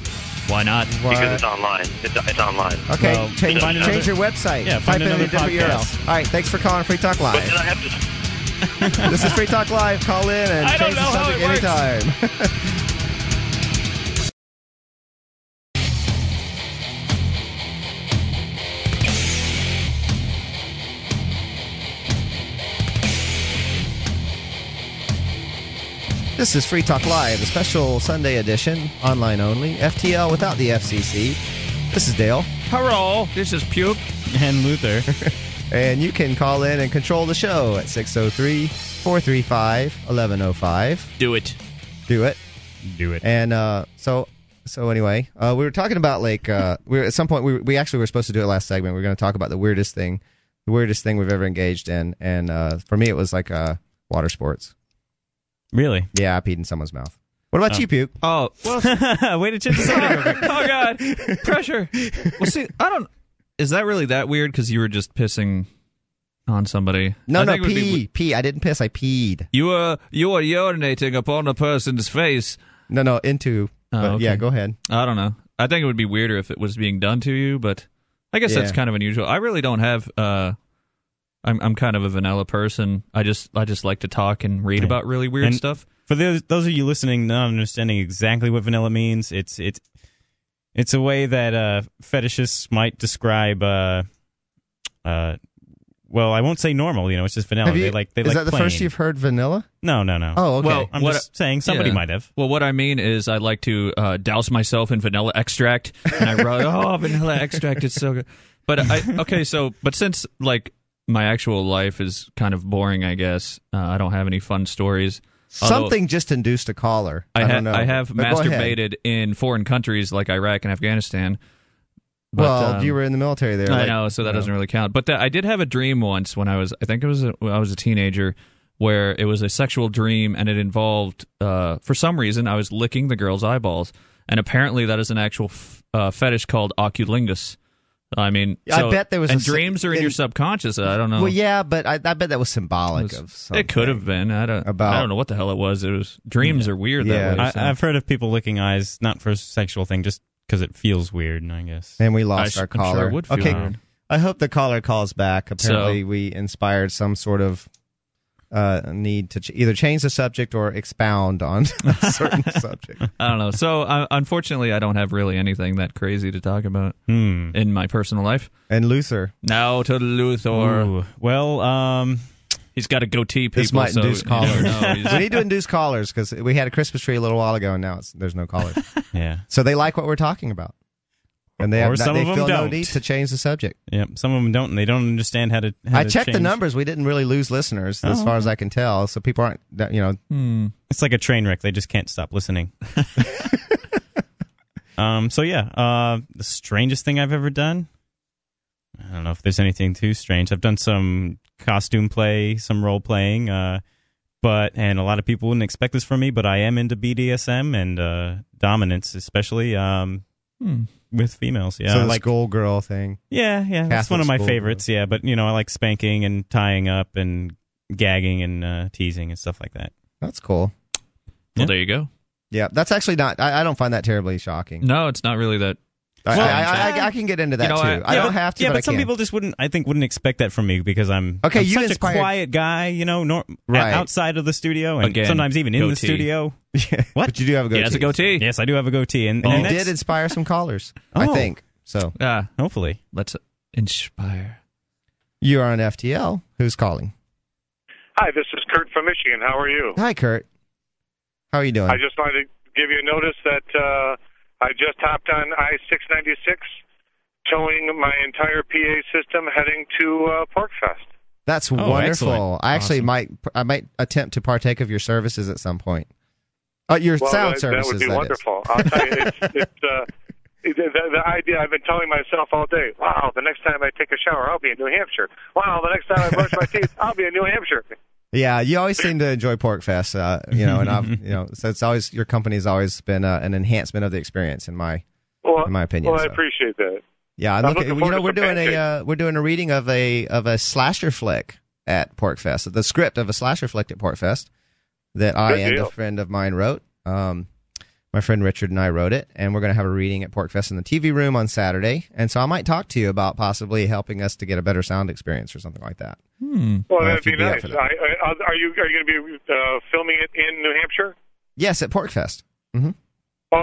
S2: Why not?
S9: because it's online. It's, it's online.
S1: Okay,
S9: Well,
S1: change,
S9: find another-
S1: change your website.
S9: Yeah,
S1: type
S9: find
S1: in a
S9: another
S1: different
S9: podcast.
S1: URL. All right, thanks for calling Free Talk Live.
S9: But then I have to
S1: *laughs* this is Free Talk Live. Call in and
S9: I don't
S1: change the
S9: know how
S1: subject
S9: it works.
S1: anytime. *laughs* This is Free Talk Live, a special Sunday edition, online only, FTL without the FCC. This is Dale.
S2: Hello, this is Puke.
S3: *laughs* And Luther.
S1: *laughs* oh and you can call in and control the show at 603 435 1105.
S11: Do it.
S1: Do it.
S3: Do it.
S1: And uh, so so anyway, uh, we were talking about like uh, we were, at some point we we actually were supposed to do it last segment. We were going to talk about the weirdest thing, the weirdest thing we've ever engaged in, and uh, for me it was like uh, water sports.
S3: Really?
S1: Yeah, I peed in someone's mouth. What about
S3: Oh.
S1: you, puke?
S2: Oh, *laughs*
S3: well, way to chip this out.
S1: *laughs*
S2: oh god, pressure. Well, see, I don't. Is that really that weird? Because you were just pissing on somebody.
S1: No,
S2: I
S1: no,
S2: think it would be
S1: pee, pee. I didn't piss. I peed.
S2: You were you were urinating upon a person's face. Oh,
S1: No, no, into. but
S2: okay.
S1: Yeah, go ahead.
S2: I don't know. I think it would be weirder if it was being done to you, but I guess that's
S1: Yeah.
S2: kind of unusual. I really don't have. Uh, I'm I'm kind of a vanilla person. I just I just like to talk and read about really weird
S3: And
S2: stuff.
S3: For those those of you listening, not understanding exactly what vanilla means, it's it's it's a way that uh, fetishists might describe. Uh, uh, well, I won't say normal. You know, it's just vanilla.
S1: Have you-
S3: they like they
S1: is
S3: like
S1: that the
S3: plain.
S1: first you've heard vanilla?
S3: No, no, no.
S1: Oh, okay.
S2: Well,
S3: I'm
S2: what
S3: just saying somebody
S2: yeah.
S3: might have.
S2: Well, what I mean is, I like to uh, douse myself in vanilla extract, and I rub. *laughs* oh, vanilla extract is so good. But I okay, so but since like my actual life is kind of boring, I guess uh, I don't have any fun stories. Although
S1: Something just induced a caller. I,
S2: I, ha-
S1: don't know.
S2: I have
S1: But go ahead.
S2: masturbated in foreign countries like Iraq and Afghanistan. But,
S1: well,
S2: um,
S1: you were in the military there.
S2: I
S1: like-
S2: know, so that
S1: you know.
S2: doesn't really count. But that, I did have a dream once when I was, I think it was, a, when I was a teenager, where it was a sexual dream and it involved, uh, for some reason, I was licking the girl's eyeballs, and apparently that is an actual f- uh, fetish called oculingus. I mean,
S1: I
S2: so-
S1: bet there was a
S2: and
S1: s-
S2: dreams are in, your subconscious. I don't know.
S1: Well, yeah, but I, I bet that was symbolic of something.
S2: it could have been. I don't.
S1: About-
S2: I don't know what the hell it was. It was dreams are weird
S1: Yeah. uh,
S2: that way.
S3: I,
S2: so-
S3: I've heard of people licking eyes, not for a sexual thing, just because it feels weird. and I guess.
S1: And we lost
S2: I
S1: our
S2: sh- I'm sure
S1: caller.
S2: it would feel
S1: okay,
S2: weird.
S1: I hope the caller calls back. Apparently, we inspired some sort of uh, need to ch- either change the subject or expound on *laughs* a certain subject.
S2: I don't know. So uh, unfortunately, I don't have really anything that crazy to talk about
S3: Hmm.
S2: in my personal life.
S1: And Luther,
S2: Now to Luthor.
S3: Ooh. Well, um,
S2: He's got a goatee, people.
S1: this might
S2: so
S1: induce
S2: you never
S1: callers.
S2: know.
S1: we
S2: He's-
S1: need to induce callers because we had a Christmas tree a little while ago, and now it's, there's no
S2: *laughs*
S1: callers.
S3: yeah,
S1: so they like what we're talking about, and they
S3: Or
S1: have not-
S3: some
S1: they
S3: of 'em
S1: feel no
S3: don't.
S1: need to change the subject.
S3: yeah. Some of them don't, and they don't understand how to. How
S1: I
S3: to
S1: checked the
S3: change-
S1: numbers; we didn't really lose listeners, as
S3: Oh.
S1: far as I can tell. So people aren't, that- you know,
S2: Hmm.
S3: It's like a train wreck. They just can't stop listening. um. So yeah. Uh. The strangest thing I've ever done. I don't know if there's anything too strange. I've done some costume play, some role playing. Uh. But and a lot of people wouldn't expect this from me, but I am into BDSM and uh, dominance, especially um,
S2: Hmm.
S3: with females. Yeah,
S1: so
S3: I
S1: the
S3: like
S1: schoolgirl thing.
S3: Yeah, yeah, that's
S1: Catholic
S3: one of my
S1: school,
S3: favorites. Yeah, but you know, I like spanking and tying up and gagging and uh, teasing and stuff like that.
S1: That's cool.
S2: Well, there you go.
S1: Yeah, that's actually not. I, I don't find that terribly shocking.
S2: No, it's not really that.
S1: I,
S3: Well,
S1: I, I, I, I can get into that
S2: You know,
S1: too.
S2: I-
S1: I,
S2: yeah,
S1: don't have to.
S3: yeah,
S1: but,
S3: but,
S1: I
S3: some
S1: can.
S3: people just wouldn't. I think wouldn't expect that from me because I'm
S1: Okay,
S3: I'm
S1: you
S3: such
S1: inspired-
S3: a quiet guy, you know, nor-
S1: Right.
S3: outside of the studio and
S2: Again,
S3: sometimes even in the
S1: *laughs*
S2: goatee.
S3: studio.
S1: What? *laughs* But you do have a goatee.
S2: He has a goatee.
S3: Yes, I do have a goatee, and,
S1: And
S3: and
S1: you
S3: that's-
S1: did inspire some callers, I
S3: Oh.
S1: think. So
S2: Ah,
S3: Hopefully,
S2: let's inspire.
S1: you are on FTL. Who's calling?
S12: Hi, this is Kurt from Michigan. How are you?
S1: Hi, Kurt. How are you doing?
S12: I just wanted to give you a notice that uh, I just hopped on I-696, towing my entire PA system heading to uh, Porkfest.
S1: That's wonderful. I actually might. I might attempt to partake of your services at some point. Uh, your
S12: well,
S1: sound
S12: that,
S1: services.
S12: That would be
S1: is.
S12: wonderful. I'll tell you, it's, it's uh, the, the, the idea I've been telling myself all day. Wow, the next time I take a shower, I'll be in New Hampshire. Wow, the next time
S1: *laughs*
S12: I brush my teeth, I'll be in New Hampshire.
S1: *laughs* Yeah, you always seem to enjoy Porkfest. Uh, you know, and I've you know, so it's always your company's always been uh, an enhancement of the experience in my
S12: Well,
S1: in my opinion.
S12: well, I
S1: so.
S12: appreciate that.
S1: Yeah, I'm
S12: I'm
S1: looking,
S12: looking
S1: you
S12: forward
S1: know
S12: to
S1: we're
S12: some
S1: doing
S12: pancakes.
S1: a uh, we're doing a reading of a of a slasher flick at Porkfest, the script of a slasher flick at Porkfest that I
S12: Good
S1: and
S12: deal.
S1: a friend of mine wrote. Um, my friend Richard and I wrote it, and we're going to have a reading at Porkfest in the TV room on Saturday. And so I might talk to you about possibly helping us to get a better sound experience or something like that.
S2: Hmm.
S12: Well,
S1: Uh,
S12: that'd
S1: if you'd
S12: be
S1: be up
S12: nice.
S1: for
S12: I,
S1: that.
S12: I, are you are you going to be uh, filming it in New Hampshire?
S1: Yes, at Porkfest.
S12: Well, uh, uh,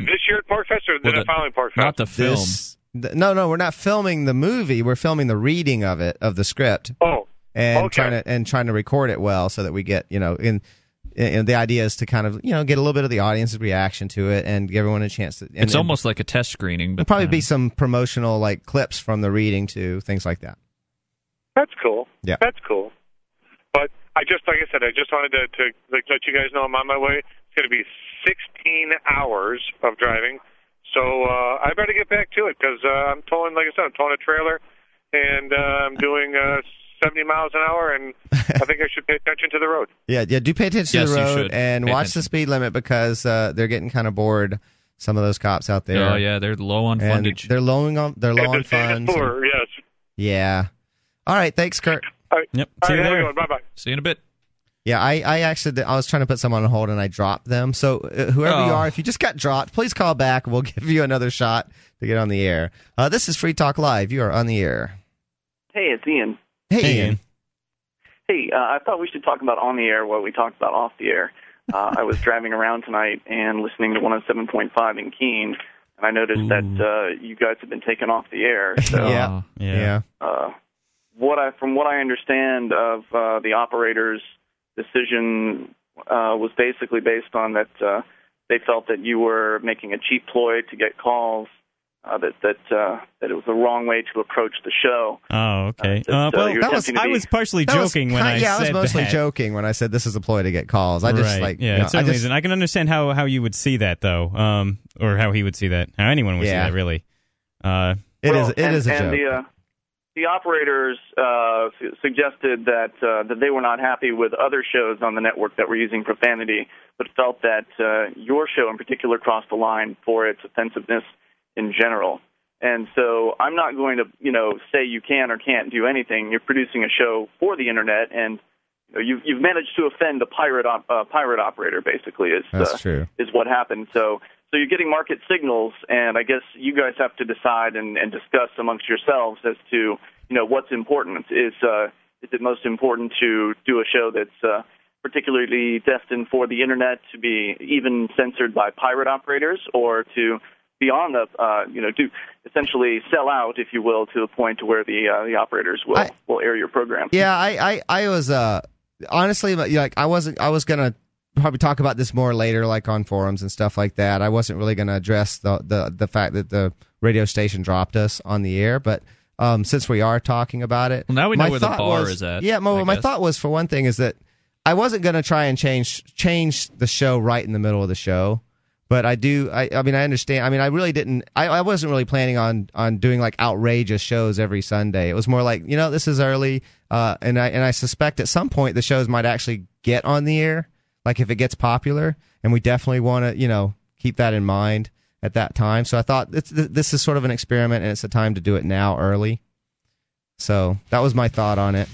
S12: this year at Porkfest or
S2: Well,
S12: the,
S2: the-
S12: following Porkfest?
S2: Not the film.
S1: This- th- no, no, we're not filming the movie. We're filming the reading of it of the script.
S12: oh,
S1: and
S12: Okay.
S1: trying to and trying to record it well so that we get you know in and the idea is to kind of you know get a little bit of the audience's reaction to it and give everyone a chance to. And,
S2: it's
S1: and
S2: almost like a test screening, but
S1: there'll probably be some promotional like clips from the reading too, things like that.
S12: that's cool.
S1: Yeah.
S12: That's cool. But I, I just, like I said, I just wanted to, to like, let you guys know I'm on my way. It's going to be 16 hours of driving, so uh, I better get back to it because uh, I'm towing, like I said, I'm towing a trailer, and uh, I'm doing uh, 70 miles an hour, and I think I should pay attention to the road.
S1: Yeah, yeah. Do pay attention
S12: Yes,
S1: to
S12: you
S1: the road
S12: should.
S1: and
S12: Pay
S1: watch the speed limit because uh, they're getting kind of bored. Some of those cops out there.
S2: Oh yeah, they're low on
S1: And
S2: fundage.
S1: They're lowing on. They're low on funds. and-
S12: yes.
S1: yeah. All right. Thanks, Kurt.
S2: Yep.
S1: See you there.
S12: Bye bye.
S2: See you in a bit.
S1: Yeah, I, I actually I was trying to put someone on hold and I dropped them. So uh, whoever you
S2: Oh.
S1: are, if you just got dropped, please call back. We'll *laughs* give you another shot to get on the air. Uh, this is Free Talk Live. You are on the air.
S11: Hey, it's Ian.
S1: Hey, Ian.
S11: Hey, uh, I thought we should talk about on the air what we talked about off the air. Uh,
S1: *laughs*
S11: I was driving around tonight and listening to 107.5 in Keene, and I noticed that uh, you guys have been taken off
S1: *laughs*
S11: the air.
S3: Oh,
S11: So,
S1: yeah. Yeah.
S11: uh, what I, from what I understand of uh, the operator's decision, uh, was basically based on that uh, they felt that you were making a cheap ploy to get calls, uh, that that uh, that it was the wrong way to approach the show.
S3: Oh, okay.
S11: Uh,
S3: Uh,
S11: so
S3: well,
S11: you're
S3: that was,
S11: attempting to
S3: I
S11: be-
S3: was partially
S11: That was
S3: joking when
S1: Kinda-
S3: I
S1: yeah,
S3: said
S1: I was mostly
S3: that.
S1: joking when I said this is a ploy to get calls. I just
S3: Right.
S1: like
S3: yeah,
S1: you know,
S3: it
S1: I
S3: certainly
S1: just-
S3: isn't. I can understand how how you would see that though, um, or how he would see that, how anyone would
S1: Yeah.
S3: see that really. Uh,
S1: It is.
S11: and, and The, uh, the operators uh, su- suggested that uh, that they were not happy with other shows on the network that were using profanity, but felt that uh, your show in particular crossed the line for its offensiveness in general. And so I'm not going to, you know, say you can or can't do anything. You're producing a show for the internet, and you know, you've, you've managed to offend a pirate op- uh, pirate operator. Basically, is
S1: That's
S11: uh,
S1: true.
S11: is what happened. So so you're getting market signals, and I guess you guys have to decide and, and discuss amongst yourselves as to you know what's important. Is uh, is it most important to do a show that's uh, particularly destined for the internet to be even censored by pirate operators, or to be on the uh, you know do essentially sell out, if you will, to the point to where the uh, the operators will will air your program.
S1: Yeah, I, I, I was uh honestly like like, I wasn't I was gonna probably talk about this more later, like on forums and stuff like that. I wasn't really gonna address the the, the fact that the radio station dropped us on the air, but um, since we are talking about it, well,
S2: now we know where the bar
S1: was,
S2: is at,
S1: Yeah, my,
S2: I
S1: my
S2: guess.
S1: thought was for one thing is that I wasn't gonna try and change change the show right in the middle of the show. But I do. I, I mean, I understand. I mean, I really didn't. I, I wasn't really planning on on doing like outrageous shows every Sunday. It was more like, you know, this is early, uh, and I and I suspect at some point the shows might actually get on the air, like if it gets popular, and we definitely want to, you know, keep that in mind at that time. So I thought this, this is sort of an experiment, and it's a time to do it now, early. So that was my thought on it.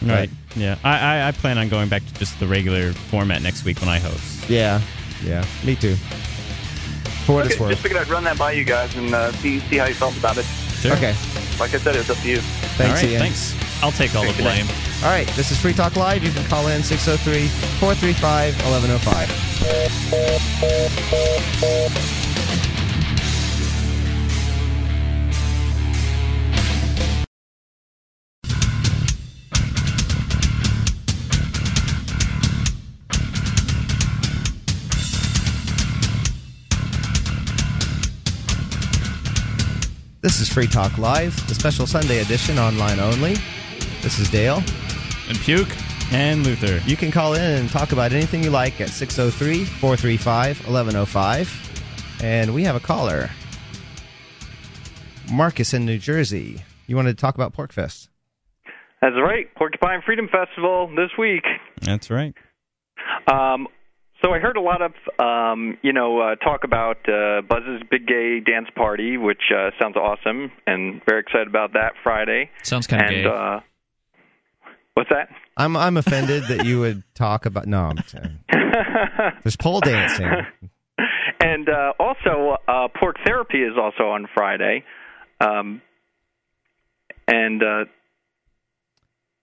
S3: right. Yeah. I, I I plan on going back to just the regular format next week when I host.
S1: Yeah. Yeah. Me too. For what
S11: Okay,
S1: it's worth.
S11: just figured I'd run that by you guys and uh, see see how you felt about it.
S1: Okay.
S11: Like I said, it's up to you.
S1: Thanks, All right, Ian. thanks.
S3: I'll take all the blame.
S1: All right, this is Free Talk Live. You can call in 603 435 1105. This is Free Talk Live, the special Sunday edition, online only. This is Dale.
S3: And Puke. And Luther.
S1: You can call in and talk about anything you like at 603 435 1105. And we have a caller Marcus in New Jersey. You wanted to talk about Porkfest.
S13: That's right, Porcupine Freedom Festival this week.
S3: That's right.
S13: Um, so I heard a lot of um, you know uh, talk about uh, Buzz's Big Gay Dance Party, which uh, sounds awesome, and very excited about that Friday.
S2: Sounds kinda
S13: And,
S2: gay.
S13: Uh, what's that?
S1: I'm I'm offended that you would talk about no. I'm there's pole dancing.
S13: *laughs* And uh, also, uh, Pork Therapy is also on Friday. Um, and uh,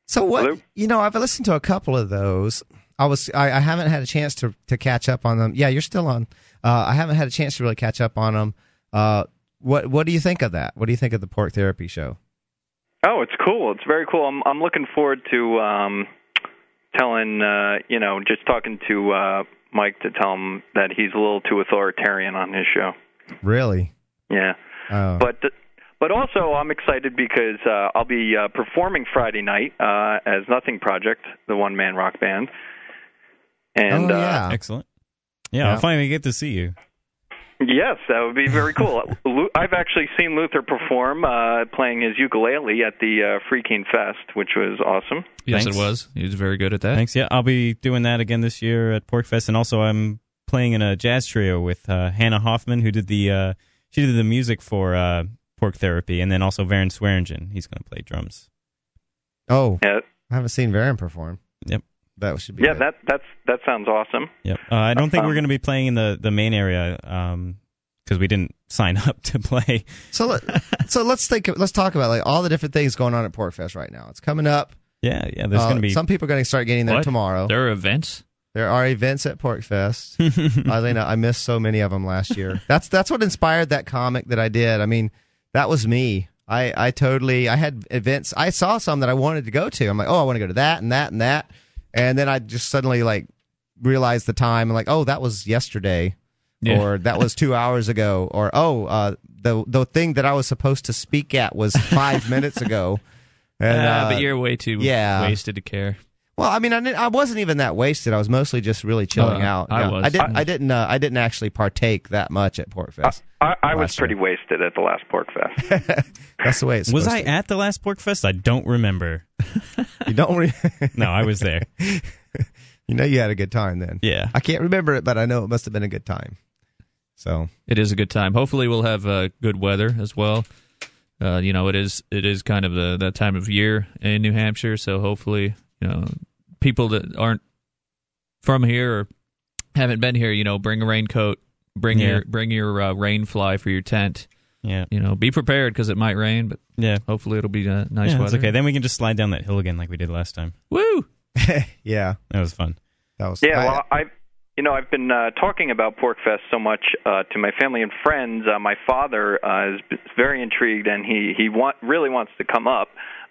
S1: So what? You know, I've listened to a couple of those. I was I, I haven't had a chance to to catch up on them. Yeah, you're still on. Uh, I haven't had a chance to really catch up on them. Uh, what What do you think of that? What do you think of the pork therapy show?
S13: Oh, it's cool. It's very cool. I'm I'm looking forward to um telling uh you know, just talking to uh Mike to tell him that he's a little too authoritarian on his show.
S1: Really?
S13: Yeah.
S1: Oh.
S13: But uh, But also, I'm excited because uh, I'll be uh, performing Friday night uh, as Nothing Project, the one man rock band.
S1: oh,
S13: And uh,
S3: excellent. Yeah,
S13: Yeah.
S3: I'll finally get to see you.
S13: Yes, that would be very
S2: *laughs*
S13: cool. Lu- I've actually seen Luther perform uh, playing his ukulele at the uh, Freaking Fest, which was awesome.
S2: Yes, it was. He was very good at that.
S3: Thanks. Yeah, I'll be doing that again this year at Porkfest, and also I'm playing in a jazz trio with uh, Hannah Hoffman, who did the uh, she did the music for uh, Pork Therapy, and then also Varen Swearingen. He's going to play drums.
S1: Oh,
S13: Yeah.
S1: I haven't seen Varen perform.
S3: Yep,
S1: that should be.
S13: Yeah, that that's that sounds awesome.
S3: Yep. Uh, I don't think
S13: Um,
S3: we're going to be playing in the the main area because we didn't sign *laughs* up to play.
S1: So let so let's think. Let's talk about like all the different things going on at Porkfest right now. It's coming up.
S3: Yeah, yeah. There's
S1: Uh,
S3: going to be
S1: some people are going to start getting there
S3: What?
S1: tomorrow.
S2: There are events.
S1: There are events at
S2: *laughs*
S1: Porkfest. Elena, I missed so many of them last year. That's that's what inspired that comic that I did. I mean, that was me. I, I totally I had events. I saw some that I wanted to go to. I'm like, oh, I want to go to that and that and that, and then I just suddenly like realized the time and like, oh, that was yesterday,
S2: Yeah.
S1: or that was two hours ago, or oh, uh, the the thing that I was supposed to speak at was
S2: *laughs*
S1: five minutes ago. And,
S2: Ah,
S1: uh,
S2: Uh, but you're way too
S1: yeah.
S2: wasted to care.
S1: well, I mean, I, didn't, I wasn't even that wasted. I was mostly just really chilling
S2: Uh,
S1: out.
S2: I
S1: Yeah.
S2: was.
S1: I didn't. I, didn't. Uh, I didn't actually partake that much at Porkfest.
S13: I, I was
S1: Last year.
S13: pretty wasted at the last Pork Fest.
S1: That's the way it's.
S3: Was
S1: supposed
S3: I at the last Pork Fest? I don't remember.
S1: To. You don't. Re-
S3: *laughs* No, I was there.
S1: *laughs* you know, you had a good time then.
S3: Yeah.
S1: I can't remember it, but I know it must have been a good time. So
S2: It is a good time. Hopefully, we'll have uh, good weather as well. Uh, you know, it is it is kind of the that time of year in New Hampshire, so hopefully, you know, people that aren't from here or haven't been here, you know, bring a raincoat, bring
S3: Yeah.
S2: your bring your uh, rain fly for your tent.
S3: Yeah.
S2: You know, be prepared because it might rain, but
S3: yeah,
S2: hopefully it'll be uh, nice
S3: Yeah, that's
S2: weather.
S3: okay. Then we can just slide down that hill again like we did last time.
S2: Woo!
S1: yeah,
S3: that was fun.
S1: That was
S13: Yeah, well, I, you know, I've been uh, talking about Porkfest so much uh, to my family and friends. Uh, my father uh, is b- very intrigued, and he he want, really wants to come up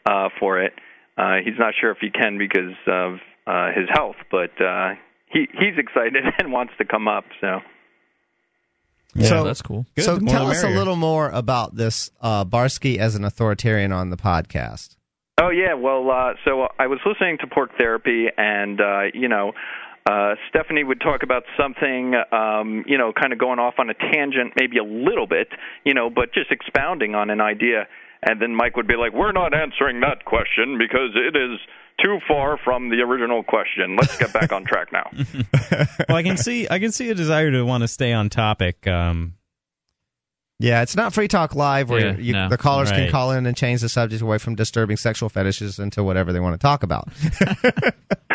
S13: uh, for it. Uh, he's not sure if he can because of uh, his health, but uh, he he's excited *laughs* and wants to come up. So
S1: so
S2: that's cool.
S1: so tell us a little more about this uh, Barsky as an authoritarian on the podcast.
S13: Oh yeah, well, uh, so I was listening to Pork Therapy, and uh, you know, uh, Stephanie would talk about something, um, you know, kind of going off on a tangent, maybe a little bit, you know, but just expounding on an idea, and then Mike would be like, "We're not answering that question because it is too far from the original question. Let's get back on track now."
S3: well, I can see I can see a desire to want to stay on topic. Um,
S1: Yeah, it's not Free Talk Live where
S3: Yeah,
S1: you,
S3: no.
S1: the callers
S3: Right.
S1: can call in and change the subject away from disturbing sexual fetishes into whatever they want to talk about. *laughs*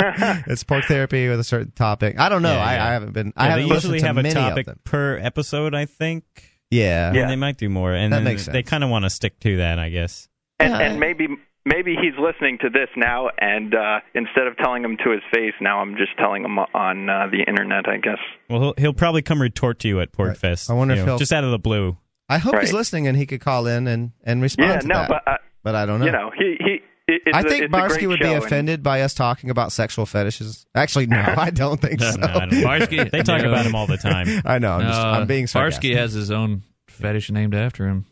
S1: it's pork therapy with a certain topic. I don't know.
S3: Yeah, yeah.
S1: I, I haven't been. I
S3: yeah,
S1: haven't
S3: they usually
S1: listened to
S3: have
S1: many
S3: a
S1: of
S3: topic
S1: them.
S3: per episode, I think.
S1: Yeah,
S3: And they might do more, and
S1: That
S3: then
S1: makes
S3: they kind of want to stick to that, I guess.
S13: And, and maybe maybe he's listening to this now, and uh, instead of telling him to his face, now I'm just telling him on uh, the internet, I guess.
S3: Well, he'll, he'll probably come retort to you at Porkfest.
S1: I wonder
S3: you
S1: if
S3: know,
S1: he'll-
S3: just out of the blue.
S1: I hope he's
S13: Right.
S1: listening and he could call in and and respond.
S13: Yeah,
S1: to
S13: no,
S1: that.
S13: but uh,
S1: But I don't know.
S13: You know, he he. it- It's
S1: I
S13: a-
S1: think
S13: it's a
S1: Barsky
S13: great
S1: would be
S13: show, and-
S1: offended by us talking about sexual fetishes. Actually,
S13: *laughs*
S1: no, I don't think *laughs* so. *laughs*
S3: *laughs*
S2: Barsky,
S3: They talk
S2: no.
S3: about him all the time.
S1: I know. I'm, just, I'm
S2: Uh,
S1: being sarcastic.
S2: Barsky has his own fetish named after him.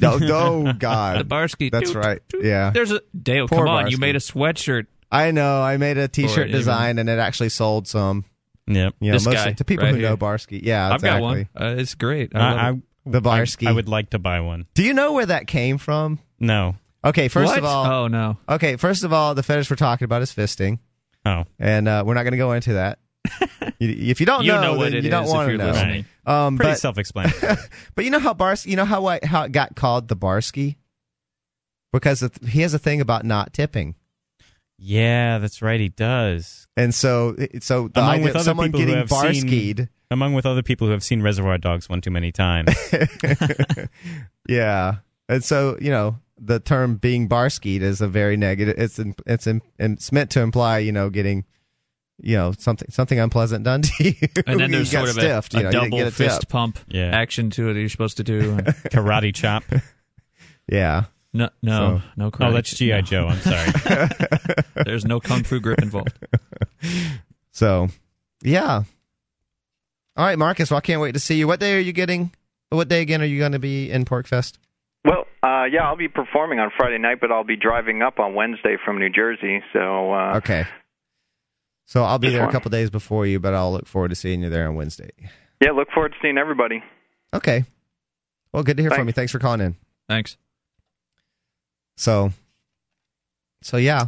S1: No, no, God.
S3: *laughs*
S2: The *laughs* Barsky.
S1: That's
S2: Dude,
S1: right. Yeah.
S2: There's a Dale.
S1: Poor
S2: come on, you
S1: Barsky.
S2: made a sweatshirt.
S1: I know. I made a
S2: Or
S1: T-shirt
S2: even-
S1: design, and it actually sold some.
S3: Yep.
S1: You know,
S2: This
S1: mostly
S2: guy
S1: to people
S2: right
S1: who know
S2: here.
S1: Barsky. Yeah,
S2: I've
S1: exactly.
S2: got one. Uh, it's great. I,
S3: I,
S2: love it.
S3: I-
S1: The Barsky.
S3: I would like to buy one.
S1: Do you know where that came from?
S3: No.
S1: Okay, first
S2: What?
S1: of all,
S2: oh no,
S1: okay, first of all, the fetish we're talking about is fisting,
S3: Oh.
S1: and uh, we're not going to go into
S2: *laughs*
S1: that. You- if you don't
S2: You
S1: know,
S2: know what
S1: then
S2: it
S1: you don't
S2: is if
S1: want to
S2: you're
S1: know.
S2: listening.
S1: Um,
S3: Pretty
S1: but,
S3: self-explanatory.
S1: *laughs* but you know how Barsky, you know how I, how it got called the Barsky because of, he has a thing about not tipping.
S3: yeah, that's right. He does.
S1: And so, so the
S3: among
S1: idea
S3: with
S1: of
S3: other
S1: someone
S3: people who
S1: getting
S3: have
S1: barskied,
S3: seen, among with other people who have seen Reservoir Dogs one too
S1: *laughs*
S3: many times.
S1: yeah. And so, you know, the term being barskied is a very negative. It's in, it's in, it's meant to imply, you know, getting, you know, something something unpleasant done *laughs* to you.
S2: and then
S1: You
S2: there's
S1: got
S2: sort of
S1: stiffed,
S2: a,
S1: you
S2: a
S1: know, you didn't get
S2: double
S1: a
S2: fist
S1: tip.
S2: pump
S3: Yeah.
S2: action to it that you're supposed to
S1: *laughs*
S2: do.
S3: karate chop.
S1: Yeah.
S2: No, no,
S1: So-
S2: no. Karate.
S3: Oh, that's GI
S2: no.
S3: Joe. I'm sorry.
S2: *laughs* There's no kung fu grip
S1: *laughs*
S2: involved.
S1: So, yeah. All right, Marcus. Well, I can't wait to see you. What day are you getting? What day again are you going to be in Porkfest?
S13: Well, Uh, yeah, I'll be performing on Friday night, but I'll be driving up on Wednesday from New Jersey. So uh,
S1: Okay. So I'll be
S13: Just
S1: there a
S13: one.
S1: couple days before you, but I'll look forward to seeing you there on Wednesday.
S13: yeah, look forward to seeing everybody.
S1: Okay. Well, good to hear from you. Thanks for calling in.
S2: Thanks.
S1: So, so yeah,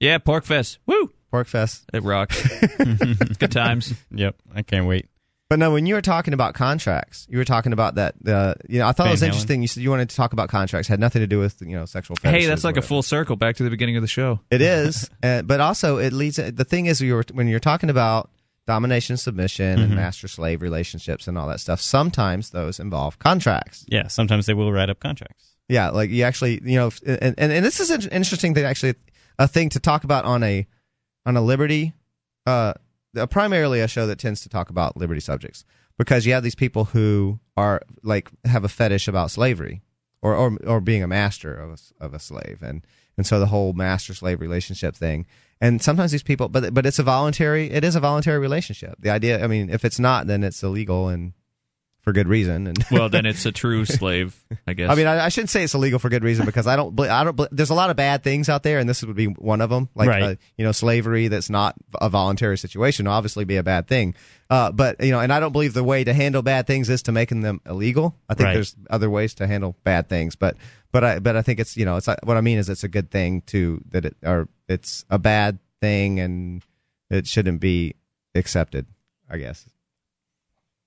S2: Yeah, Pork Fest. Woo!
S1: Pork Fest.
S2: It rocks. *laughs* Good times.
S3: Yep, I can't wait.
S1: But no, when you were talking about contracts, you were talking about that. Uh, you know, I thought it
S2: Van
S1: was
S2: Halen.
S1: interesting. You said you wanted to talk about contracts, had nothing to do with you know sexual.
S2: Hey,
S1: fetishes
S2: that's
S1: or
S2: like a full circle back to the beginning of the show.
S1: It is, *laughs* uh, but also it leads. The thing is, we were, when you're talking about domination, submission, and
S2: Mm-hmm.
S3: Mhm.
S1: master-slave relationships and all that stuff, sometimes those involve contracts.
S3: Yeah, sometimes they will write up contracts.
S1: Yeah, like you actually, you know, f- and and, and this is an interesting thing actually, a thing to talk about on a on a liberty, uh, uh, primarily a show that tends to talk about liberty subjects because you have these people who are like have a fetish about slavery or or or being a master of a, s- of a slave and and so the whole master slave relationship thing and sometimes these people but but it's a voluntary it is a voluntary relationship the idea i mean if it's not then it's illegal and for good reason and
S2: Well, then it's a true slave, *laughs* I guess.
S1: I mean, I, I shouldn't say it's illegal for good reason because I don't. bel- I don't. bel- There's a lot of bad things out there, and this would be one of them. Like
S2: Right.
S1: uh, you know, slavery that's not a voluntary situation will obviously be a bad thing. Uh, but you know, and I don't believe the way to handle bad things is to making them illegal. I think
S3: Right.
S1: there's other ways to handle bad things. But but I but I think it's you know it's uh, what I mean is it's a good thing to that it or it's a bad thing and it shouldn't be accepted. I guess.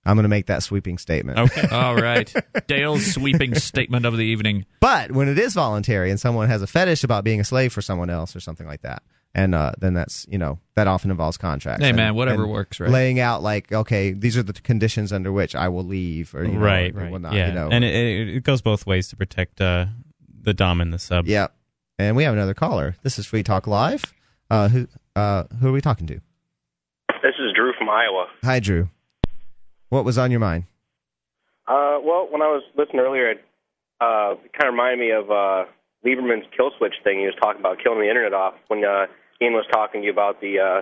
S1: I'm going to make that sweeping statement. *laughs*
S2: Okay. *laughs* All right. Dale's sweeping statement of the evening.
S1: But when it is voluntary and someone has a fetish about being a slave for someone else or something like that, and uh, then that's you know that often involves contracts.
S2: Hey,
S1: and-
S2: man, whatever
S1: and
S2: works, right?
S1: Laying out like, okay, these are the conditions under which I will leave, or you know,
S3: right,
S1: or
S3: right,
S1: whatnot,
S3: yeah.
S1: you know.
S3: And it, it, it goes both ways to protect uh, the dom and the sub.
S1: Yeah. And we have another caller. This is Free Talk Live. Uh, who uh, who are we talking to?
S14: This is Drew from Iowa.
S1: Hi, Drew. What was on your mind?
S14: Uh, well, when I was listening earlier, it uh, kind of reminded me of uh, Lieberman's kill switch thing. He was talking about killing the internet off when uh, Ian was talking to you about the, uh,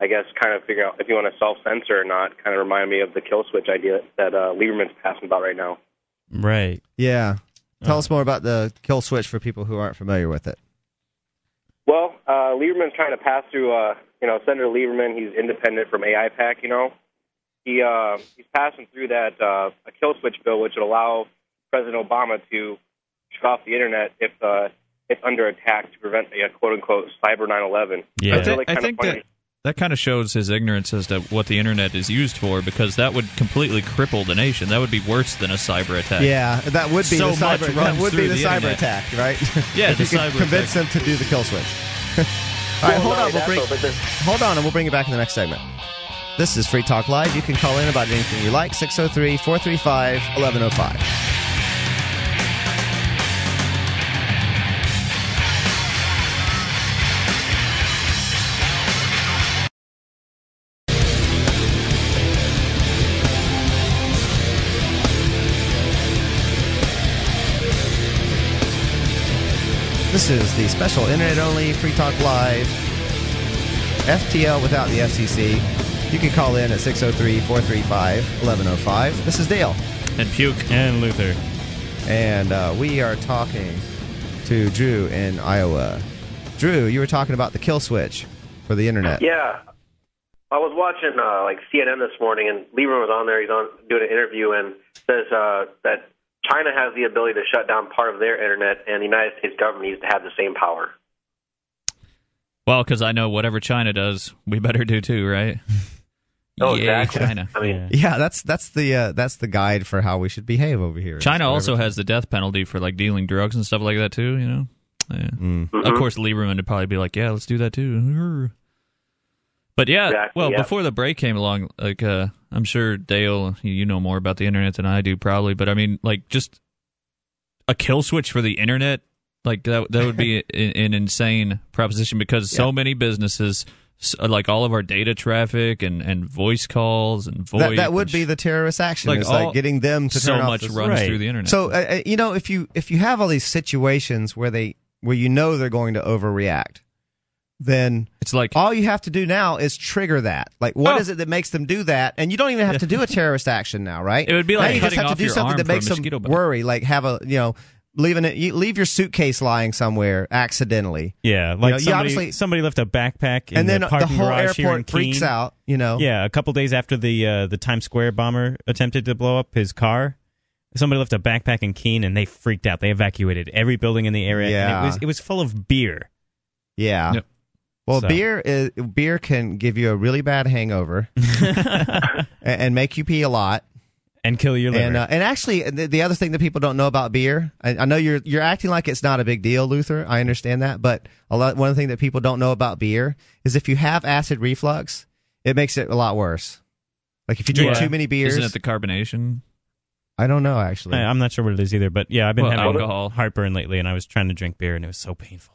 S14: I guess, kind of figuring out if you want to self censor or not. Kind of reminded me of the kill switch idea that uh, Lieberman's passing about right now.
S3: Right. Uh.
S1: Yeah. Tell us more about the kill switch for people who aren't familiar with it.
S14: Well, uh, Lieberman's trying to pass through, uh, you know, Senator Lieberman, he's independent from AI PAC, you know. He, uh, he's passing through that uh, a kill switch bill, which would allow President Obama to shut off the internet if uh, it's under attack to prevent a quote unquote cyber 9 11.
S2: I, thi- I think that that kind of shows his ignorance as to what the internet is used for, because that would completely cripple the nation. That would be worse than a cyber attack.
S1: Yeah, that would be
S2: So
S1: the cyber.
S2: much
S1: That
S2: runs
S1: would be
S2: through
S1: the,
S2: the
S1: cyber
S2: internet.
S1: attack, right?
S2: Yeah,
S1: If you
S2: the
S1: can
S2: cyber
S1: convince them to do the kill switch. *laughs* All right,
S14: Well,
S1: hold
S14: not
S1: on. We'll
S14: only
S1: bring,
S14: that, though, but
S1: hold on, and we'll bring you back in the next segment. This is Free Talk Live. You can call in about anything you like. 603 435 1105. This is the special internet only Free Talk Live FTL without the FCC. You can call in at 603 435 1105. This is Dale.
S2: And Puke.
S3: And Luther.
S1: And uh, we are talking to Drew in Iowa. Drew, you were talking about the kill switch for the internet.
S14: Yeah. I was watching uh, like CNN this morning, and Lieberman was on there. He's on doing an interview and says uh, that China has the ability to shut down part of their internet, and the United States government needs to have the same power.
S2: Well, because I know whatever China does, we better do too, right?
S14: Oh,
S2: Yay,
S14: exactly.
S2: China.
S14: I mean,
S1: Yeah, that's that's the uh, that's the guide for how we should behave over here.
S2: China also has the death penalty for like dealing drugs and stuff like that too. You know, yeah. of
S1: Mhm.
S2: course Lieberman would probably be like, "Yeah, let's do that too." *laughs* But yeah,
S15: Exactly,
S2: well,
S15: yeah.
S2: before the break came along, like uh, I'm sure Dale, you- you know more about the internet than I do, probably. But I mean, like just a kill switch for the internet, like that that
S15: *laughs*
S2: would be an, an insane proposition because so many businesses, s- like all of our data traffic and and voice calls and voice,
S1: That, that would be the terrorist action.
S2: Like
S1: It's
S2: all-
S1: like getting them to
S2: so
S1: turn off
S2: much
S1: this-
S2: runs Right. through the internet.
S1: So uh, uh, you know, if you if you have all these situations where they where you know they're going to overreact, then
S2: it's like
S1: all you have to do now is trigger that. Like, what is
S2: Oh.
S1: it that makes them do that? And you don't even have to do a terrorist action now, right?
S2: It would be
S1: Now
S2: like
S1: you just
S2: cutting
S1: have to
S2: off
S1: do
S2: your
S1: something
S2: arm
S1: that
S2: for a
S1: makes them
S2: mosquito
S1: worry, like have a you know leaving it. You leave your suitcase lying somewhere accidentally.
S3: Yeah,
S1: You
S3: like
S1: know, you
S3: somebody,
S1: obviously-
S3: somebody left a backpack in
S1: And then
S3: the
S1: the
S3: parking
S1: whole
S3: garage here in
S1: airport freaks
S3: Keene.
S1: out, you know?
S3: Yeah, a couple days after the uh, the Times Square bomber attempted to blow up his car, somebody left a backpack in Keene and they freaked out. They evacuated every building in the area.
S1: Yeah.
S3: and it was it was full of beer.
S1: Yeah. Well,
S3: So-
S1: beer is, beer can give you a really bad
S3: *laughs*
S1: hangover, and, and make you pee a lot,
S3: and kill your
S1: And,
S3: liver.
S1: uh, and actually, the, the other thing that people don't know about beer, I, I know you're you're acting like it's not a big deal, Luther. I understand that, but a lot, one thing that people don't know about beer is if you have acid reflux, it makes it a lot worse. Like if you drink
S2: Yeah.
S1: too many beers,
S2: Isn't it the carbonation?
S1: I don't know actually.
S3: I, I'm not sure what it is either, but yeah, I've been
S2: Well,
S3: having
S2: alcohol.
S3: heartburn lately, and I was trying to drink beer, and it was so painful.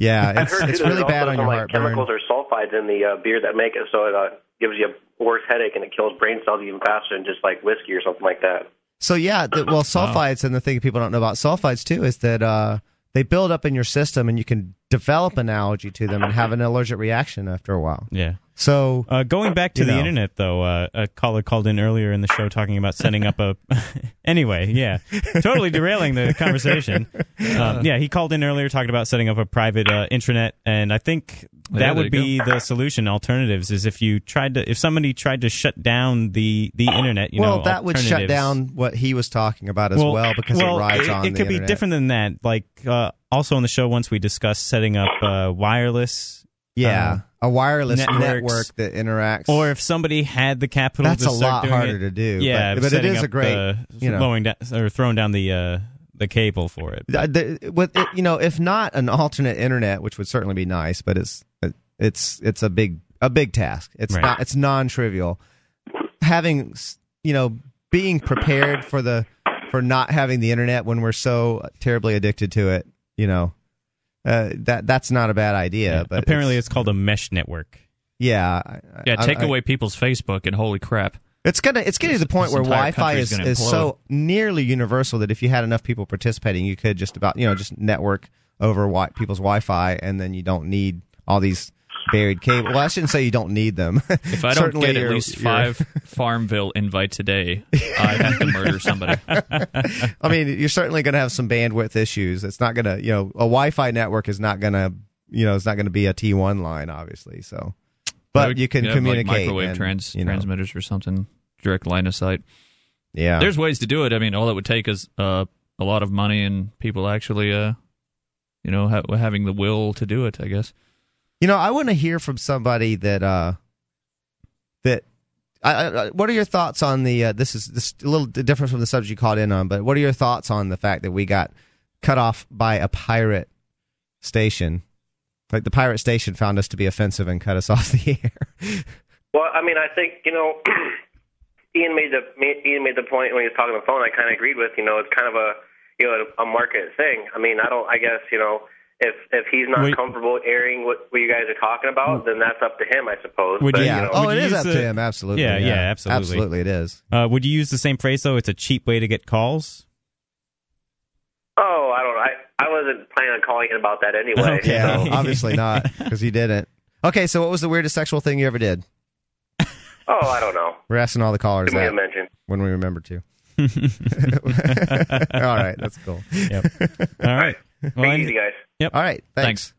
S1: Yeah,
S15: I've heard too, there's also some, like, Chemicals or sulfides in the uh, beer that make it so it uh, gives you a worse headache and it kills brain cells even faster than just like whiskey or something like that.
S1: So yeah,
S3: *laughs*
S1: the, well, sulfites and the thing people don't know about sulfites too is that uh, they build up in your system, and you can develop an allergy to them and have an allergic reaction after a while.
S3: Yeah.
S1: So
S3: uh, going back to
S1: you
S3: the
S1: know.
S3: internet, though, uh, a caller called in earlier in the show talking about setting up a. *laughs* anyway, yeah, totally derailing the
S2: *laughs*
S3: conversation. Um, yeah, he called in earlier talking about setting up a private uh, intranet, and I think that
S2: Yeah, there
S3: would be
S2: you
S3: the solution. Alternatives is if you tried to, if somebody tried to shut down the the internet, you
S1: well,
S3: know,
S1: that would shut
S3: alternatives-
S1: down what he was talking about as well, because it rides on
S3: It
S1: the
S3: could be
S1: internet.
S3: different than that. Like uh, also on the show, once we discussed setting up uh, wireless.
S1: Yeah,
S3: uh,
S1: a wireless
S3: networks.
S1: network that interacts.
S3: or if somebody had the capital
S1: That's
S3: to
S1: a
S3: start
S1: lot
S3: doing
S1: harder
S3: it-
S1: to do,
S3: yeah
S1: but- but it
S3: setting
S1: is a
S3: up
S1: great,
S3: the,
S1: you know.
S3: lowering down or throwing down the uh the cable for it
S1: Th- th- with it- you know, if not an alternate internet, which would certainly be nice, but it's it's it's a big a big task. It's
S3: Right.
S1: not it's non trivial. Having s- you know being prepared for the for not having the internet when we're so terribly addicted to it, you know, uh, that that's not a bad idea. but
S3: apparently it's, called a mesh network
S1: yeah,
S2: Yeah,
S1: I-
S2: take
S1: I-
S2: away people's Facebook and holy crap.
S1: It's gonna it's getting to the point
S2: this
S1: where
S2: entire
S1: Wi-Fi
S2: country's
S1: is,
S2: gonna
S1: is
S2: implode.
S1: so nearly universal that if you had enough people participating, you could just about you know just network over wi- people's Wi-Fi, and then you don't need all these buried cable. Well, I shouldn't say you don't need them.
S2: If I don't get at least 5
S1: *laughs*
S2: Farmville invites a day, I have
S1: *laughs*
S2: to murder somebody.
S1: I mean, you're certainly going to have some bandwidth issues. It's not going to you know a Wi-Fi network is not going to you know it's not going to be a T1 line, obviously. So, but you can
S2: have,
S1: communicate
S2: like microwave
S1: and,
S2: trans-
S1: you know.
S2: transmitters or something, direct line of sight.
S1: Yeah,
S2: there's ways to do it. I mean, all it would take is uh, a lot of money and people actually, uh, you know, ha- having the will to do it. I guess.
S1: You know, I want to hear from somebody that uh that I, I, I- what are your thoughts on the uh, this is this is a little different from the subject you called in on, but what are your thoughts on the fact that we got cut off by a pirate station? Like the pirate station found us to be offensive and cut us *laughs* off the air.
S15: Well, I mean, I think you know, *clears throat* Ian made the ma- Ian made the point when he was talking on the phone. I kind of agreed with. You know, it's kind of a you know a market thing. I mean, I don't. I guess you know, if if he's not
S3: Wait.
S15: comfortable airing what, what you guys are talking about, then that's up to him, I suppose.
S3: Would
S15: but,
S3: you-
S15: you know,
S1: Oh,
S3: Would
S1: it
S3: you
S1: is
S3: use
S1: up
S3: the-
S1: to him, absolutely.
S3: yeah, yeah, absolutely.
S1: Absolutely, it is.
S3: uh would you use the same phrase though it's a cheap way to get calls
S15: oh, I don't. know. I I wasn't planning on calling in about that
S3: *laughs*
S15: anyway.
S1: Yeah,
S15: so-
S1: obviously not because you didn't. Okay, so what was the weirdest sexual thing you ever did?
S15: Oh, I don't know.
S1: We're asking all the callers
S15: Give me a
S1: that
S15: mention.
S1: when we remember
S3: *laughs*
S1: to. *laughs* *laughs* all right, that's
S2: *laughs*
S1: cool. *laughs*
S3: Yep. All right.
S15: Take it easy, guys.
S3: Yep.
S1: All right. Thanks.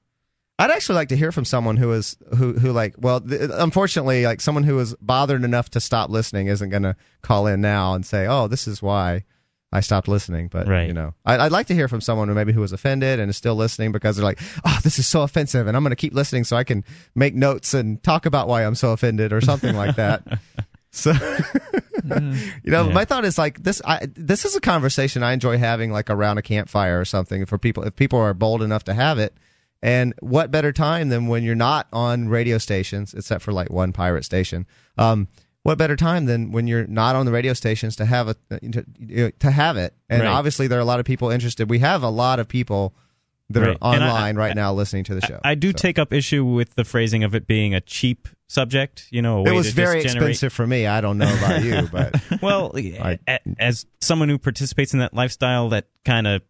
S1: I'd actually like to hear from someone who is who who like well, th- unfortunately, like someone who is bothered enough to stop listening isn't going to call in now and say, "Oh, this is why I stopped listening." But you know, I, I'd like to hear from someone who maybe who was offended and is still listening because they're like, "Oh, this is so offensive," and I'm going to keep listening so I can make notes and talk about why I'm so offended or something like that. So, you know, my thought is like this. I this is a conversation I enjoy having, like around a campfire or something. For people, if people are bold enough to have it, and what better time than when you're not on radio stations, except for like one pirate station. Um, what better time than when you're not on the radio stations to have a to, to have it? And
S3: Right.
S1: obviously, there are a lot of people interested. We have a lot of people that
S3: Right.
S1: are
S3: And I-
S1: online right now listening to the show.
S3: i do take up issue with the phrasing of it being a cheap subject you know a way
S1: it was
S3: to
S1: very
S3: just generate
S1: expensive for me. I don't know about
S3: *laughs*
S1: you, but
S3: well, a- as someone who participates in that lifestyle, that kind of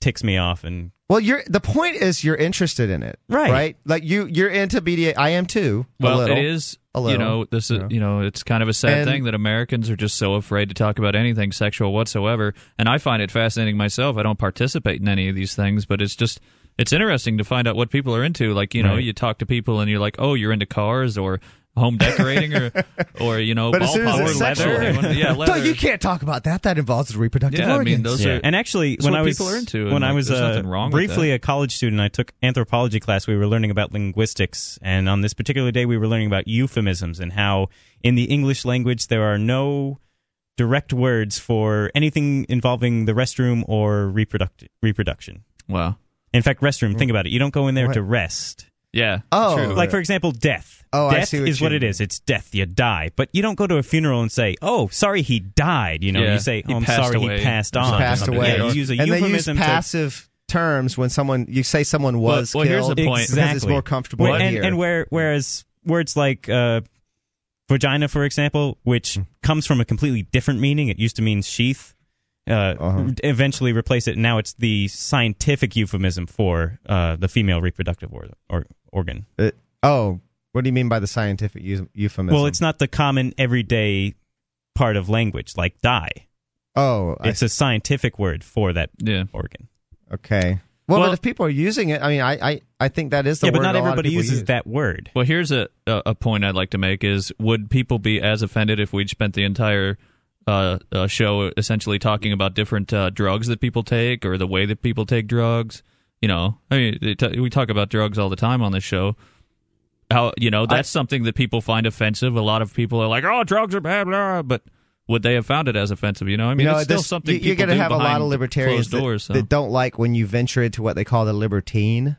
S3: ticks me off and
S1: Well, you're the point is you're interested in it,
S2: Right.
S1: Right? Like you, you're into BDA. I am too. a
S2: Well,
S1: little,
S2: it is.
S1: A little.
S2: You know, this is. You know, it's kind of a sad
S1: And-
S2: thing that Americans are just so afraid to talk about anything sexual whatsoever. And I find it fascinating myself. I don't participate in any of these things, but it's just. It's interesting to find out what people are into. Like, you know,
S1: Right.
S2: you talk to people and you're like, oh, you're into cars or home decorating
S1: *laughs*
S2: or, or you know,
S1: but
S2: Oh, ball
S1: as soon as
S2: power
S1: it's sexual, *laughs*
S2: leather. Yeah,
S1: No,
S2: leather.
S1: you can't talk about that. That involves reproductive
S2: Yeah, I mean,
S1: organs.
S2: those
S3: Yeah. and actually,
S2: that's
S3: when
S2: what
S3: I was
S2: people are into,
S3: when
S2: and,
S3: I
S2: like,
S3: was
S2: there's
S3: uh,
S2: nothing wrong with
S3: briefly a college student, I took anthropology class. We were learning about linguistics, and on this particular day, we were learning about euphemisms and how in the English language there are no direct words for anything involving the restroom or reproduct- reproduction.
S2: Wow.
S3: In fact, restroom. Think about it. You don't go in there
S2: What?
S3: to rest.
S2: Yeah.
S1: Oh.
S2: true.
S3: like for example, death.
S2: Oh, I
S3: death
S2: see what
S3: is
S2: you
S3: what it is. It's death. You die, but you don't go to a funeral and say, "Oh, sorry, he died." You know,
S2: Yeah.
S3: you say,
S2: He
S3: "Oh, I'm
S2: passed
S3: sorry,
S2: away.
S3: he passed
S2: He
S3: on." or
S1: passed
S3: something.
S1: away.
S3: Yeah, you use a
S1: and they use
S3: euphemism to
S1: passive terms when someone you say someone was
S3: well,
S1: killed.
S3: here's the point.
S1: because it's more comfortable
S3: Well,
S1: to
S3: and,
S1: hear.
S3: and where whereas words like uh, vagina, for example,
S1: Hmm.
S3: which comes from a completely different meaning. It used to mean sheath. Uh,
S1: Uh-huh.
S3: Eventually, replace it. and Now it's the scientific euphemism for uh, the female reproductive or, or organ.
S1: Uh, oh, what do you mean by the scientific eu- euphemism?
S3: Well, it's not the common everyday part of language like die.
S1: Oh, I
S3: it's a scientific word for that organ.
S1: Okay. Well,
S3: Well-
S1: but if people are using it, I mean, I, I, I think that is the
S3: yeah,
S1: word
S3: but not
S1: a lot of
S3: everybody
S1: people
S3: uses
S1: use.
S3: that word.
S2: Well, here's a a a point I'd like to make is: Would people be as offended if we'd spent the entire uh, uh, show essentially talking about different uh, drugs that people take or the way that people take drugs? You know, I mean, they t- we talk about drugs all the time on this show. How you know that's something that people find offensive. A lot of people are like, "Oh, drugs are bad," blah, but would they have found it as offensive? You know, I mean,
S1: you know,
S2: it's still
S1: this-
S2: something
S1: you, are
S2: people
S1: going to
S2: do
S1: have a lot
S2: behind
S1: of libertarians
S2: closed
S1: that,
S2: doors. so.
S1: that don't like when you venture into what they call the libertine.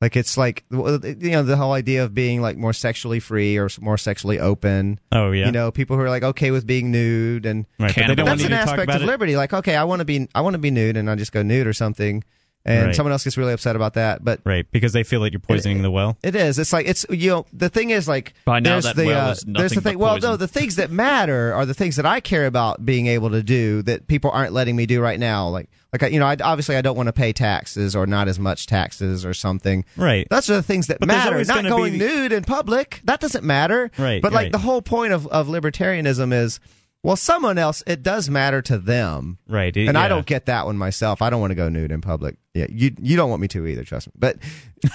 S1: Like it's like well, you know the whole idea of being like more sexually free or s- more sexually open.
S3: Oh
S1: You know, people who are like okay with being nude and
S3: Right, but they don't want
S1: that's
S3: you
S1: an
S3: to talk
S1: aspect
S3: about
S1: of
S3: it.
S1: liberty. Like okay, I want to be I want to be nude and I just go nude or something, and
S3: Right.
S1: someone else gets really upset about that. But
S3: right because they feel that you're poisoning the well.
S1: It is. It's like it's you know the thing is like
S3: By now
S1: there's
S3: that
S1: the,
S3: well
S1: uh, there's
S3: is
S1: the
S3: nothing
S1: thing.
S3: but
S1: Well,
S3: poison.
S1: no, the things that matter are the things that I care about being able to do that people aren't letting me do right now. Like like I- you know, I, obviously I don't want to pay taxes or not as much taxes or something.
S3: Right.
S1: Those are the things that
S3: But there's
S1: matter.
S3: always
S1: Not
S3: gonna
S1: going
S3: be-
S1: nude in public that doesn't matter.
S3: Right,
S1: But like
S3: right.
S1: the whole point of of libertarianism is. Well, someone else, it does matter to them,
S3: right?
S1: and I
S3: yeah.
S1: don't get that one myself. I don't want to go nude in public. Yeah, you you don't want me to either. Trust me, but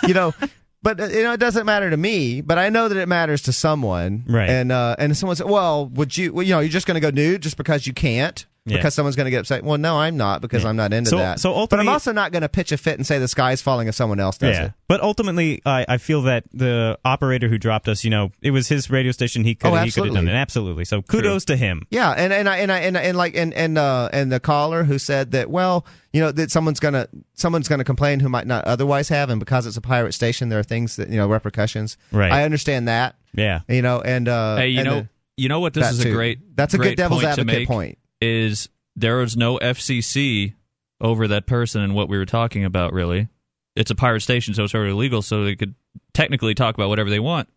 S1: you know, *laughs* but uh, you know, it doesn't matter to me. But I know that it matters to someone,
S3: Right.
S1: And uh, and someone said, well, would you? Well, you know, you're just going to go nude just because you can't.
S3: Yeah.
S1: Because someone's going to get upset. Well, no, I'm not because I'm not into
S3: So-
S1: that.
S3: so
S1: but I'm
S3: ultimately-
S1: also not going to pitch a fit and say the sky's falling if someone else does
S3: yeah.
S1: it.
S3: But ultimately, I, I feel that the operator who dropped us, you know, it was his radio station. He could
S1: Oh,
S3: he could have done
S1: absolutely.
S3: it. Absolutely. So kudos to him.
S1: Yeah, and and I and I and, I- and like and and uh, and the caller who said that well, you know that someone's gonna someone's gonna complain who might not otherwise have, and because it's a pirate station, there are things that you know repercussions.
S3: Right.
S1: I understand that.
S3: Yeah.
S1: You know, and uh,
S2: hey, you
S1: and
S2: know,
S1: the-
S2: you know what? This
S1: that
S2: is a
S1: too.
S2: great.
S1: That's a
S2: great
S1: good devil's
S2: point
S1: advocate
S2: to make
S1: point.
S2: Is there is no FCC over that person and what we were talking about? Really, it's a pirate station, so it's already illegal. So they could technically talk about whatever they want.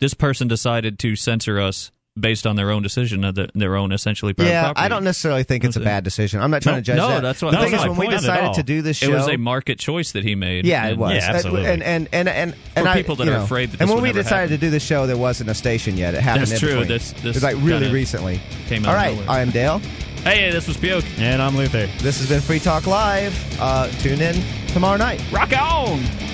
S2: This person decided to censor us based on their own decision of the, their own essentially private
S1: Yeah,
S2: property.
S1: I don't necessarily think it's a bad decision. I'm not trying
S2: no,
S1: to judge
S2: no,
S1: that.
S2: that's what
S1: the
S2: that's
S1: thing
S2: not
S1: is
S2: my
S1: when we
S2: point at
S1: decided
S2: all.
S1: to do this show.
S2: It was a market choice that he made.
S1: yeah, it
S2: and-
S1: was. And and and and, and
S2: For
S1: I-
S2: people that
S1: you
S2: are
S1: know,
S2: afraid that
S1: and
S2: this
S1: when
S2: would
S1: we
S2: never
S1: decided to do the show, there wasn't a station yet. It happened.
S2: That's
S1: in
S2: true.
S1: Between.
S2: That's- that's
S1: it's like really
S2: kinda
S1: recently.
S2: came out
S1: All
S2: of
S1: right,
S2: nowhere.
S1: I am Dale.
S2: Hey, this was Puke.
S3: And I'm Luther.
S1: This has been Free Talk Live. Uh, tune in tomorrow night.
S2: Rock on!